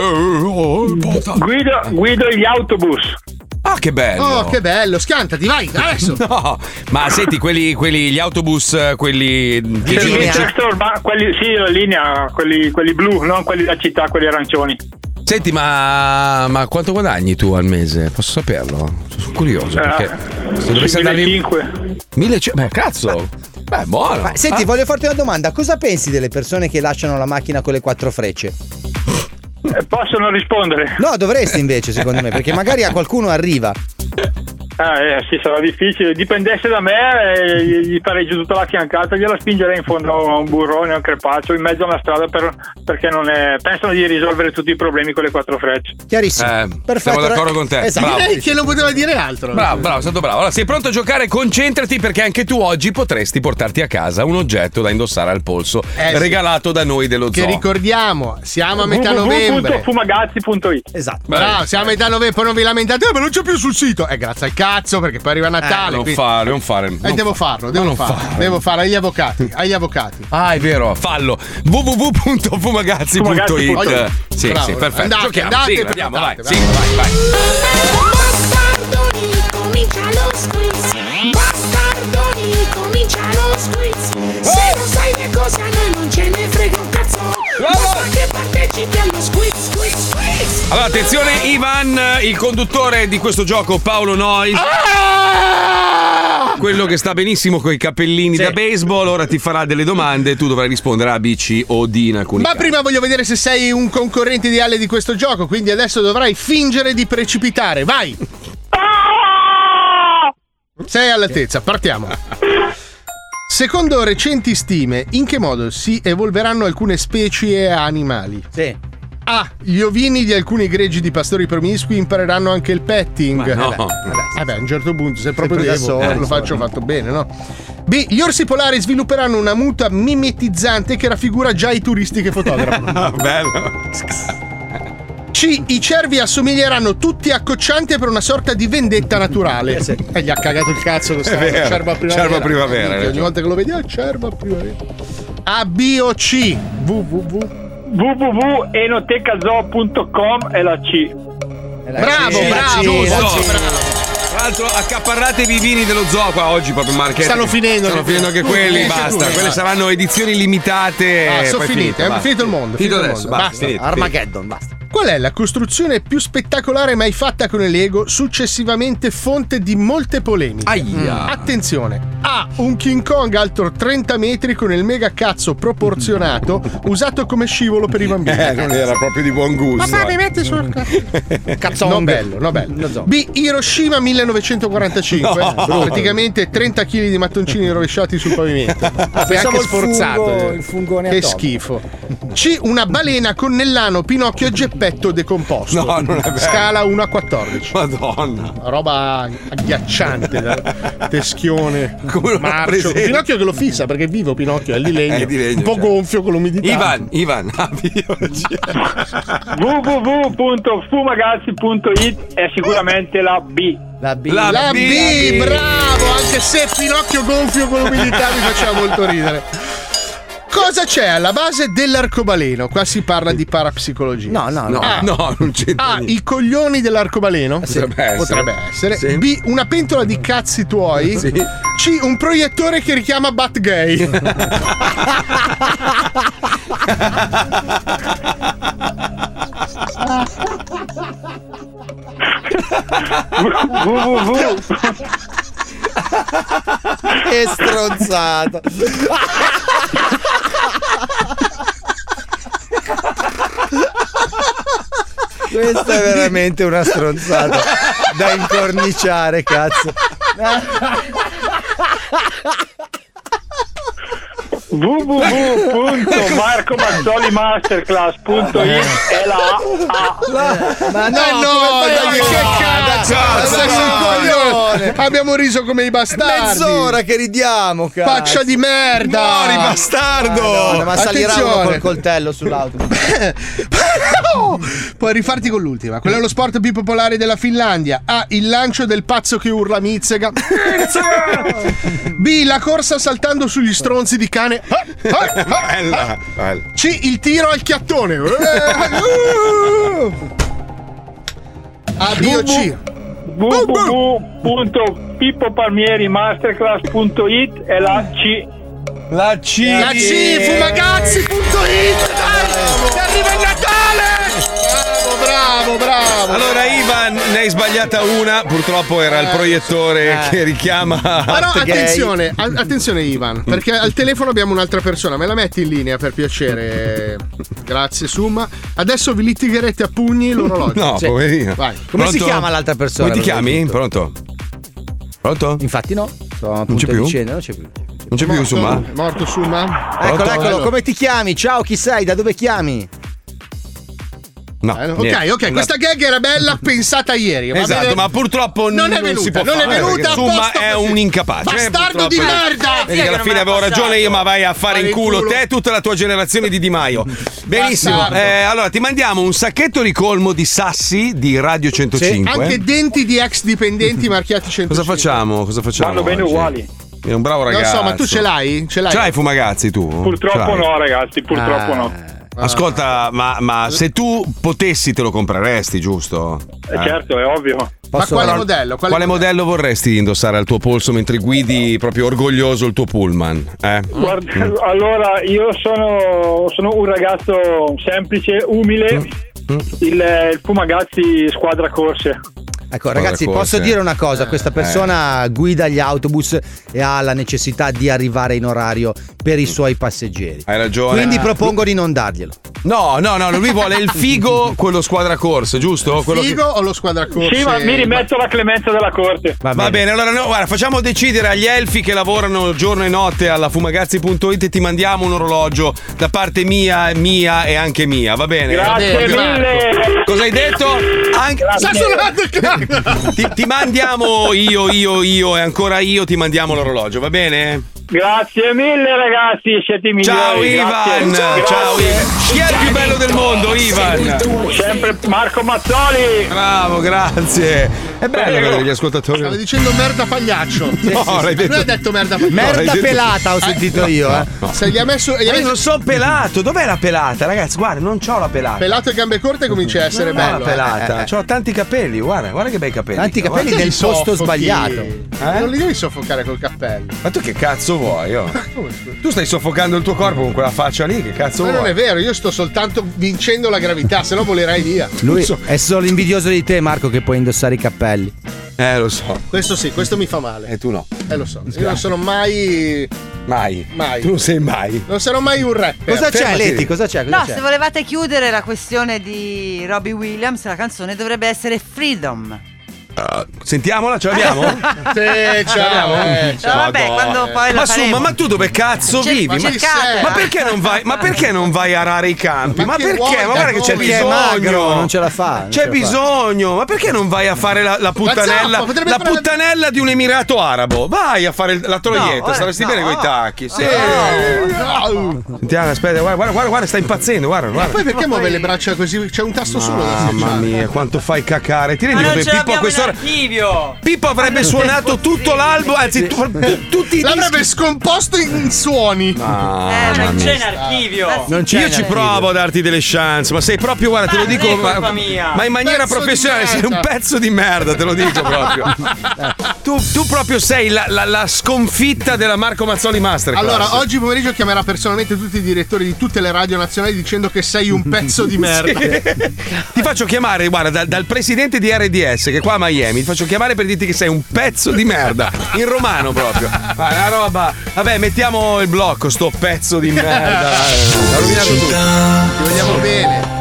[SPEAKER 24] Guido, guido gli autobus.
[SPEAKER 5] Ah, che bello!
[SPEAKER 7] Oh, che bello, schiantati, vai, adesso.
[SPEAKER 5] No, ma senti, quelli, quelli- gli autobus, eh, quelli che
[SPEAKER 24] Servizio
[SPEAKER 5] girano in gi-
[SPEAKER 24] extraurba- quelli, sì, la linea, quelli, quelli blu, non quelli da città, quelli arancioni.
[SPEAKER 5] Senti, ma, ma quanto guadagni tu al mese? Posso saperlo? Sono curioso perché se dovessi andare in 1500, beh, cazzo. Beh, buono.
[SPEAKER 3] Ma, senti,
[SPEAKER 5] Ah.
[SPEAKER 3] voglio farti una domanda. Cosa pensi delle persone che lasciano la macchina con le quattro frecce?
[SPEAKER 24] Eh, Possono rispondere?
[SPEAKER 3] No, dovresti invece, secondo me, perché magari a qualcuno arriva.
[SPEAKER 24] Ah, eh, sì, sarà difficile. Dipendesse da me, eh, gli- gli farei giù tutta la fiancata, gliela spingerei in fondo a un burrone, a un crepaccio, in mezzo a una strada per- perché non è... pensano di risolvere tutti i problemi con le quattro frecce.
[SPEAKER 3] Chiarissimo.
[SPEAKER 5] Eh,
[SPEAKER 3] Perfetto.
[SPEAKER 5] siamo d'accordo con te.
[SPEAKER 3] Esatto.
[SPEAKER 5] Bravo.
[SPEAKER 7] Direi che non poteva dire altro.
[SPEAKER 5] Bravo, bravo, è stato bravo. Allora, sei pronto a giocare? Concentrati perché anche tu oggi potresti portarti a casa un oggetto da indossare al polso,
[SPEAKER 7] Eh, sì.
[SPEAKER 5] regalato da noi dello
[SPEAKER 7] Che
[SPEAKER 5] zoo.
[SPEAKER 7] ricordiamo, siamo a metà novembre.
[SPEAKER 24] www.fumagazzi.it
[SPEAKER 3] Esatto.
[SPEAKER 7] Bravo, siamo a metà novembre, poi non vi lamentate, "Eh, ma non c'è più sul sito. Eh, grazie al cazzo, perché poi arriva Natale.
[SPEAKER 5] Eh, non
[SPEAKER 7] quindi-
[SPEAKER 5] fare, non fare.
[SPEAKER 7] Eh,
[SPEAKER 5] non
[SPEAKER 7] devo farlo, devo
[SPEAKER 5] non
[SPEAKER 7] farlo. Devo farlo agli avvocati, agli avvocati.
[SPEAKER 5] Ah, è vero, fallo. www.fumagazzi.it.
[SPEAKER 7] Fumagazzi.
[SPEAKER 5] Sì,
[SPEAKER 7] Bravo.
[SPEAKER 5] sì, perfetto.
[SPEAKER 7] Andate,
[SPEAKER 5] Giochiamo,
[SPEAKER 7] andate,
[SPEAKER 5] sì, andiamo, vai.
[SPEAKER 7] andate,
[SPEAKER 5] Sì, vai, vai.
[SPEAKER 30] Bastardoni, comincia lo squiz. Bastardoni, comincia lo squiz. Se non sai le cose a noi non ce ne frega un cazzo. Basta che partecipi allo squiz, squiz, squiz.
[SPEAKER 5] Allora, attenzione, Ivan, eh, il conduttore di questo gioco, Paolo Nois.
[SPEAKER 7] Ah!
[SPEAKER 5] Quello che sta benissimo con i cappellini da baseball, ora ti farà delle domande e tu dovrai rispondere a B, C o D in alcuni
[SPEAKER 7] Ma
[SPEAKER 5] casi.
[SPEAKER 7] prima voglio vedere se sei un concorrente ideale di questo gioco, quindi adesso dovrai fingere di precipitare, vai! Sei all'altezza, partiamo. Secondo recenti stime, in che modo si evolveranno alcune specie animali? Sì. A. Gli ovini di alcuni greggi di pastori promiscui impareranno anche il petting. Eh
[SPEAKER 30] Ma no.
[SPEAKER 7] Vabbè, a un certo punto, se proprio
[SPEAKER 30] Sempre da
[SPEAKER 7] devo, eh,
[SPEAKER 30] solo.
[SPEAKER 7] lo faccio fatto bene, no? B. Gli orsi polari svilupperanno una muta mimetizzante che raffigura già i turisti che fotografano.
[SPEAKER 5] Eh, Bello.
[SPEAKER 7] C. I cervi assomiglieranno tutti a Cocciante per una sorta di vendetta naturale. E gli ha cagato il cazzo lo stato
[SPEAKER 5] Eh, vero,
[SPEAKER 7] cervo a primavera.
[SPEAKER 5] cervo a primavera, hai
[SPEAKER 7] Minchia, ogni
[SPEAKER 5] ragione.
[SPEAKER 7] volta che lo vedi, ah, cervo a primavera. A, B o C. www.
[SPEAKER 4] www.enotecazoo.com è la C.
[SPEAKER 7] Bravo, bravo,
[SPEAKER 5] Giusto.
[SPEAKER 7] bravo.
[SPEAKER 5] Tra l'altro, accaparratevi i vini dello zoo qua oggi, proprio marchetti.
[SPEAKER 7] Stanno finendo.
[SPEAKER 5] Stanno finendo anche
[SPEAKER 7] Tutti,
[SPEAKER 5] quelli.
[SPEAKER 7] anche
[SPEAKER 5] Basta.
[SPEAKER 7] due,
[SPEAKER 5] Quelle
[SPEAKER 7] basta.
[SPEAKER 5] saranno edizioni limitate.
[SPEAKER 7] Ah,
[SPEAKER 5] e
[SPEAKER 7] sono
[SPEAKER 5] poi
[SPEAKER 7] finite,
[SPEAKER 5] finita,
[SPEAKER 7] è
[SPEAKER 5] basta.
[SPEAKER 7] finito il mondo,
[SPEAKER 5] Finito
[SPEAKER 7] finito il
[SPEAKER 5] adesso.
[SPEAKER 7] mondo,
[SPEAKER 5] Basta.
[SPEAKER 7] basta.
[SPEAKER 5] finito,
[SPEAKER 3] Armageddon, basta.
[SPEAKER 7] Qual è la costruzione più spettacolare mai fatta con il Lego, successivamente fonte di molte polemiche?
[SPEAKER 5] Aia.
[SPEAKER 7] Attenzione! A. Un King Kong alto 30 metri con il mega cazzo proporzionato usato come scivolo per i bambini.
[SPEAKER 5] Eh, non era proprio di buon gusto. eh.
[SPEAKER 7] Papà, mi metti sul Cazzonga. No Eh, bello, no bello. B. Hiroshima 1945.
[SPEAKER 30] No.
[SPEAKER 7] Praticamente 30 kg di mattoncini rovesciati sul pavimento.
[SPEAKER 5] Ah,
[SPEAKER 7] Sei
[SPEAKER 30] Pensavo il fungo-
[SPEAKER 7] anche sforzato. eh.
[SPEAKER 30] il fungone
[SPEAKER 7] che
[SPEAKER 30] atomico.
[SPEAKER 7] schifo. C. Una balena con Nellano, Pinocchio e Geppetto decomposto.
[SPEAKER 5] No, non è vero.
[SPEAKER 7] Scala 1 a 14.
[SPEAKER 5] Madonna.
[SPEAKER 7] Roba agghiacciante. da teschione.
[SPEAKER 5] Come lo
[SPEAKER 7] Marcio.
[SPEAKER 5] rappresenta?
[SPEAKER 7] Pinocchio che lo fissa perché è vivo Pinocchio, è di legno.
[SPEAKER 5] È di legno,
[SPEAKER 7] un po'
[SPEAKER 5] certo.
[SPEAKER 7] gonfio con l'umidità.
[SPEAKER 5] Ivan, Ivan, ah, avvio.
[SPEAKER 4] www.fumagazzi.it è sicuramente la B.
[SPEAKER 3] La
[SPEAKER 4] B.
[SPEAKER 7] La, B, bravo! Anche se Pinocchio gonfio con l'umidità mi faceva molto ridere. Cosa c'è alla base dell'arcobaleno? Qua si parla di parapsicologia. No,
[SPEAKER 5] no. No, non c'entra
[SPEAKER 7] A.
[SPEAKER 5] niente.
[SPEAKER 7] I coglioni dell'arcobaleno?
[SPEAKER 5] Sì, potrebbe
[SPEAKER 7] Potrebbe
[SPEAKER 5] essere.
[SPEAKER 7] essere.
[SPEAKER 5] Sì.
[SPEAKER 7] B. Una pentola di cazzi tuoi? C. Un proiettore che richiama Batgay.
[SPEAKER 3] Che stronzata. Questa è veramente una stronzata da incorniciare, cazzo.
[SPEAKER 4] www.marcomazzolimasterclass.it è la A.
[SPEAKER 3] Ma
[SPEAKER 7] no, Eh, no, dai, che cazzo! sei un coglione! Abbiamo riso come i bastardi!
[SPEAKER 3] Mezz'ora che ridiamo, cazzo.
[SPEAKER 7] Faccia di merda! Ah,
[SPEAKER 3] Muori,
[SPEAKER 7] bastardo!
[SPEAKER 3] Madonna, ma salirà uno col coltello sull'auto.
[SPEAKER 7] No! Puoi rifarti con l'ultima. Quello è lo sport più popolare della Finlandia. A. Il lancio del pazzo che urla Mizzega. B. La corsa saltando sugli stronzi di cane. Ah,
[SPEAKER 5] Bella. bella.
[SPEAKER 7] C. Il tiro al chiattone. Eh, uh! A. B. O. C.
[SPEAKER 4] www.pippopalmierimasterclass.it è la C.
[SPEAKER 5] La C.
[SPEAKER 4] La
[SPEAKER 7] C. Fumagazzi.it. Dai, che arriva il Natale! Bravo, bravo, bravo.
[SPEAKER 5] Allora, Ivan, ne hai sbagliata una. Purtroppo era il
[SPEAKER 7] Eh,
[SPEAKER 5] proiettore che richiama.
[SPEAKER 7] Però Eh. attenzione, a- attenzione Ivan, perché al telefono abbiamo un'altra persona, me la metti in linea per piacere. Grazie Summa. Adesso vi litigherete a pugni l'orologio. Cioè,
[SPEAKER 5] No, poverino.
[SPEAKER 7] Vai.
[SPEAKER 5] Pronto? Come ti chiami? Pronto? Pronto?
[SPEAKER 3] Infatti no.
[SPEAKER 5] Non c'è più?
[SPEAKER 3] Dicendo, non c'è più.
[SPEAKER 5] Non c'è più Summa?
[SPEAKER 7] È morto Summa?
[SPEAKER 3] Eccolo,
[SPEAKER 5] Pronto?
[SPEAKER 3] eccolo, come ti chiami? Ciao, chi sei? Da dove chiami?
[SPEAKER 5] No.
[SPEAKER 7] Eh, Ok,
[SPEAKER 5] niente.
[SPEAKER 7] ok, questa gag era bella pensata ieri. va
[SPEAKER 5] Esatto,
[SPEAKER 7] bene?
[SPEAKER 5] ma purtroppo
[SPEAKER 7] non è
[SPEAKER 5] non
[SPEAKER 7] venuta,
[SPEAKER 5] si può
[SPEAKER 7] non
[SPEAKER 5] fare,
[SPEAKER 7] è venuta
[SPEAKER 5] perché
[SPEAKER 7] apposta
[SPEAKER 5] Summa è
[SPEAKER 7] così.
[SPEAKER 5] un incapace, eh,
[SPEAKER 7] Bastardo di
[SPEAKER 5] purtroppo.
[SPEAKER 7] merda!
[SPEAKER 5] Vedi che alla fine avevo ragione io, ma vai a fare in culo te e tutta la tua generazione di Di Maio. Benissimo.
[SPEAKER 7] Bastardo.
[SPEAKER 5] eh, allora, ti mandiamo un sacchetto ricolmo di sassi di Radio 105.
[SPEAKER 7] Anche denti di ex dipendenti marchiati 100.
[SPEAKER 5] Cosa facciamo? Cosa facciamo?
[SPEAKER 4] Vanno bene
[SPEAKER 5] oggi?
[SPEAKER 4] uguali.
[SPEAKER 5] È un bravo
[SPEAKER 7] Non
[SPEAKER 5] ragazzo.
[SPEAKER 7] so, ma tu ce l'hai? Ce l'hai?
[SPEAKER 5] Ce l'hai Fumagazzi tu?
[SPEAKER 4] Purtroppo
[SPEAKER 5] Ce l'hai?
[SPEAKER 4] no, ragazzi, purtroppo
[SPEAKER 5] Ah.
[SPEAKER 4] no.
[SPEAKER 5] Ascolta, ma, ma se tu potessi te lo compreresti, giusto?
[SPEAKER 4] Eh, certo, è ovvio.
[SPEAKER 5] Posso-
[SPEAKER 7] quale
[SPEAKER 5] Allora,
[SPEAKER 7] modello? Quale
[SPEAKER 5] Quale, modello vorresti indossare al tuo polso mentre guidi proprio orgoglioso il tuo pullman? Eh?
[SPEAKER 4] Guarda, allora io sono, sono un
[SPEAKER 5] Mm,
[SPEAKER 4] ragazzo semplice, umile, il, il Fumagazzi eh, squadra corse.
[SPEAKER 3] Ecco, ragazzi,
[SPEAKER 8] corse.
[SPEAKER 3] posso dire una cosa: questa
[SPEAKER 8] Eh.
[SPEAKER 3] persona guida gli autobus e ha la necessità di arrivare in orario per i suoi passeggeri.
[SPEAKER 5] Hai ragione.
[SPEAKER 3] Quindi propongo di non darglielo.
[SPEAKER 5] No, no, no, lui vuole il figo, quello squadra corse, giusto? Quello che-
[SPEAKER 7] Figo o lo squadra corse?
[SPEAKER 5] Sì, ma mi rimetto
[SPEAKER 7] la clemenza della corte.
[SPEAKER 5] Va bene, allora no, guarda, facciamo decidere agli elfi che lavorano giorno e notte alla fumagazzi.it e ti mandiamo un orologio da parte mia, mia e anche mia, va bene?
[SPEAKER 30] Grazie
[SPEAKER 5] Va bene,
[SPEAKER 30] mille.
[SPEAKER 5] Marco. Cosa hai detto? Anche...
[SPEAKER 30] Sta suonando il cazzo.
[SPEAKER 5] Ti, ti mandiamo io, io, io e ancora io ti mandiamo l'orologio, va bene?
[SPEAKER 4] Grazie mille ragazzi, siete migliori.
[SPEAKER 5] Ciao
[SPEAKER 4] grazie.
[SPEAKER 5] Ivan,
[SPEAKER 4] Grazie.
[SPEAKER 5] ciao Ivan. Chi è il più bello del mondo, Ivan?
[SPEAKER 4] Sempre Marco Mazzoli.
[SPEAKER 5] Bravo, grazie. È bello
[SPEAKER 7] Prego.
[SPEAKER 5] avere gli ascoltatori.
[SPEAKER 7] Stava dicendo merda pagliaccio.
[SPEAKER 5] No, l'hai detto-
[SPEAKER 7] Lui ha detto Ah, merda pagliaccio.
[SPEAKER 5] No, l'hai detto- Eh, no, no, no.
[SPEAKER 7] Se gli ha messo. Gli ha
[SPEAKER 5] Ma io
[SPEAKER 7] messo-
[SPEAKER 5] Eh, non sono pelato, dov'è la pelata, ragazzi? Guarda, non ho la pelata.
[SPEAKER 7] Pelato e gambe corte comincia a essere
[SPEAKER 5] Non ho
[SPEAKER 7] bello.
[SPEAKER 5] la pelata.
[SPEAKER 7] eh.
[SPEAKER 5] Ho tanti capelli, guarda, guarda che bei capelli.
[SPEAKER 7] Tanti
[SPEAKER 5] Guarda
[SPEAKER 7] capelli
[SPEAKER 5] che
[SPEAKER 7] del
[SPEAKER 5] li
[SPEAKER 7] posto
[SPEAKER 5] soffochi.
[SPEAKER 7] sbagliato.
[SPEAKER 5] Eh?
[SPEAKER 7] Non li devi soffocare col cappello.
[SPEAKER 5] Ma tu che cazzo vuoi? oh? Tu stai soffocando il tuo corpo con quella faccia lì, che cazzo
[SPEAKER 7] Ma non
[SPEAKER 5] vuoi?
[SPEAKER 7] è vero, io sto soltanto vincendo la gravità, se no volerai via.
[SPEAKER 3] Lui
[SPEAKER 7] Non so.
[SPEAKER 3] è solo invidioso di te, Marco, che puoi indossare i cappelli.
[SPEAKER 5] Eh, lo so.
[SPEAKER 7] Questo sì, questo mi fa male.
[SPEAKER 5] E tu no.
[SPEAKER 7] Eh lo so, io non sono mai.
[SPEAKER 5] Mai.
[SPEAKER 7] Mai.
[SPEAKER 5] Tu non sei mai.
[SPEAKER 7] Non sarò mai un rapper.
[SPEAKER 3] Cosa c'è,
[SPEAKER 7] Fermati.
[SPEAKER 3] Leti? Cosa c'è? Cosa
[SPEAKER 2] No,
[SPEAKER 3] c'è?
[SPEAKER 2] se volevate chiudere la questione di Robbie Williams, la canzone dovrebbe essere Freedom.
[SPEAKER 5] Ah, Sentiamola, ce l'abbiamo?
[SPEAKER 7] Sì,
[SPEAKER 5] Ce l'abbiamo?
[SPEAKER 2] eh, ciao. No, vabbè,
[SPEAKER 5] Madonna.
[SPEAKER 2] quando poi la
[SPEAKER 5] ma su,
[SPEAKER 2] faremo.
[SPEAKER 5] ma, ma tu dove cazzo
[SPEAKER 2] Cer-
[SPEAKER 5] vivi? Ma,
[SPEAKER 2] cercate.
[SPEAKER 5] ma perché non vai, ma perché non vai a arare i campi? Ma,
[SPEAKER 3] che
[SPEAKER 5] perché?
[SPEAKER 3] vuoi
[SPEAKER 5] ma
[SPEAKER 3] da
[SPEAKER 5] guarda che c'è
[SPEAKER 3] noi? Perché è
[SPEAKER 5] bisogno.
[SPEAKER 3] magro, non ce la fa, non ce
[SPEAKER 5] C'è
[SPEAKER 3] la fa.
[SPEAKER 5] bisogno. Ma perché non vai a fare la, la puttanella?
[SPEAKER 7] Zappa, potrebbe
[SPEAKER 5] la
[SPEAKER 7] fare la-
[SPEAKER 5] puttanella di un emirato arabo. Vai a fare il- la
[SPEAKER 7] No,
[SPEAKER 5] toglietta,
[SPEAKER 7] ora-
[SPEAKER 5] saresti
[SPEAKER 7] no,
[SPEAKER 5] bene con i
[SPEAKER 7] no.
[SPEAKER 5] tacchi. Sì.
[SPEAKER 7] No.
[SPEAKER 5] Sentiamo, aspetta, guarda, guarda, guarda, guarda, sta impazzendo, guarda,
[SPEAKER 7] Ma poi
[SPEAKER 5] guarda.
[SPEAKER 7] perché muove le braccia così? C'è un tasto solo da
[SPEAKER 5] Mamma
[SPEAKER 7] schiacciare.
[SPEAKER 5] mia, quanto fai cacare. Ti rendi
[SPEAKER 7] Ma non
[SPEAKER 5] conto che
[SPEAKER 7] ce
[SPEAKER 5] Pippo a
[SPEAKER 7] l'abbiamo in
[SPEAKER 5] quest'ora.
[SPEAKER 7] archivio.
[SPEAKER 5] Pippo avrebbe suonato tutto l'albo, anzi, tu- tu- tutti i
[SPEAKER 7] L'avrebbe scomposto in suoni.
[SPEAKER 2] Eh,
[SPEAKER 5] Ah, mamma mia.
[SPEAKER 7] archivio.
[SPEAKER 5] Ah, Non c'è Io ci provo a darti delle chance, ma sei proprio, guarda, te lo
[SPEAKER 7] Ma non
[SPEAKER 5] dico,
[SPEAKER 7] è colpa
[SPEAKER 5] ma,
[SPEAKER 7] mia.
[SPEAKER 5] ma in maniera
[SPEAKER 7] Pezzo di
[SPEAKER 5] professionale sei
[SPEAKER 7] merda.
[SPEAKER 5] un pezzo di merda, te lo dico proprio. tu, tu proprio sei la, la- la sconfitta della Marco Mazzoli Masterclass.
[SPEAKER 7] Allora, oggi pomeriggio chiamerà personalmente tutti i direttori di tutte le radio nazionali dicendo che sei un pezzo di merda.
[SPEAKER 5] Sì. Ti faccio chiamare, guarda, dal, dal presidente di RDS che è qua a Miami, ti faccio chiamare per dirti che sei un pezzo di merda. In romano proprio. Ma la roba. Vabbè, mettiamo il blocco, sto pezzo di merda. L'ha rovinato tutto. Ti vogliamo bene.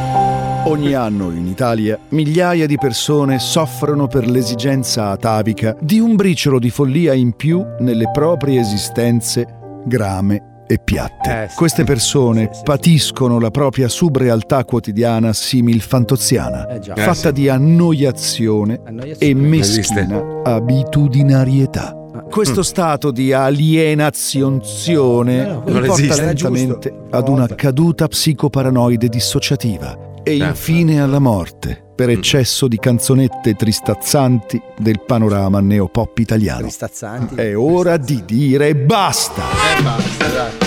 [SPEAKER 27] Ogni anno in Italia migliaia di persone soffrono per l'esigenza atavica di un briciolo di follia in più nelle proprie esistenze grame e piatte. Queste persone patiscono la propria subrealtà quotidiana simil fantoziana, già. Eh, fatta sì. di annoiazione Ah. e meschina abitudinarietà. Questo stato di
[SPEAKER 3] Eh,
[SPEAKER 27] alienazione No, no, li non porta esiste. lentamente ad una caduta psicoparanoide dissociativa e infine alla morte per eccesso di canzonette tristazzanti del panorama neopop italiano.
[SPEAKER 3] Stazzanti.
[SPEAKER 27] È ora di dire Eh, basta!
[SPEAKER 5] Esatto.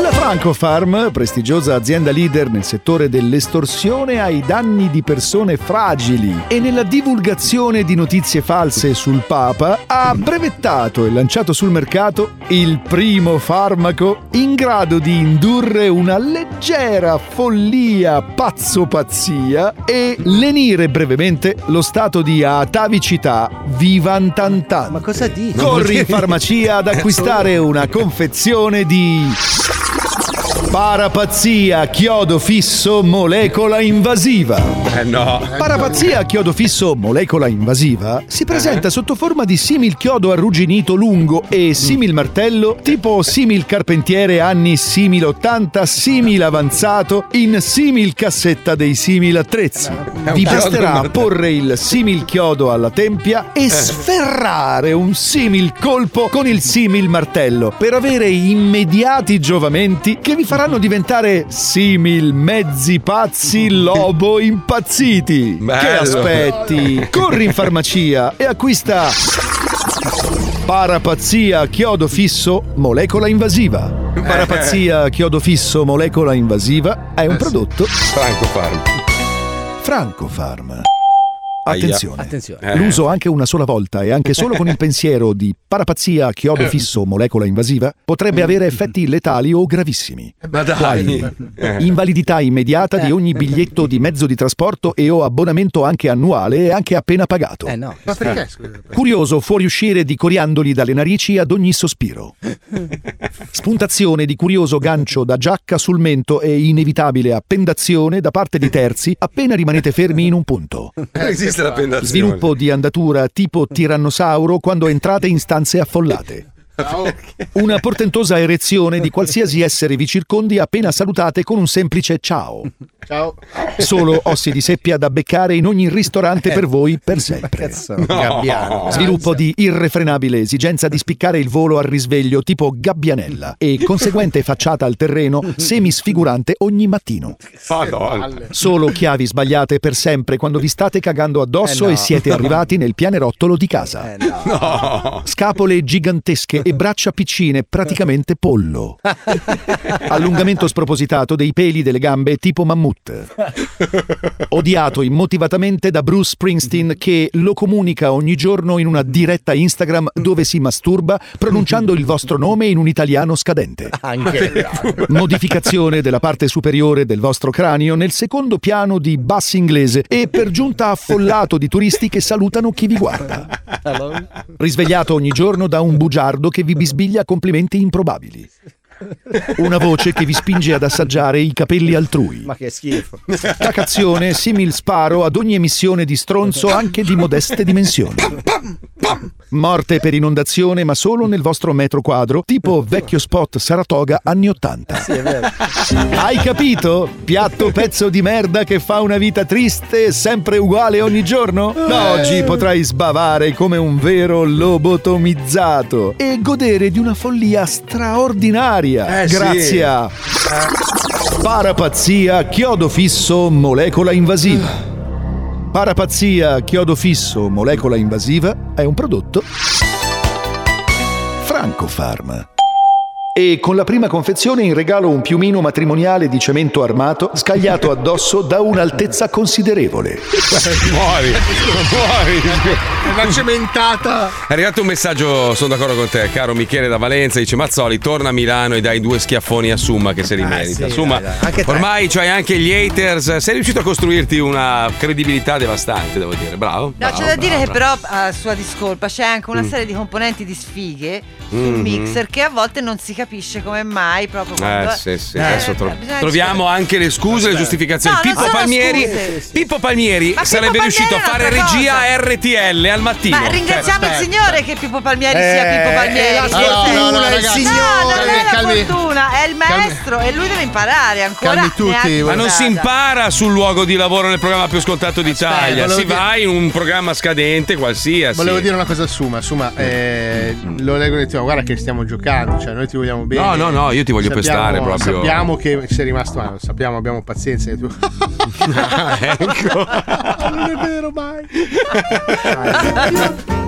[SPEAKER 27] La Francofarm, prestigiosa azienda leader nel settore dell'estorsione ai danni di persone fragili e nella divulgazione di notizie false sul Papa, ha brevettato e lanciato sul mercato il primo farmaco in grado di indurre una leggera follia pazzopazzia e lenire brevemente lo stato di atavicità vivantantante. Ma cosa dici? Corri in farmacia ad acquistare una confezione di Parapazia, chiodo fisso, molecola invasiva.
[SPEAKER 5] Eh no.
[SPEAKER 27] Parapazia, chiodo fisso, molecola invasiva si presenta sotto forma di simil chiodo arrugginito lungo e simil martello, tipo simil carpentiere anni simil 80, simil avanzato in simil cassetta dei simil attrezzi. un Vi chiodo basterà martello. porre il simil chiodo alla tempia e sferrare un simil colpo con il simil martello per avere immediati giovamenti che vi faranno diventare simil mezzi pazzi lobo impazziti. Che
[SPEAKER 5] Bello.
[SPEAKER 27] aspetti? Corri in farmacia e acquista Parapazia, chiodo fisso, molecola invasiva. Parapazia, chiodo fisso, molecola invasiva è un prodotto
[SPEAKER 5] Franco Farm.
[SPEAKER 27] Francofarm. Attenzione.
[SPEAKER 7] Eh.
[SPEAKER 3] Attenzione.
[SPEAKER 27] L'uso anche una sola volta e anche solo con il pensiero di parapazzia,
[SPEAKER 7] Eh.
[SPEAKER 27] chiodo fisso, molecola invasiva, potrebbe
[SPEAKER 7] Mm.
[SPEAKER 27] avere effetti letali o gravissimi.
[SPEAKER 5] Ma dai.
[SPEAKER 7] Eh.
[SPEAKER 27] Quali? Invalidità immediata di ogni biglietto di mezzo di trasporto e o abbonamento anche annuale e anche appena pagato.
[SPEAKER 7] Ma perché? scusa?
[SPEAKER 27] Curioso fuoriuscire di coriandoli dalle narici ad ogni sospiro. Spuntazione di curioso gancio da giacca sul mento e inevitabile appendazione da parte di terzi appena rimanete fermi in un punto.
[SPEAKER 5] Non
[SPEAKER 7] Eh,
[SPEAKER 5] esiste la pendazione.
[SPEAKER 27] Sviluppo di andatura tipo tirannosauro quando entrate in stanze affollate.
[SPEAKER 3] Ah, oh.
[SPEAKER 27] Una portentosa erezione di qualsiasi essere vi circondi appena salutate con un semplice ciao.
[SPEAKER 7] Ciao.
[SPEAKER 27] Solo ossi di seppia da beccare in ogni ristorante per voi per sempre.
[SPEAKER 3] Gabbiano.
[SPEAKER 27] Sviluppo di irrefrenabile esigenza di spiccare il volo al risveglio tipo gabbianella e conseguente facciata al terreno semisfigurante ogni mattino.
[SPEAKER 5] Madonna.
[SPEAKER 27] Solo chiavi sbagliate per sempre quando vi state cagando addosso
[SPEAKER 5] Eh no. Eh
[SPEAKER 27] e siete arrivati nel pianerottolo di casa.
[SPEAKER 5] No.
[SPEAKER 27] Scapole gigantesche e braccia piccine, praticamente pollo. Allungamento spropositato dei peli delle gambe tipo mammut. Odiato immotivatamente da Bruce Springsteen che lo comunica ogni giorno in una diretta Instagram dove si masturba pronunciando il vostro nome in un italiano scadente.
[SPEAKER 3] Ah, Anche.
[SPEAKER 27] Modificazione della parte superiore del vostro cranio nel secondo piano di bass inglese e per giunta affollato di turisti che salutano chi vi guarda. Risvegliato ogni giorno da un bugiardo che vi bisbiglia complimenti improbabili. Una voce che vi spinge ad assaggiare i capelli altrui.
[SPEAKER 26] Ma che schifo.
[SPEAKER 27] Cacazione simil sparo ad ogni emissione di stronzo anche di modeste dimensioni. Morte per inondazione ma solo nel vostro metro quadro, tipo vecchio spot Saratoga anni 80. Hai capito? Piatto pezzo di merda che fa una vita triste sempre uguale ogni giorno? Da oggi potrai sbavare come un vero lobotomizzato e godere di una follia straordinaria.
[SPEAKER 5] Eh, sì.
[SPEAKER 27] grazie a Parapazia, chiodo fisso, molecola invasiva. Parapazia, chiodo fisso, molecola invasiva è un prodotto Francofarm. E con la prima confezione in regalo un piumino matrimoniale di cemento armato scagliato addosso da un'altezza considerevole.
[SPEAKER 5] Muori. Muori.
[SPEAKER 7] È una cementata.
[SPEAKER 5] È arrivato un messaggio, sono d'accordo con te, caro Michele da Valenza, dice Mazzoli, torna a Milano e dai due schiaffoni a Summa che se li merita.
[SPEAKER 7] Ah, sì,
[SPEAKER 5] Summa,
[SPEAKER 7] dai, dai. Anche te.
[SPEAKER 5] ormai c'hai anche gli haters, sei riuscito a costruirti una credibilità devastante, devo dire, bravo.
[SPEAKER 2] No,
[SPEAKER 5] bravo,
[SPEAKER 2] c'è da dire
[SPEAKER 5] bravo,
[SPEAKER 2] che però a sua discolpa c'è anche una
[SPEAKER 5] Mm.
[SPEAKER 2] serie di componenti di sfighe sul
[SPEAKER 5] Mhm.
[SPEAKER 2] mixer che a volte non si capisce come mai proprio
[SPEAKER 5] Eh
[SPEAKER 2] quando
[SPEAKER 5] sì, sì,
[SPEAKER 2] Eh,
[SPEAKER 5] adesso tro-
[SPEAKER 2] bisogna
[SPEAKER 5] troviamo anche le scuse e le giustificazioni.
[SPEAKER 2] No, non
[SPEAKER 5] Pippo
[SPEAKER 2] sono
[SPEAKER 5] Palmieri,
[SPEAKER 2] scuse.
[SPEAKER 5] Pippo Palmieri
[SPEAKER 2] Ma Pippo
[SPEAKER 5] sarebbe
[SPEAKER 2] Palmieri
[SPEAKER 5] riuscito a
[SPEAKER 2] è
[SPEAKER 5] fare
[SPEAKER 2] un'altra
[SPEAKER 5] regia a RTL al mattino.
[SPEAKER 2] Ma ringraziamo il
[SPEAKER 5] Cioè,
[SPEAKER 2] signore che Pippo Palmieri sia
[SPEAKER 5] Eh,
[SPEAKER 2] Pippo Palmieri.
[SPEAKER 5] è la sfortuna,
[SPEAKER 2] No, no,
[SPEAKER 5] il
[SPEAKER 2] ragazzi.
[SPEAKER 5] signore.
[SPEAKER 2] No, non è la
[SPEAKER 7] Calmi-
[SPEAKER 2] fortuna, è il maestro e lui deve imparare ancora.
[SPEAKER 7] Calmi tutti,
[SPEAKER 2] ne ha
[SPEAKER 5] Ma non si
[SPEAKER 2] imparata.
[SPEAKER 5] impara sul luogo di lavoro nel programma più ascoltato d'Italia.
[SPEAKER 7] volevo
[SPEAKER 5] si
[SPEAKER 7] dire-
[SPEAKER 5] va in un programma scadente qualsiasi.
[SPEAKER 7] Volevo dire una cosa a Suma, Suma, eh, lo leggo e dico, guarda che stiamo giocando, cioè noi ti vogliamo bene.
[SPEAKER 5] Mm. No, no, no, io ti voglio pestare proprio.
[SPEAKER 7] Sappiamo che sei rimasto male, lo sappiamo, abbiamo pazienza. E tu...
[SPEAKER 5] Ecco.
[SPEAKER 30] Non è vero mai.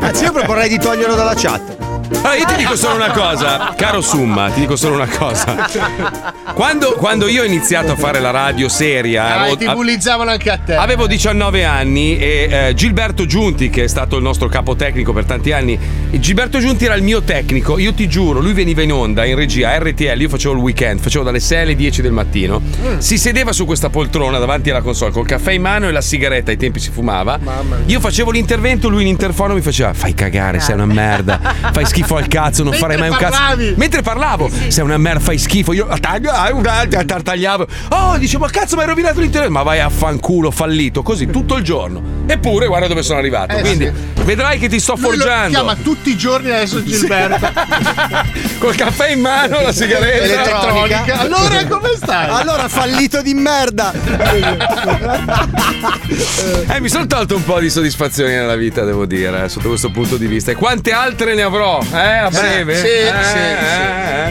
[SPEAKER 3] Anzi, io proporrei di toglierlo dalla chat.
[SPEAKER 5] Allora, Ah, io ti dico solo una cosa, caro Summa, ti dico solo una cosa. Quando, quando io ho iniziato a fare la radio seria,
[SPEAKER 7] Ah, e
[SPEAKER 5] avevo,
[SPEAKER 7] ti bullizzavano anche a te.
[SPEAKER 5] avevo 19 anni e eh, Gilberto Giunti, che è stato il nostro capo tecnico per tanti anni, Gilberto Giunti era il mio tecnico, io ti giuro, lui veniva in onda in regia a RTL, io facevo il weekend, facevo dalle 6 alle 10 del mattino,
[SPEAKER 30] Mm.
[SPEAKER 5] si sedeva su questa poltrona davanti alla console col caffè in mano e la sigaretta, ai tempi si fumava, io facevo l'intervento, lui in interfono mi faceva fai cagare, sei una merda, fai schifo al cazzo, non
[SPEAKER 30] Mentre
[SPEAKER 5] farei mai un
[SPEAKER 30] parlavi.
[SPEAKER 5] cazzo. Mentre parlavo, sei una merda, fai schifo, io tag- ah, tartagliavo, oh dicevo ma cazzo mi hai rovinato l'intervento, ma vai a fanculo, fallito, così tutto il giorno. Eppure guarda dove sono arrivato,
[SPEAKER 7] Eh,
[SPEAKER 5] quindi vedrai che ti sto
[SPEAKER 7] Lui lo chiama
[SPEAKER 5] forgiando.
[SPEAKER 7] tutti i giorni adesso Gilberto.
[SPEAKER 5] Col caffè in mano, la sigaretta
[SPEAKER 7] Elettronica. Allora come stai?
[SPEAKER 3] Allora, fallito di merda.
[SPEAKER 5] Eh, mi sono tolto un po' di soddisfazioni nella vita, devo dire, eh, sotto questo punto di vista. E quante altre ne avrò? Eh, a
[SPEAKER 30] Sì,
[SPEAKER 5] breve?
[SPEAKER 30] sì,
[SPEAKER 5] Eh,
[SPEAKER 30] sì,
[SPEAKER 5] eh,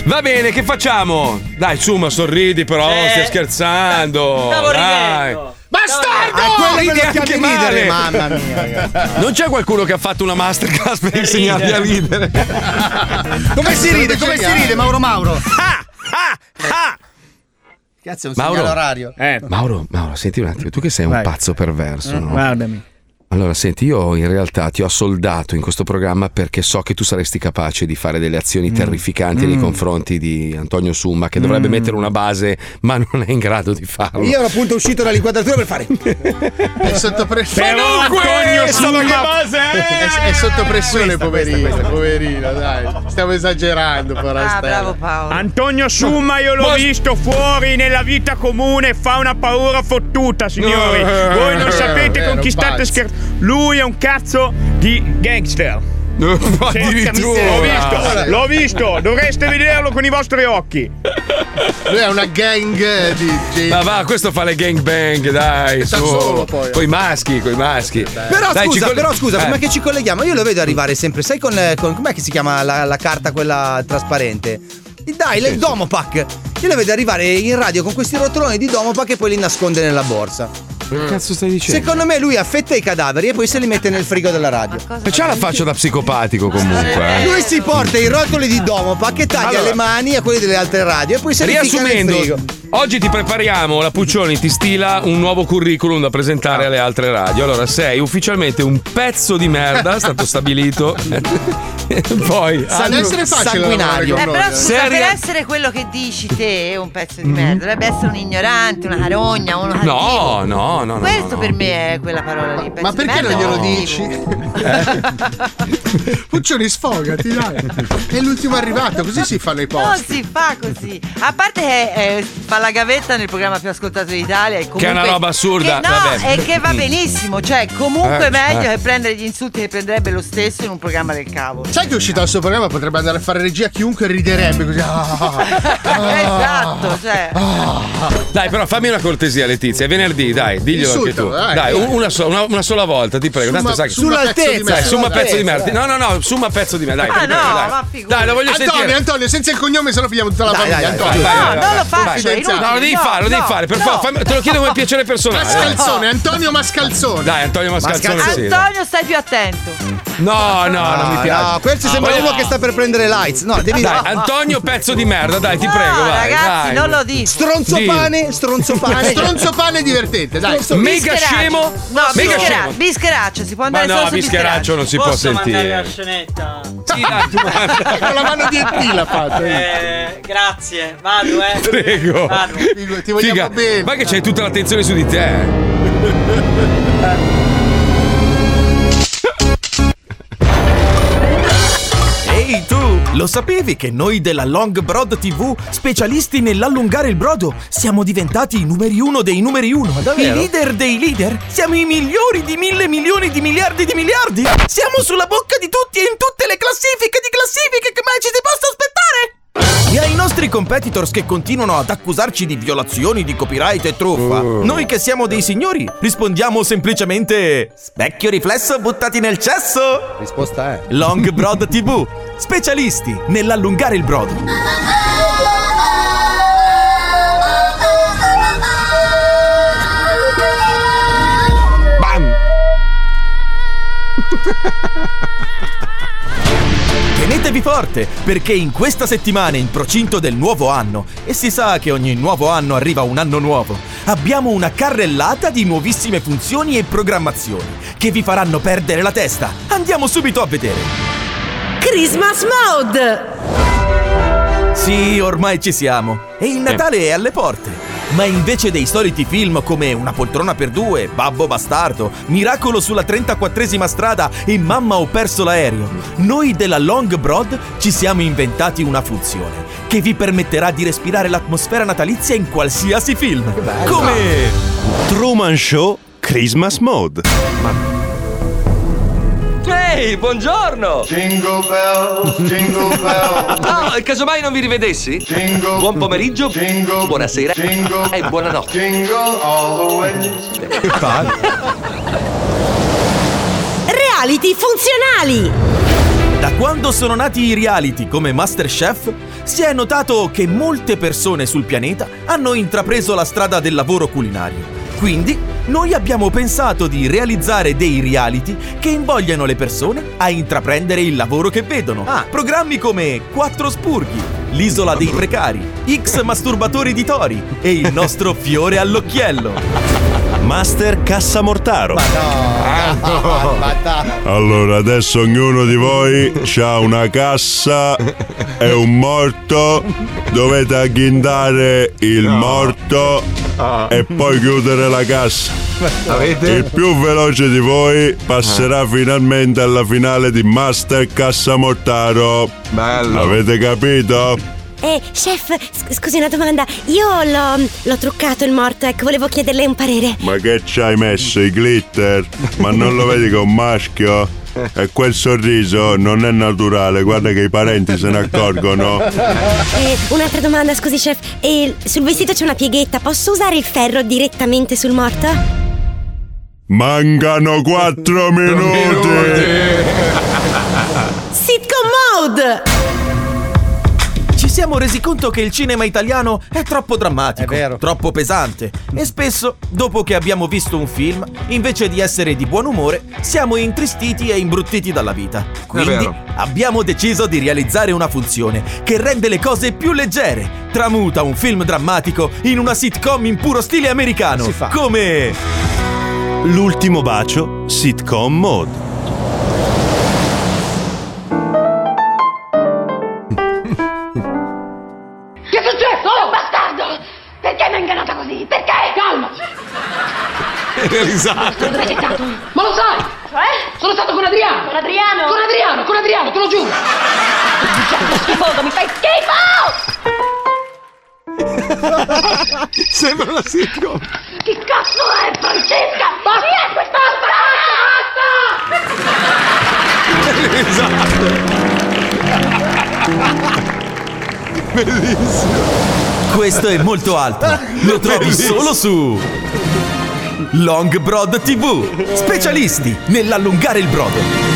[SPEAKER 5] eh. Va bene, che facciamo? Dai, su, ma sorridi, però, non stai scherzando.
[SPEAKER 30] stavo
[SPEAKER 5] Dai.
[SPEAKER 30] ridendo.
[SPEAKER 5] Bastardo!
[SPEAKER 30] A quello
[SPEAKER 5] Ridi
[SPEAKER 30] me lo
[SPEAKER 5] Ah, anche
[SPEAKER 30] chiami
[SPEAKER 5] male.
[SPEAKER 30] ridere, mamma
[SPEAKER 5] Non c'è qualcuno che ha fatto una masterclass per insegnarti a ridere?
[SPEAKER 3] Ah,
[SPEAKER 30] Come si ride? Come si ride, Mauro Mauro?
[SPEAKER 8] Cazzo, è un
[SPEAKER 5] Mauro.
[SPEAKER 8] segnale orario.
[SPEAKER 5] Mauro, Mauro, senti un attimo, tu che sei un
[SPEAKER 8] Vai.
[SPEAKER 5] pazzo perverso, no?
[SPEAKER 8] Guardami.
[SPEAKER 5] Allora, senti, io in realtà ti ho soldato in questo programma perché so che tu saresti capace di fare delle azioni terrificanti nei
[SPEAKER 3] Mm.
[SPEAKER 5] confronti di Antonio Summa, che dovrebbe
[SPEAKER 3] Mm.
[SPEAKER 5] mettere una base, ma non è in grado di farlo.
[SPEAKER 3] Io ero appunto uscito dall'inquadratura per fare.
[SPEAKER 5] Eh.
[SPEAKER 7] È sotto pressione.
[SPEAKER 5] Però Antonio Summa-
[SPEAKER 7] È, è sotto pressione, poverino. Poverino, dai. Stiamo esagerando, però.
[SPEAKER 9] Ah,
[SPEAKER 7] Stella.
[SPEAKER 9] bravo Paolo. Antonio Summa, io l'ho
[SPEAKER 7] Ma-
[SPEAKER 9] visto fuori nella vita comune, fa una paura fottuta, signori.
[SPEAKER 7] No.
[SPEAKER 9] Voi non sapete
[SPEAKER 7] Eh,
[SPEAKER 9] con
[SPEAKER 7] non
[SPEAKER 9] chi state
[SPEAKER 7] pazzo.
[SPEAKER 9] scherzando. Lui è un cazzo di gangster.
[SPEAKER 7] Eh, addirittura.
[SPEAKER 9] L'ho visto,
[SPEAKER 7] Ah,
[SPEAKER 9] l'ho visto, dovreste vederlo con i vostri occhi.
[SPEAKER 7] Eh, Lui è una gang di gente.
[SPEAKER 5] Ma va, questo fa le gangbang, dai.
[SPEAKER 3] Da
[SPEAKER 5] su.
[SPEAKER 3] solo, poi.
[SPEAKER 5] Coi maschi, coi maschi.
[SPEAKER 3] Però
[SPEAKER 5] Dai, ci
[SPEAKER 3] scusa,
[SPEAKER 5] col-
[SPEAKER 3] però scusa,
[SPEAKER 5] Eh.
[SPEAKER 3] prima che ci colleghiamo, io lo vedo arrivare sempre. Sai con. eh, con- com'è che si chiama la, la carta quella trasparente? Il- Dai, il Domopac. Io lo vedo arrivare in radio con questi rotoloni di Domopac e poi li nasconde nella borsa.
[SPEAKER 5] Che cazzo stai dicendo?
[SPEAKER 3] Secondo me lui affetta i cadaveri e poi se li mette nel frigo della radio.
[SPEAKER 5] E c'ha la faccia da psicopatico comunque. eh.
[SPEAKER 3] Lui si porta i rotoli di Domopac e taglia
[SPEAKER 5] Allora.
[SPEAKER 3] le mani a quelli delle altre radio e poi se li ficca nel
[SPEAKER 5] Riassumendo,
[SPEAKER 3] frigo.
[SPEAKER 5] oggi ti prepariamo, la Puccioni ti stila un nuovo curriculum da
[SPEAKER 7] Ah.
[SPEAKER 5] presentare alle altre radio. Allora, sei ufficialmente un pezzo di merda, è stato stabilito. Poi
[SPEAKER 7] Sa- deve essere facile
[SPEAKER 2] Eh,
[SPEAKER 7] sanguinario.
[SPEAKER 2] però scusa, per
[SPEAKER 5] Seria-
[SPEAKER 2] essere quello che dici te, un pezzo di merda, dovrebbe essere un ignorante, una carogna, uno cattivo.
[SPEAKER 5] No, no, no, no.
[SPEAKER 2] Questo
[SPEAKER 5] no.
[SPEAKER 2] per me è quella parola lì.
[SPEAKER 7] Ma perché non glielo dici? Puccioni, sfogati, dai. È l'ultimo arrivato, così si fanno i
[SPEAKER 2] Non
[SPEAKER 7] posti.
[SPEAKER 2] si fa così. A parte che eh, fa la gavetta nel programma più ascoltato d'Italia. E comunque-
[SPEAKER 5] Che è una roba assurda,
[SPEAKER 2] Che no,
[SPEAKER 5] vabbè.
[SPEAKER 2] e che va
[SPEAKER 5] Mm.
[SPEAKER 2] benissimo. Cioè, comunque
[SPEAKER 5] Eh,
[SPEAKER 2] è meglio
[SPEAKER 5] eh.
[SPEAKER 2] che prendere gli insulti che prenderebbe lo stesso in un programma del cavolo.
[SPEAKER 7] Sai che è uscito dal suo programma potrebbe andare a fare regia chiunque e riderebbe così. Ah,
[SPEAKER 2] esatto, cioè.
[SPEAKER 5] Dai, però fammi una cortesia, Letizia. È venerdì, dai, diglielo
[SPEAKER 7] Insultalo,
[SPEAKER 5] anche tu.
[SPEAKER 7] dai,
[SPEAKER 5] Dai,
[SPEAKER 7] dai.
[SPEAKER 5] una, so- una- una sola volta, ti prego. Tanto
[SPEAKER 7] Summa-
[SPEAKER 5] sai che
[SPEAKER 7] summa pezzo di merda.
[SPEAKER 5] Dai, summa pezzo di merda.
[SPEAKER 7] Summa
[SPEAKER 5] No, no, no, summa pezzo di merda. Dai,
[SPEAKER 7] Ah,
[SPEAKER 5] per
[SPEAKER 7] no,
[SPEAKER 5] prego, dai.
[SPEAKER 7] ma
[SPEAKER 5] Dai, lo voglio
[SPEAKER 7] Antonio,
[SPEAKER 5] sentire.
[SPEAKER 7] Antonio, senza il cognome, se no finiamo tutta la
[SPEAKER 5] Dai,
[SPEAKER 7] famiglia.
[SPEAKER 5] dai, dai,
[SPEAKER 7] Antonio,
[SPEAKER 5] vai, vai,
[SPEAKER 7] Dai,
[SPEAKER 5] vai,
[SPEAKER 7] dai,
[SPEAKER 5] vai.
[SPEAKER 7] dai.
[SPEAKER 5] Vai. No, lo devi fare, lo devi fare. Per favore, fammi- te lo chiedo come piacere personale.
[SPEAKER 7] Mascalzone, Antonio Mascalzone.
[SPEAKER 5] Eh. Dai, Antonio Mascalzone, sì. dai.
[SPEAKER 2] Antonio, stai più attento.
[SPEAKER 5] Eh, No, no, Ah, non mi piace.
[SPEAKER 3] Ah, No, questo sembra
[SPEAKER 5] Voglio-
[SPEAKER 3] uno che sta per prendere lights. No, devi ah,
[SPEAKER 5] Dai, Antonio, pezzo di merda, dai, ti prego, vai.
[SPEAKER 2] Ragazzi,
[SPEAKER 5] vai.
[SPEAKER 2] non lo dico.
[SPEAKER 3] Stronzopane, stronzopane.
[SPEAKER 7] Stronzopane divertente, dai.
[SPEAKER 5] Mega
[SPEAKER 2] Bischeraccio.
[SPEAKER 5] scemo.
[SPEAKER 2] No,
[SPEAKER 5] Mega
[SPEAKER 2] bischera-
[SPEAKER 5] scemo.
[SPEAKER 2] bischeraccio, si può
[SPEAKER 5] Ma
[SPEAKER 2] andare
[SPEAKER 5] no,
[SPEAKER 2] solo su
[SPEAKER 5] bischeraccio non si può
[SPEAKER 18] Posso mandare la
[SPEAKER 5] sentire.
[SPEAKER 18] scenetta?
[SPEAKER 7] Con la mano di ET l'ha fatto.
[SPEAKER 18] Eh, grazie, vado eh.
[SPEAKER 5] Prego.
[SPEAKER 18] Vado.
[SPEAKER 7] Ti vogliamo
[SPEAKER 5] Figa,
[SPEAKER 7] bene.
[SPEAKER 5] Ma che c'hai tutta l'attenzione su di te. eh.
[SPEAKER 16] Ehi tu, lo sapevi che noi della Long Broad TV, specialisti nell'allungare il brodo, siamo diventati i numeri uno dei numeri uno? davvero? I leader dei leader? Siamo i migliori di mille milioni di miliardi di miliardi? Siamo sulla bocca di tutti e in tutte le classifiche di classifiche che mai ci si possa aspettare? E ai nostri competitors che continuano ad accusarci di violazioni di copyright e truffa, noi che siamo dei signori rispondiamo semplicemente: Specchio riflesso buttati nel cesso! Risposta è: Long Broad TV, specialisti nell'allungare il brodo. Tenetevi forte, perché in questa settimana in procinto del nuovo anno, e si sa che ogni nuovo anno arriva un anno nuovo, abbiamo una carrellata di nuovissime funzioni e programmazioni che vi faranno perdere la testa. Andiamo subito a vedere.
[SPEAKER 31] Christmas Mode!
[SPEAKER 16] Sì, ormai ci siamo. E il Natale è alle porte. Ma invece dei soliti film come Una poltrona per due, Babbo bastardo, Miracolo sulla 34esima strada e Mamma ho perso l'aereo, noi della Long Broad ci siamo inventati una funzione che vi permetterà di respirare l'atmosfera natalizia in qualsiasi film. Come
[SPEAKER 31] Truman Show Christmas Mode.
[SPEAKER 32] Ehi, buongiorno! Jingle bell, jingle bell. No, casomai non vi rivedessi? Jingle. Buon pomeriggio, jingle. Buonasera e buonanotte. Jingle all the way. Che
[SPEAKER 31] Reality funzionali!
[SPEAKER 16] Da quando sono nati i reality come Masterchef, si è notato che molte persone sul pianeta hanno intrapreso la strada del lavoro culinario. Quindi noi abbiamo pensato di realizzare dei reality che invogliano le persone a intraprendere il lavoro che vedono. Programmi come Quattro Spurghi, L'Isola dei Precari, X Masturbatori di Tori e il nostro fiore all'occhiello. Master Cassamortaro. Ma
[SPEAKER 22] Allora, adesso ognuno di voi ha una cassa e un morto. Dovete agghindare il morto e poi chiudere la cassa.
[SPEAKER 18] Avete?
[SPEAKER 22] Il più veloce di voi passerà finalmente alla finale di Master Cassamortaro. Bello. Avete capito?
[SPEAKER 8] Eh, chef, sc- scusi una domanda. Io l'ho, l'ho truccato il morto, ecco, volevo chiederle un parere.
[SPEAKER 22] Ma che ci hai messo i glitter? Ma non lo vedi che è un maschio? E quel sorriso non è naturale, guarda che i parenti se ne accorgono.
[SPEAKER 8] Eh, un'altra domanda, scusi, chef. E sul vestito c'è una pieghetta, posso usare il ferro direttamente sul morto?
[SPEAKER 22] Mancano 4 minuti!
[SPEAKER 33] Sitcom mode!
[SPEAKER 16] Ci siamo resi conto che il cinema italiano è troppo drammatico, troppo pesante e spesso, dopo che abbiamo visto un film, invece di essere di buon umore, siamo intristiti e imbruttiti dalla vita. Quindi
[SPEAKER 18] vero.
[SPEAKER 16] abbiamo deciso di realizzare una funzione che rende le cose più leggere, tramuta un film drammatico in una sitcom in puro stile americano, come
[SPEAKER 25] L'ultimo bacio, sitcom mode.
[SPEAKER 22] Che è successo? È un bastardo! Perché mi ha ingannata così? Perché? Calma!
[SPEAKER 18] Le risate.
[SPEAKER 22] Dove sei stato? Ma lo sai! Cioè? Sono stato con Adriano! Con Adriano? Con Adriano, con Adriano, te lo giuro! Schifoso, mi fai schifo!
[SPEAKER 18] Sembra una sitcom.
[SPEAKER 22] Chi cazzo è Francesca? Ma chi è quest'altra?
[SPEAKER 18] Esatto. Bellissimo.
[SPEAKER 16] Questo è molto alto. Lo trovi
[SPEAKER 18] Bellissimo.
[SPEAKER 16] solo su Long Broad TV. Specialisti nell'allungare il brodo.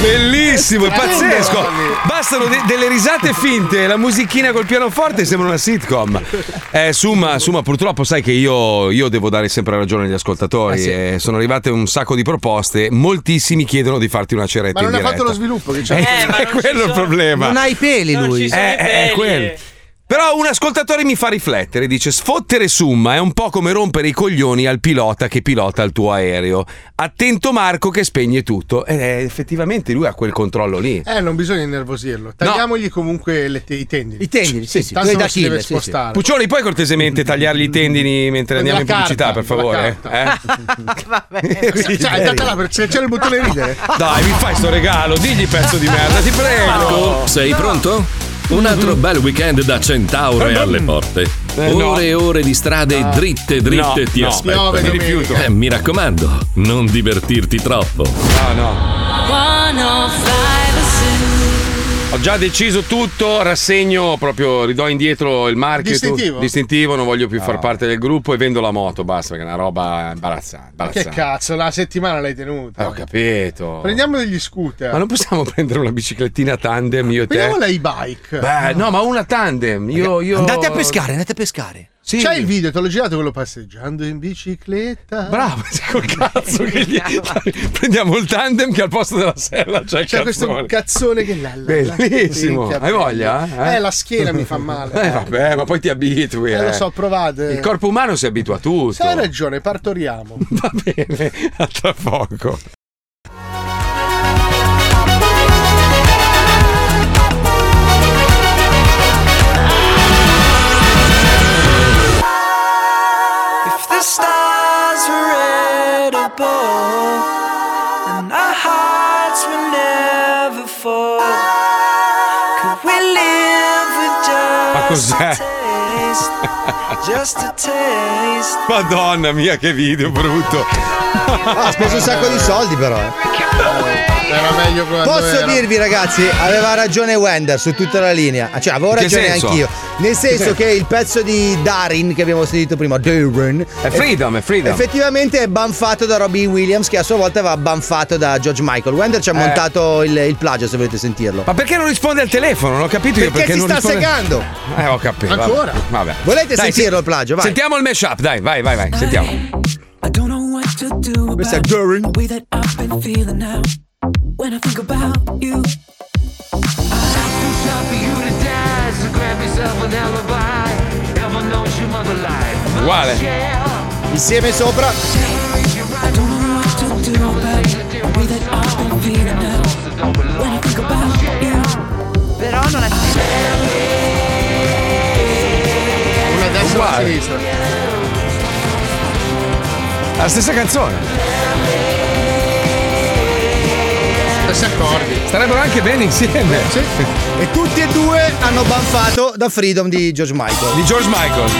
[SPEAKER 5] Bellissimo, è
[SPEAKER 16] Stupendo.
[SPEAKER 5] pazzesco. Bastano de- delle risate finte, la musichina col pianoforte sembra una sitcom. Eh, Summa, Summa, purtroppo sai che io, io devo dare sempre ragione agli ascoltatori. eh, sono arrivate un sacco di proposte, moltissimi chiedono di farti una ceretta
[SPEAKER 7] Ma non
[SPEAKER 5] in
[SPEAKER 7] ha
[SPEAKER 5] diretta.
[SPEAKER 7] fatto lo sviluppo che c'è.
[SPEAKER 5] Eh, è quello il problema.
[SPEAKER 7] Non ha i peli
[SPEAKER 3] Non
[SPEAKER 7] lui. ci sono
[SPEAKER 5] Eh,
[SPEAKER 7] i
[SPEAKER 5] eh,
[SPEAKER 7] peli.
[SPEAKER 5] è quello. Però un ascoltatore mi fa riflettere, dice sfottere Summa è un po' come rompere i coglioni al pilota che pilota il tuo aereo. Attento Marco che spegne tutto. Ed è- effettivamente lui ha quel controllo lì.
[SPEAKER 7] Eh, non bisogna innervosirlo. Tagliamogli comunque le te- i tendini. I tendini, sì, sì. Tanto
[SPEAKER 3] quelli
[SPEAKER 7] non si
[SPEAKER 3] d'Achille,
[SPEAKER 7] deve
[SPEAKER 3] sì, sì.
[SPEAKER 7] spostare.
[SPEAKER 5] Puccioli, puoi cortesemente tagliargli i tendini mentre
[SPEAKER 7] Prendi
[SPEAKER 5] andiamo
[SPEAKER 7] la
[SPEAKER 5] in pubblicità,
[SPEAKER 7] carta,
[SPEAKER 5] per favore? Eh?
[SPEAKER 7] Cioè, è andata là perché c'è il bottone ridere.
[SPEAKER 5] Dai, mi fai sto regalo, digli pezzo di merda, ti prego. Mm-hmm.
[SPEAKER 1] Sei pronto? Un altro bel weekend da Centauro è alle porte.
[SPEAKER 5] Eh, no. Ah.
[SPEAKER 1] Ore e ore di strade dritte, dritte
[SPEAKER 5] No,
[SPEAKER 1] ti
[SPEAKER 5] no.
[SPEAKER 1] aspettano.
[SPEAKER 5] Piove, Mi rifiuto.
[SPEAKER 1] Eh, mi raccomando, non divertirti troppo.
[SPEAKER 5] No, Ah, no. Eh? Ho già deciso tutto, rassegno proprio, ridò indietro il marchio. e tu-
[SPEAKER 7] Distintivo? Ah.
[SPEAKER 5] distintivo, non voglio più far
[SPEAKER 7] No.
[SPEAKER 5] parte del gruppo e vendo la moto, basta, perché è una roba imbarazzante.
[SPEAKER 7] Ma Che
[SPEAKER 5] imbarazzante.
[SPEAKER 7] cazzo, la settimana l'hai tenuta.
[SPEAKER 5] Eh, ho capito.
[SPEAKER 7] Prendiamo degli scooter.
[SPEAKER 5] Ma non possiamo prendere una biciclettina tandem io e te?
[SPEAKER 7] Prendiamo la e-bike.
[SPEAKER 5] Beh, no, ma una tandem. Io, io...
[SPEAKER 7] Andate a pescare, andate a pescare.
[SPEAKER 5] Sì.
[SPEAKER 7] C'è il video, te l'ho girato quello passeggiando in bicicletta.
[SPEAKER 5] Bravo, col cazzo che gli- Prendiamo il tandem che al posto della sella c'è, il
[SPEAKER 7] C'è questo
[SPEAKER 5] cazzone.
[SPEAKER 7] cazzone che la, la- la-
[SPEAKER 5] certo. Bellissimo.
[SPEAKER 7] minchia,
[SPEAKER 5] Hai voglia?
[SPEAKER 7] Eh? la schiena mi fa male.
[SPEAKER 5] Eh, vabbè, ma poi ti abitui.
[SPEAKER 7] Eh, lo so, provate.
[SPEAKER 5] Il corpo umano si abitua a tutto.
[SPEAKER 7] Sai ragione, partoriamo.
[SPEAKER 5] A tra poco.
[SPEAKER 10] If the stars were red above, and our hearts were never full, could we live with
[SPEAKER 5] Ma
[SPEAKER 10] just
[SPEAKER 5] cos'è?
[SPEAKER 10] a taste? Just a taste.
[SPEAKER 5] Madonna mia, che video brutto.
[SPEAKER 3] Ha speso un sacco di soldi però. eh.
[SPEAKER 7] Era meglio quando
[SPEAKER 3] Posso
[SPEAKER 7] era.
[SPEAKER 3] dirvi ragazzi, aveva ragione Wender su tutta la linea, Ah, cioè avevo
[SPEAKER 5] In che
[SPEAKER 3] ragione
[SPEAKER 5] senso?
[SPEAKER 3] anch'io, nel senso
[SPEAKER 5] Sì.
[SPEAKER 3] che il pezzo di Darin che abbiamo sentito prima, Darren,
[SPEAKER 5] È freedom, è freedom.
[SPEAKER 3] effettivamente è banfato da Robbie Williams che a sua volta va banfato da George Michael, Wender ci ha
[SPEAKER 5] Eh.
[SPEAKER 3] montato il, il plagio se volete sentirlo.
[SPEAKER 5] Ma perché non risponde al telefono? Non ho capito io
[SPEAKER 3] Perché
[SPEAKER 5] perché
[SPEAKER 3] si
[SPEAKER 5] non
[SPEAKER 3] sta
[SPEAKER 5] risponde-
[SPEAKER 3] segando.
[SPEAKER 5] Eh, ho capito. vabbè.
[SPEAKER 3] Ancora?
[SPEAKER 5] Vabbè.
[SPEAKER 3] Volete sentirlo
[SPEAKER 5] se-
[SPEAKER 3] il plagio? Vai.
[SPEAKER 5] Sentiamo il mashup, dai, vai, vai, vai, sentiamo.
[SPEAKER 28] I don't know what to do
[SPEAKER 3] Questa è
[SPEAKER 28] about
[SPEAKER 3] Durin.
[SPEAKER 28] the way that I've been feeling now. When I think about you,
[SPEAKER 5] Uguale.
[SPEAKER 3] Insieme sopra.
[SPEAKER 28] I don't know what to do about the way that I've been feeling now. When I think about you,
[SPEAKER 2] Però non
[SPEAKER 7] Una
[SPEAKER 2] è
[SPEAKER 7] a destra e una a
[SPEAKER 5] Uguale.
[SPEAKER 7] sinistra.
[SPEAKER 5] La stessa canzone.
[SPEAKER 7] Stessi accordi.
[SPEAKER 5] Starebbero anche bene insieme.
[SPEAKER 3] E tutti e due hanno banfato da Freedom di George Michael.
[SPEAKER 5] Di George Michael.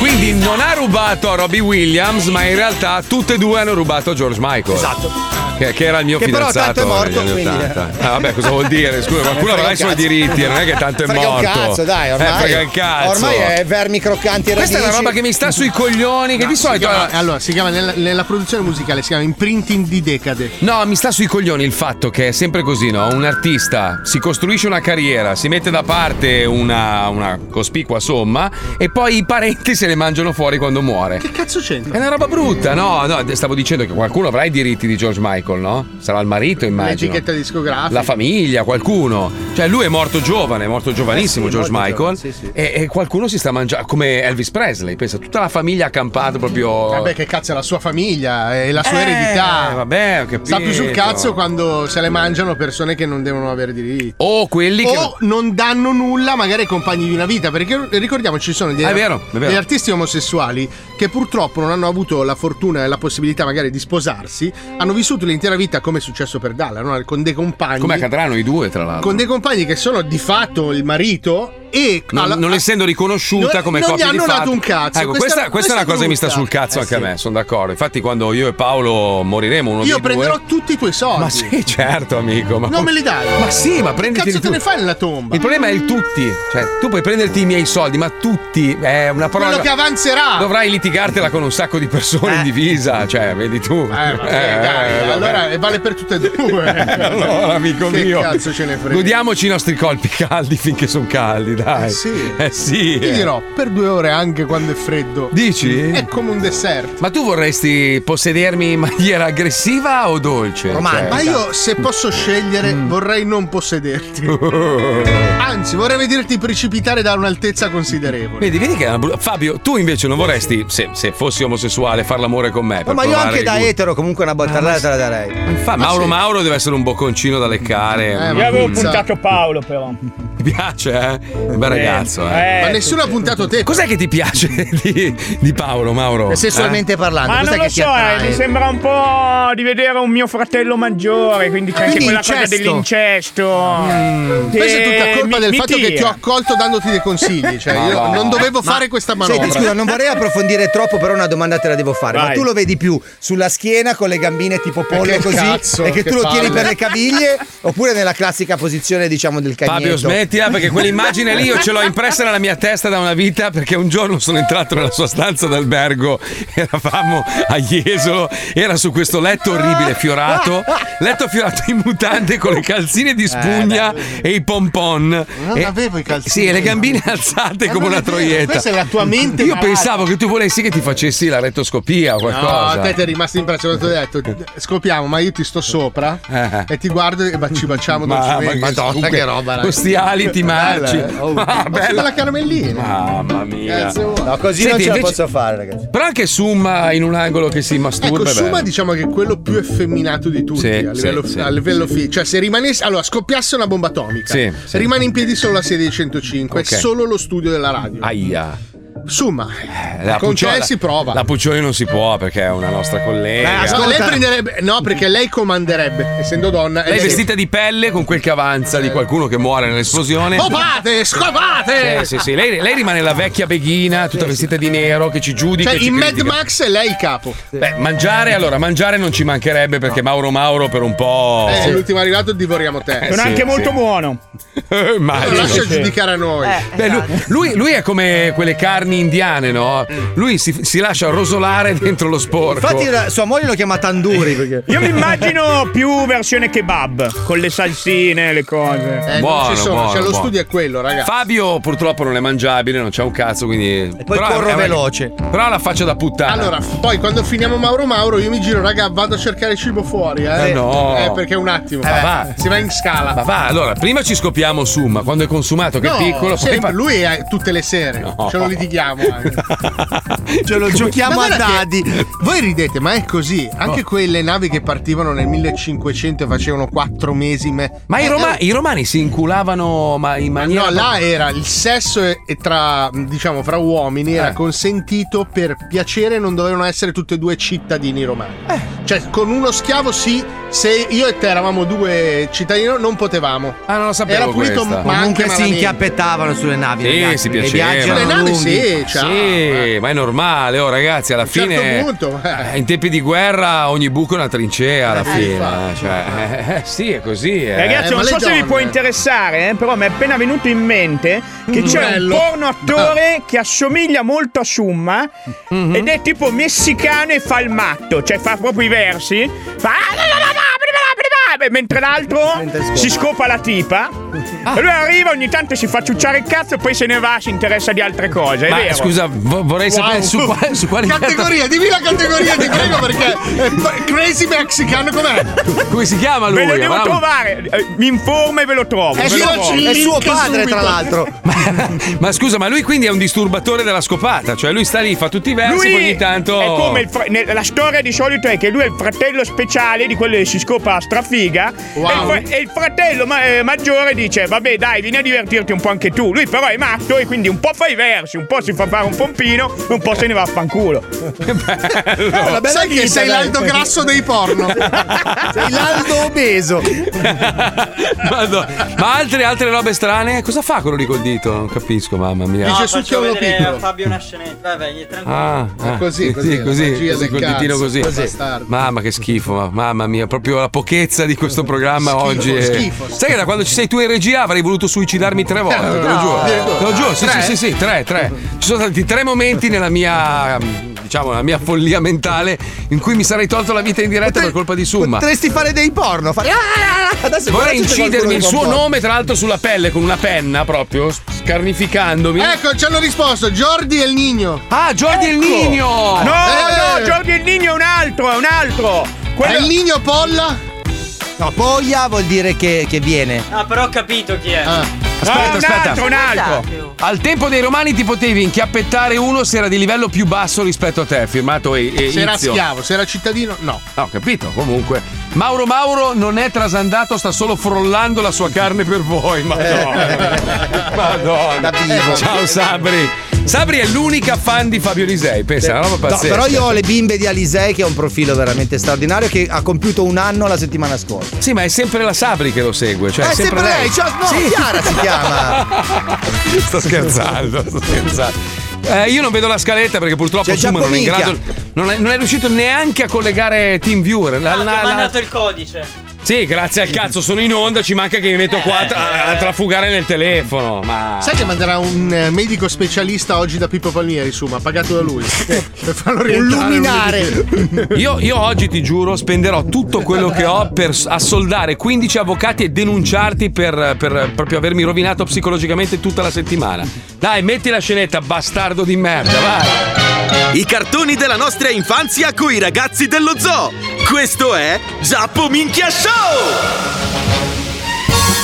[SPEAKER 5] Quindi non ha rubato a Robbie Williams, ma in realtà tutte e due hanno rubato a George Michael.
[SPEAKER 3] Esatto.
[SPEAKER 5] Che, che era il mio
[SPEAKER 3] Che però
[SPEAKER 5] fidanzato
[SPEAKER 3] tanto è morto,
[SPEAKER 5] negli anni
[SPEAKER 3] quindi, eh.
[SPEAKER 5] 80. Ah, vabbè, cosa vuol dire? Scusa, qualcuno avrà i suoi diritti, non è che tanto è
[SPEAKER 3] frega
[SPEAKER 5] morto.
[SPEAKER 3] un cazzo, dai,
[SPEAKER 5] Eh,
[SPEAKER 3] ormai.
[SPEAKER 5] frega il cazzo.
[SPEAKER 3] Ormai è vermi croccanti e radici.
[SPEAKER 5] Questa è una roba che mi sta sui coglioni. Che
[SPEAKER 7] No,
[SPEAKER 5] di
[SPEAKER 7] si
[SPEAKER 5] solito.
[SPEAKER 7] chiama- allora, si chiama nella, nella produzione musicale, si chiama imprinting di decade.
[SPEAKER 5] No, mi sta sui coglioni il fatto che è sempre così, no? Un artista si costruisce una carriera, si mette da parte una, una cospicua somma e poi i parenti se ne mangiano fuori quando muore.
[SPEAKER 7] Che cazzo c'entra?
[SPEAKER 5] È una roba brutta, no? No, stavo dicendo che qualcuno avrà i diritti di George Michael, no? Sarà il marito, immagino.
[SPEAKER 7] L'etichetta discografica.
[SPEAKER 5] La famiglia, qualcuno. Cioè, lui è morto giovane, è morto giovanissimo
[SPEAKER 7] Eh sì,
[SPEAKER 5] George
[SPEAKER 7] molto
[SPEAKER 5] Michael.
[SPEAKER 7] giovane, sì, sì.
[SPEAKER 5] E, e qualcuno si sta mangiando, come Elvis Presley, pensa, tutta la famiglia accampata proprio.
[SPEAKER 7] Vabbè, che cazzo è la sua famiglia e la sua
[SPEAKER 5] Eh,
[SPEAKER 7] eredità.
[SPEAKER 5] vabbè, ho capito.
[SPEAKER 7] Sta più sul cazzo quando se le mangiano persone che non devono avere diritti.
[SPEAKER 5] O quelli che-
[SPEAKER 7] O non danno nulla magari ai compagni di una vita. Perché ricordiamoci, ci sono degli,
[SPEAKER 5] Ah, è vero, è vero.
[SPEAKER 7] degli artisti omosessuali che purtroppo non hanno avuto la fortuna e la possibilità magari di sposarsi. Hanno vissuto l'intera vita come è successo per Dalla, no? con dei compagni.
[SPEAKER 5] Come accadranno i due, tra l'altro.
[SPEAKER 7] Con dei compagni che sono di fatto il marito e
[SPEAKER 5] non,
[SPEAKER 7] alla-
[SPEAKER 5] non essendo riconosciuta
[SPEAKER 7] non-
[SPEAKER 5] come
[SPEAKER 7] non gli
[SPEAKER 5] coppia
[SPEAKER 7] hanno
[SPEAKER 5] di
[SPEAKER 7] dato
[SPEAKER 5] fatto.
[SPEAKER 7] un cazzo.
[SPEAKER 5] Ecco,
[SPEAKER 7] Questa-
[SPEAKER 5] questa, questa
[SPEAKER 7] questa
[SPEAKER 5] è una cosa
[SPEAKER 7] è
[SPEAKER 5] che mi sta
[SPEAKER 7] brutta.
[SPEAKER 5] sul cazzo
[SPEAKER 7] Eh sì.
[SPEAKER 5] anche a me, sono d'accordo. Infatti, quando io e Paolo moriremo, uno
[SPEAKER 7] io
[SPEAKER 5] dei due-
[SPEAKER 7] prenderò tutti i tuoi soldi.
[SPEAKER 5] Ma sì, certo, amico. Ma
[SPEAKER 7] Non me li dai.
[SPEAKER 5] Ma sì, ma
[SPEAKER 7] Che
[SPEAKER 5] prenditi
[SPEAKER 7] cazzo
[SPEAKER 5] il
[SPEAKER 7] te
[SPEAKER 5] tu-
[SPEAKER 7] ne fai nella tomba?
[SPEAKER 5] Il problema è il tutti. Cioè, tu puoi prenderti i miei soldi, ma tutti è una parola.
[SPEAKER 7] Quello che avanzerà.
[SPEAKER 5] Dovrai litigartela con un sacco di persone in divisa. Cioè, vedi tu.
[SPEAKER 7] Eh, vabbè, dai,
[SPEAKER 5] Eh, vabbè.
[SPEAKER 7] allora eh, vale per tutte e due.
[SPEAKER 5] Allora, amico
[SPEAKER 7] che
[SPEAKER 5] mio.
[SPEAKER 7] cazzo ce ne frega?
[SPEAKER 5] Godiamoci i nostri colpi caldi finché sono caldi, dai.
[SPEAKER 7] Eh sì.
[SPEAKER 5] Eh sì.
[SPEAKER 7] Ti dirò, per due ore anche quando è freddo.
[SPEAKER 5] Dici?
[SPEAKER 7] È come un dessert.
[SPEAKER 5] Ma tu vorresti possedermi in maniera aggressiva o dolce?
[SPEAKER 7] Ma
[SPEAKER 5] Cioè,
[SPEAKER 7] io, se posso scegliere, vorrei non possederti. Anzi, vorrei vederti precipitare da un'altezza considerevole.
[SPEAKER 5] Vedi, vedi che è una brutta. Fabio, tu invece non vorresti, se, se fossi omosessuale, far l'amore con me. per
[SPEAKER 3] ma io
[SPEAKER 5] provare
[SPEAKER 3] anche
[SPEAKER 5] il
[SPEAKER 3] da
[SPEAKER 5] gusto.
[SPEAKER 3] etero comunque una
[SPEAKER 7] Ah,
[SPEAKER 3] bottellata te la darei.
[SPEAKER 5] Fa- Mauro Mauro deve essere un bocconcino da
[SPEAKER 7] Eh,
[SPEAKER 5] leccare.
[SPEAKER 9] Io avevo
[SPEAKER 5] Mm.
[SPEAKER 9] puntato Paolo, però.
[SPEAKER 5] Ti piace, eh? Un bel
[SPEAKER 9] Eh,
[SPEAKER 5] ragazzo, eh.
[SPEAKER 9] eh, Ma
[SPEAKER 7] nessuno ha puntato te.
[SPEAKER 5] Cos'è che ti piace di, di Paolo, Mauro? Eh?
[SPEAKER 3] parlando,
[SPEAKER 9] ma
[SPEAKER 3] cos'è
[SPEAKER 9] non lo
[SPEAKER 3] che ti
[SPEAKER 9] so,
[SPEAKER 3] attrae?
[SPEAKER 9] eh, mi sembra un po' di vedere un mio fratello maggiore, quindi c'è anche
[SPEAKER 7] Quindi
[SPEAKER 9] quella cosa
[SPEAKER 7] incesto. Mm.
[SPEAKER 9] dell'incesto. Eh,
[SPEAKER 7] Questa è
[SPEAKER 3] Eh,
[SPEAKER 7] tutta colpa del fatto che ti ho
[SPEAKER 9] accorto
[SPEAKER 7] accolto dandoti dei consigli. Cioè, io
[SPEAKER 3] Ma no.
[SPEAKER 7] non dovevo
[SPEAKER 3] Ma-
[SPEAKER 7] fare questa manovra.
[SPEAKER 3] Senti, scusa, non vorrei approfondire troppo, però una domanda te la devo fare. Ma
[SPEAKER 7] Vai.
[SPEAKER 3] tu lo vedi più sulla schiena con le gambine tipo pollo
[SPEAKER 7] che
[SPEAKER 3] così?
[SPEAKER 7] cazzo,
[SPEAKER 3] e che,
[SPEAKER 7] che
[SPEAKER 3] tu lo tieni
[SPEAKER 7] palle.
[SPEAKER 3] per le caviglie? Oppure nella classica posizione, diciamo, del cagnetto?
[SPEAKER 5] Fabio, smettila ah, perché quell'immagine lì io ce l'ho impressa nella mia testa da una vita perché un giorno sono entrato nella sua stanza d'albergo, eravamo a Jesolo, era su questo letto orribile fiorato, letto fiorato in mutande con le calzine di spugna e i pompon.
[SPEAKER 7] Eh, Non
[SPEAKER 5] e,
[SPEAKER 7] avevo i calzini.
[SPEAKER 5] Sì, e le gambine alzate
[SPEAKER 7] Ma
[SPEAKER 5] come
[SPEAKER 7] non
[SPEAKER 5] una
[SPEAKER 7] è vero,
[SPEAKER 5] troietta.
[SPEAKER 7] questa è la tua mente
[SPEAKER 5] Io
[SPEAKER 7] malata.
[SPEAKER 5] pensavo che tu volessi che ti facessi la rettoscopia o qualcosa.
[SPEAKER 7] No, a te ti è rimasto impresso, ti ho detto scopriamo, ma io ti sto sopra
[SPEAKER 5] Eh.
[SPEAKER 7] e ti guardo e ba- ci baciamo
[SPEAKER 5] Ma-
[SPEAKER 7] dolcemente.
[SPEAKER 5] ma- ma no,
[SPEAKER 7] Guarda che roba, raga.
[SPEAKER 5] questi aliti marci.
[SPEAKER 7] Bella, eh? Oh,
[SPEAKER 5] Ma
[SPEAKER 7] ma
[SPEAKER 5] bella.
[SPEAKER 7] sembra la caramellina.
[SPEAKER 5] Mamma mia.
[SPEAKER 7] Cazzo oh. vuoi?
[SPEAKER 5] Senti, invece-
[SPEAKER 3] fare, ragazzi.
[SPEAKER 5] Però anche Summa in un angolo che si masturba.
[SPEAKER 7] Ecco,
[SPEAKER 5] è
[SPEAKER 7] Suma
[SPEAKER 5] bello.
[SPEAKER 7] diciamo che è quello più effeminato di tutti
[SPEAKER 5] Sì,
[SPEAKER 7] a livello,
[SPEAKER 5] sì, sì.
[SPEAKER 7] a livello fi- Cioè, se rimanesse. Allora, scoppiasse una bomba atomica.
[SPEAKER 5] Sì, sì.
[SPEAKER 7] Rimane in piedi solo la sede di 105,
[SPEAKER 5] Ok.
[SPEAKER 7] solo lo studio della radio.
[SPEAKER 5] Aia.
[SPEAKER 7] Suma,
[SPEAKER 5] Eh,
[SPEAKER 7] con
[SPEAKER 5] Puccioli-
[SPEAKER 7] Chelsea prova.
[SPEAKER 5] La Puccioli non si può perché è una nostra collega.
[SPEAKER 7] Eh, ascolta, lei prenderebbe. No, perché lei comanderebbe, essendo donna. eh, e
[SPEAKER 5] Lei è
[SPEAKER 7] lei-
[SPEAKER 5] vestita di pelle con quel che avanza di qualcuno che muore nell'esplosione.
[SPEAKER 7] Scopate, scopate!
[SPEAKER 5] Sì, sì, sì. Lei, lei rimane la vecchia beghina, tutta vestita di nero, che ci giudica.
[SPEAKER 7] Cioè,
[SPEAKER 5] e ci
[SPEAKER 7] in Mad
[SPEAKER 5] critica.
[SPEAKER 7] Max è lei il capo.
[SPEAKER 5] Beh, mangiare, allora, mangiare non ci mancherebbe perché Mauro Mauro per un po'.
[SPEAKER 7] Eh, L'ultimo arrivato divoriamo te.
[SPEAKER 5] Oh. Eh, Sono sì, anche molto sì.
[SPEAKER 9] buono.
[SPEAKER 5] Eh, immagino.
[SPEAKER 7] Lascia giudicare a noi.
[SPEAKER 5] Eh. Beh, lui, lui- lui è come quelle carni canzoni indiane, no?
[SPEAKER 7] Mm.
[SPEAKER 5] Lui si, si lascia rosolare dentro lo sporco.
[SPEAKER 3] Infatti la- sua moglie lo chiama Tanduri perché...
[SPEAKER 9] Io mi immagino più versione kebab, con le salsine, le cose.
[SPEAKER 7] Eh, non ci sono, cioè, lo
[SPEAKER 5] buono.
[SPEAKER 7] studio è quello, ragazzi.
[SPEAKER 5] Fabio purtroppo non è mangiabile, non c'è un cazzo, quindi. E
[SPEAKER 7] poi corro veloce.
[SPEAKER 5] Però ha la faccia da puttana.
[SPEAKER 7] Allora, poi quando finiamo Mauro Mauro, io mi giro, raga, vado a cercare cibo fuori, eh.
[SPEAKER 5] Eh, no.
[SPEAKER 7] Eh, perché un attimo.
[SPEAKER 5] Ma va.
[SPEAKER 7] Si va in scala.
[SPEAKER 5] Ma va, allora, prima ci scopiamo su, ma quando è consumato, che
[SPEAKER 7] No,
[SPEAKER 5] è piccolo. poi
[SPEAKER 7] sempre,
[SPEAKER 5] fa-
[SPEAKER 7] lui è tutte le sere.
[SPEAKER 5] No.
[SPEAKER 7] Ce lo litighiamo anche.
[SPEAKER 5] Ce lo giochiamo
[SPEAKER 7] Ma
[SPEAKER 5] a
[SPEAKER 7] guarda che-
[SPEAKER 5] dadi.
[SPEAKER 7] Voi ridete, ma è così.
[SPEAKER 5] Oh.
[SPEAKER 7] Anche quelle navi che partivano nel 1500 e facevano quattro mesi. me-
[SPEAKER 5] Ma i,
[SPEAKER 7] Eh,
[SPEAKER 5] Roma- i romani si inculavano ma in maniera.
[SPEAKER 7] No, là era il sesso e- e tra, diciamo, fra uomini era
[SPEAKER 5] Eh.
[SPEAKER 7] consentito per piacere, non dovevano essere tutti e due cittadini romani.
[SPEAKER 5] Eh.
[SPEAKER 7] Cioè, con uno schiavo sì, se io e te eravamo due cittadini, non potevamo.
[SPEAKER 5] Ah, non lo sapevo
[SPEAKER 7] Era pulito,
[SPEAKER 5] questa.
[SPEAKER 7] ma anche
[SPEAKER 3] Comunque si
[SPEAKER 7] malamente.
[SPEAKER 3] inchiappettavano sulle navi.
[SPEAKER 5] Sì,
[SPEAKER 3] ragazzi,
[SPEAKER 5] si
[SPEAKER 3] e
[SPEAKER 5] piaceva.
[SPEAKER 3] viaggiano
[SPEAKER 7] Le navi
[SPEAKER 3] lunghi.
[SPEAKER 7] sì, ciao.
[SPEAKER 5] Sì, ma è normale, oh ragazzi, alla
[SPEAKER 7] A un
[SPEAKER 5] fine.
[SPEAKER 7] certo punto, eh.
[SPEAKER 5] Eh, In tempi di guerra ogni buco è una trincea alla
[SPEAKER 7] Eh,
[SPEAKER 5] fine.
[SPEAKER 7] infatti.
[SPEAKER 5] Cioè, eh, eh, sì, è così. eh.
[SPEAKER 9] Ragazzi, non so se vi può interessare, eh, però mi è appena venuto in mente che c'è
[SPEAKER 5] Mm. Bello. Ah.
[SPEAKER 9] un porno attore che assomiglia molto a Summa
[SPEAKER 5] Mm-hmm.
[SPEAKER 9] ed è tipo messicano e fa il matto, cioè fa proprio i versi. Fa. "Ah, e Mentre l'altro si scopa la tipa,
[SPEAKER 5] Ah.
[SPEAKER 9] e lui arriva, ogni tanto si fa ciucciare il cazzo e poi se ne va, si interessa di altre cose. È
[SPEAKER 5] Ma
[SPEAKER 9] vero.
[SPEAKER 5] scusa, vo- vorrei sapere su quale. Su quale
[SPEAKER 7] Categoria, dimmi la categoria, ti prego, perché è fa- Crazy Mexican com'è?
[SPEAKER 5] Come si chiama
[SPEAKER 9] Ve
[SPEAKER 5] lui?
[SPEAKER 9] lo devo
[SPEAKER 5] Bravo.
[SPEAKER 9] trovare, eh, mi informo e ve lo trovo.
[SPEAKER 7] È
[SPEAKER 9] ve lo
[SPEAKER 7] suo-
[SPEAKER 9] trovo.
[SPEAKER 7] è suo padre, tra l'altro.
[SPEAKER 5] Ma scusa, ma lui quindi è un disturbatore della scopata. Cioè, lui sta lì, fa tutti i versi,
[SPEAKER 9] Lui
[SPEAKER 5] poi ogni tanto.
[SPEAKER 9] è come il fra- ne- la storia di solito è che lui è il fratello speciale di quello che si scopa a strafiga
[SPEAKER 7] Wow.
[SPEAKER 9] e, il fra- e il fratello ma- eh, maggiore dice vabbè dai vieni a divertirti un po' anche tu lui però è matto e quindi un po' fa i versi un po' si fa fare un pompino un po' se ne va a fanculo
[SPEAKER 7] Sai che sei l'alto grasso dei porno. sei l'alto obeso.
[SPEAKER 5] Madonna. Ma altre, altre robe strane? Cosa fa quello lì col dito? Non capisco, mamma mia.
[SPEAKER 18] No,
[SPEAKER 7] su
[SPEAKER 18] faccio
[SPEAKER 7] Chiolo
[SPEAKER 18] vedere
[SPEAKER 7] Piccolo.
[SPEAKER 18] a Fabio una scenetta. Vabbè, niente, tranquillo.
[SPEAKER 5] Ah, ah,
[SPEAKER 7] Così,
[SPEAKER 5] sì,
[SPEAKER 7] così,
[SPEAKER 5] sì,
[SPEAKER 7] la magia
[SPEAKER 5] così,
[SPEAKER 7] del
[SPEAKER 5] così, col ditino
[SPEAKER 7] cazzo,
[SPEAKER 5] così.
[SPEAKER 7] così.
[SPEAKER 5] Mamma che schifo, ma- mamma mia, proprio la pochezza di questo programma
[SPEAKER 7] Schifo,
[SPEAKER 5] oggi. è-
[SPEAKER 7] schifo,
[SPEAKER 5] Sai che da quando ci sei tu in regia avrei voluto suicidarmi tre volte, te lo
[SPEAKER 7] No.
[SPEAKER 5] giuro. Te lo giuro, sì,
[SPEAKER 7] Tre?
[SPEAKER 5] sì, sì, sì, tre, tre. Ci sono stati tre momenti nella mia diciamo, nella mia follia mentale in cui mi sarei tolto la vita in diretta per colpa di Summa.
[SPEAKER 3] Potresti fare dei porno, fare... Ah, adesso
[SPEAKER 5] Vorrei
[SPEAKER 3] guarda se c'è
[SPEAKER 5] incidermi
[SPEAKER 3] qualcuno
[SPEAKER 5] il suo
[SPEAKER 3] che comporta.
[SPEAKER 5] nome, tra l'altro, sulla pelle con una penna proprio, scarnificandomi.
[SPEAKER 7] Ecco, ci hanno risposto Jordi Ecco. e il Nino.
[SPEAKER 5] Ah, Jordi e il Nino!
[SPEAKER 9] no no Giorgio il Nino è un altro è un altro quello
[SPEAKER 7] il Nino Polla?
[SPEAKER 3] No, Poglia vuol dire che, che viene.
[SPEAKER 18] Ah, però ho capito chi è.
[SPEAKER 5] Ah. Aspetta,
[SPEAKER 18] un
[SPEAKER 5] aspetta.
[SPEAKER 18] altro, un altro.
[SPEAKER 5] Al tempo dei romani ti potevi inchiappettare uno se era di livello più basso rispetto a te, firmato e, e
[SPEAKER 7] Se era
[SPEAKER 5] Izio.
[SPEAKER 7] schiavo, se era cittadino, no.
[SPEAKER 5] No, ho capito, comunque. Mauro Mauro non è trasandato, sta solo frollando la sua carne per voi. Madonna. Madonna. Ciao Sabri. Sabri è l'unica fan di Fabio Lisei, pensa, è una roba
[SPEAKER 3] No,
[SPEAKER 5] pazzesca.
[SPEAKER 3] però io ho le bimbe di Alisei che è un profilo veramente straordinario che ha compiuto un anno la settimana scorsa.
[SPEAKER 5] Sì, ma è sempre la Sabri che lo segue, cioè
[SPEAKER 3] Eh, sempre lei, cioè, no, Chiara si chiama.
[SPEAKER 5] sto scherzando, sto scherzando. Eh, io non vedo la scaletta perché purtroppo
[SPEAKER 3] C'è
[SPEAKER 5] Zoom non è in
[SPEAKER 3] Giacominchia.
[SPEAKER 5] grado. Non è, non è riuscito neanche a collegare TeamViewer. La-
[SPEAKER 18] Ah, ti ho
[SPEAKER 5] la- la-
[SPEAKER 18] mandato il codice.
[SPEAKER 5] Sì, grazie al cazzo, sono in onda, ci manca che mi metto qua a, tra- a trafugare nel telefono. Ma.
[SPEAKER 7] Sai che manderà un eh, medico specialista oggi da Pippo Palmieri, su, ma pagato da lui. Eh, per farlo rientrare.
[SPEAKER 5] Io, io oggi ti giuro spenderò tutto quello che ho per s- assoldare 15 avvocati e denunciarti per, per proprio avermi rovinato psicologicamente tutta la settimana. Dai, metti la scenetta, bastardo di merda, vai.
[SPEAKER 25] I cartoni della nostra infanzia coi ragazzi dello zoo. Questo è Giappo Minchia Show!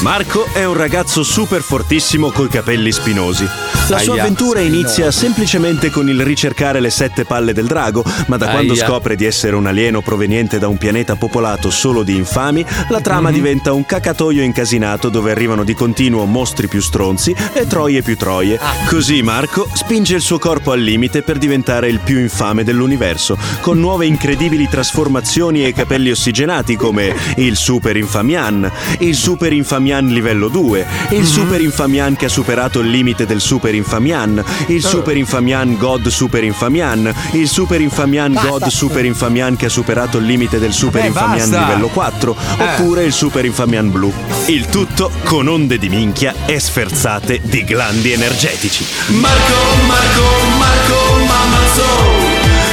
[SPEAKER 14] Marco è un ragazzo super fortissimo coi capelli spinosi.
[SPEAKER 25] La sua avventura inizia semplicemente con il ricercare le sette palle del drago, ma da quando
[SPEAKER 14] Aia.
[SPEAKER 25] scopre di essere un alieno proveniente da un pianeta popolato solo di infami, la trama
[SPEAKER 14] Mhm.
[SPEAKER 25] diventa un cacatoio incasinato dove arrivano di continuo mostri più stronzi e troie più troie.
[SPEAKER 14] Ah.
[SPEAKER 25] Così Marco spinge il suo corpo al limite per diventare il più infame dell'universo, con nuove incredibili trasformazioni e capelli ossigenati come il super infamian, il super infamian Infamian livello 2, il Super Infamian che ha superato il limite del Super Infamian, il Super Infamian God Super Infamian, il Super Infamian God Super Infamian che ha superato il limite del Super
[SPEAKER 16] Eh,
[SPEAKER 25] Infamian
[SPEAKER 16] basta.
[SPEAKER 25] livello 4, oppure il Super Infamian Blu. Il tutto con onde di minchia e sferzate di glandi energetici.
[SPEAKER 10] Marco, Marco, Marco, Mamazzo.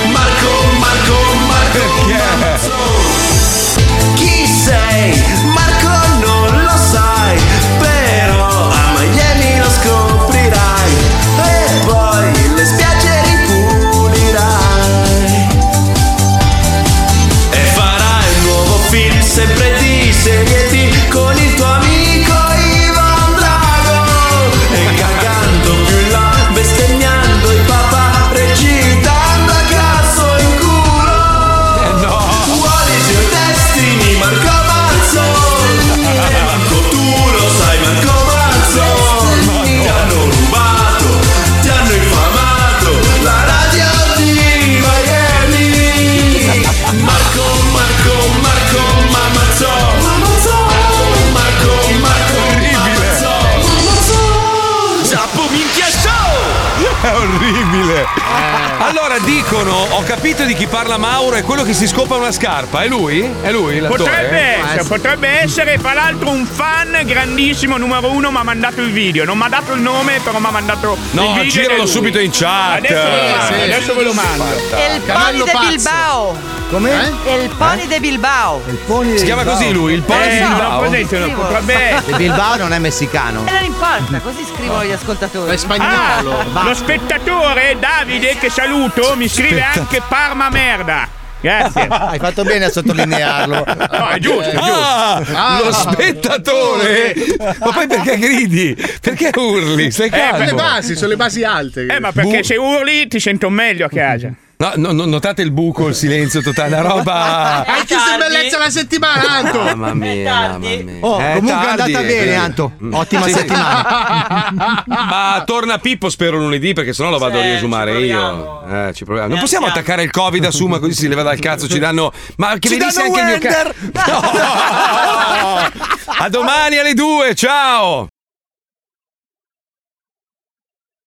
[SPEAKER 10] Marco, Marco, Marco, Mamazzo. Chi sei? Marco non lo sai, però a Miami lo scoprirai e poi le spiagge ripulirai. E farai un nuovo film sempre di serie D con il tuo amico Ivan Drago E cagando più in là, bestemmiando il papà, recitando a cazzo in culo
[SPEAKER 5] Eh,
[SPEAKER 10] What is your destiny Marco Manzo? E manco tu lo sai Marco Manzo Ti hanno rubato, ti hanno infamato La radio di Miami Marco, Marco, Marco, Mamazzo Mamazzo Marco, Marco, Mamazzo Mamazzo Zappo minchia show
[SPEAKER 5] È orribile.
[SPEAKER 9] Ah,
[SPEAKER 5] Allora dicono, ho capito di chi parla Mauro, è quello che si scopa una scarpa. È lui? È lui l'attore? Eh,
[SPEAKER 9] Potrebbe
[SPEAKER 7] Ah,
[SPEAKER 9] essere, potrebbe essere, fra l'altro un fan grandissimo numero uno mi ha mandato il video, non mi ha dato il nome però mi ha mandato il
[SPEAKER 5] No,
[SPEAKER 9] video. ed è
[SPEAKER 5] giralo
[SPEAKER 9] lui.
[SPEAKER 5] subito in chat.
[SPEAKER 9] Adesso ve lo mando, adesso ve lo mando.
[SPEAKER 2] È il pony
[SPEAKER 9] Cavallo
[SPEAKER 2] de
[SPEAKER 9] pazzo.
[SPEAKER 2] Bilbao.
[SPEAKER 9] Com'è?
[SPEAKER 2] È il pony de Bilbao. Il
[SPEAKER 3] pony
[SPEAKER 5] Si chiama così lui, il pony
[SPEAKER 2] Eh,
[SPEAKER 5] di
[SPEAKER 2] no,
[SPEAKER 5] Bilbao.
[SPEAKER 2] presente, no, potrebbe essere.
[SPEAKER 3] E Bilbao non è messicano.
[SPEAKER 2] E non importa, così scrivono gli ascoltatori. È
[SPEAKER 9] Ah, lo spettatore Davide che saluto mi scrive
[SPEAKER 3] Spetta-
[SPEAKER 9] anche Parma merda. Grazie.
[SPEAKER 3] Hai fatto bene a sottolinearlo.
[SPEAKER 9] No, è giusto,
[SPEAKER 7] Eh,
[SPEAKER 9] è giusto.
[SPEAKER 5] Ah, lo spettatore! Ma poi perché gridi? Perché urli? Sei
[SPEAKER 7] Eh,
[SPEAKER 5] calmo.
[SPEAKER 7] le basi, sono le basi alte.
[SPEAKER 9] Eh, ma perché se urli ti sento meglio a casa.
[SPEAKER 5] No, no, no, notate il buco, il silenzio totale, la roba.
[SPEAKER 7] Hai chiuso in bellezza la settimana, Anto!
[SPEAKER 5] Mamma mia, mamma mia.
[SPEAKER 7] Oh, comunque è
[SPEAKER 5] tardi,
[SPEAKER 7] andata bene,
[SPEAKER 5] eh.
[SPEAKER 7] Anto.
[SPEAKER 5] Mm.
[SPEAKER 7] Ottima
[SPEAKER 5] Sì.
[SPEAKER 7] settimana.
[SPEAKER 5] Ma torna Pippo, spero lunedì, perché sennò lo vado a riesumare io. Eh, ci proviamo. Non possiamo attaccare il Covid a Suma così si leva dal cazzo, ci danno. Ma che
[SPEAKER 10] Ci
[SPEAKER 5] venisse
[SPEAKER 10] danno
[SPEAKER 5] anche il mio cazzo. A domani alle 2, ciao!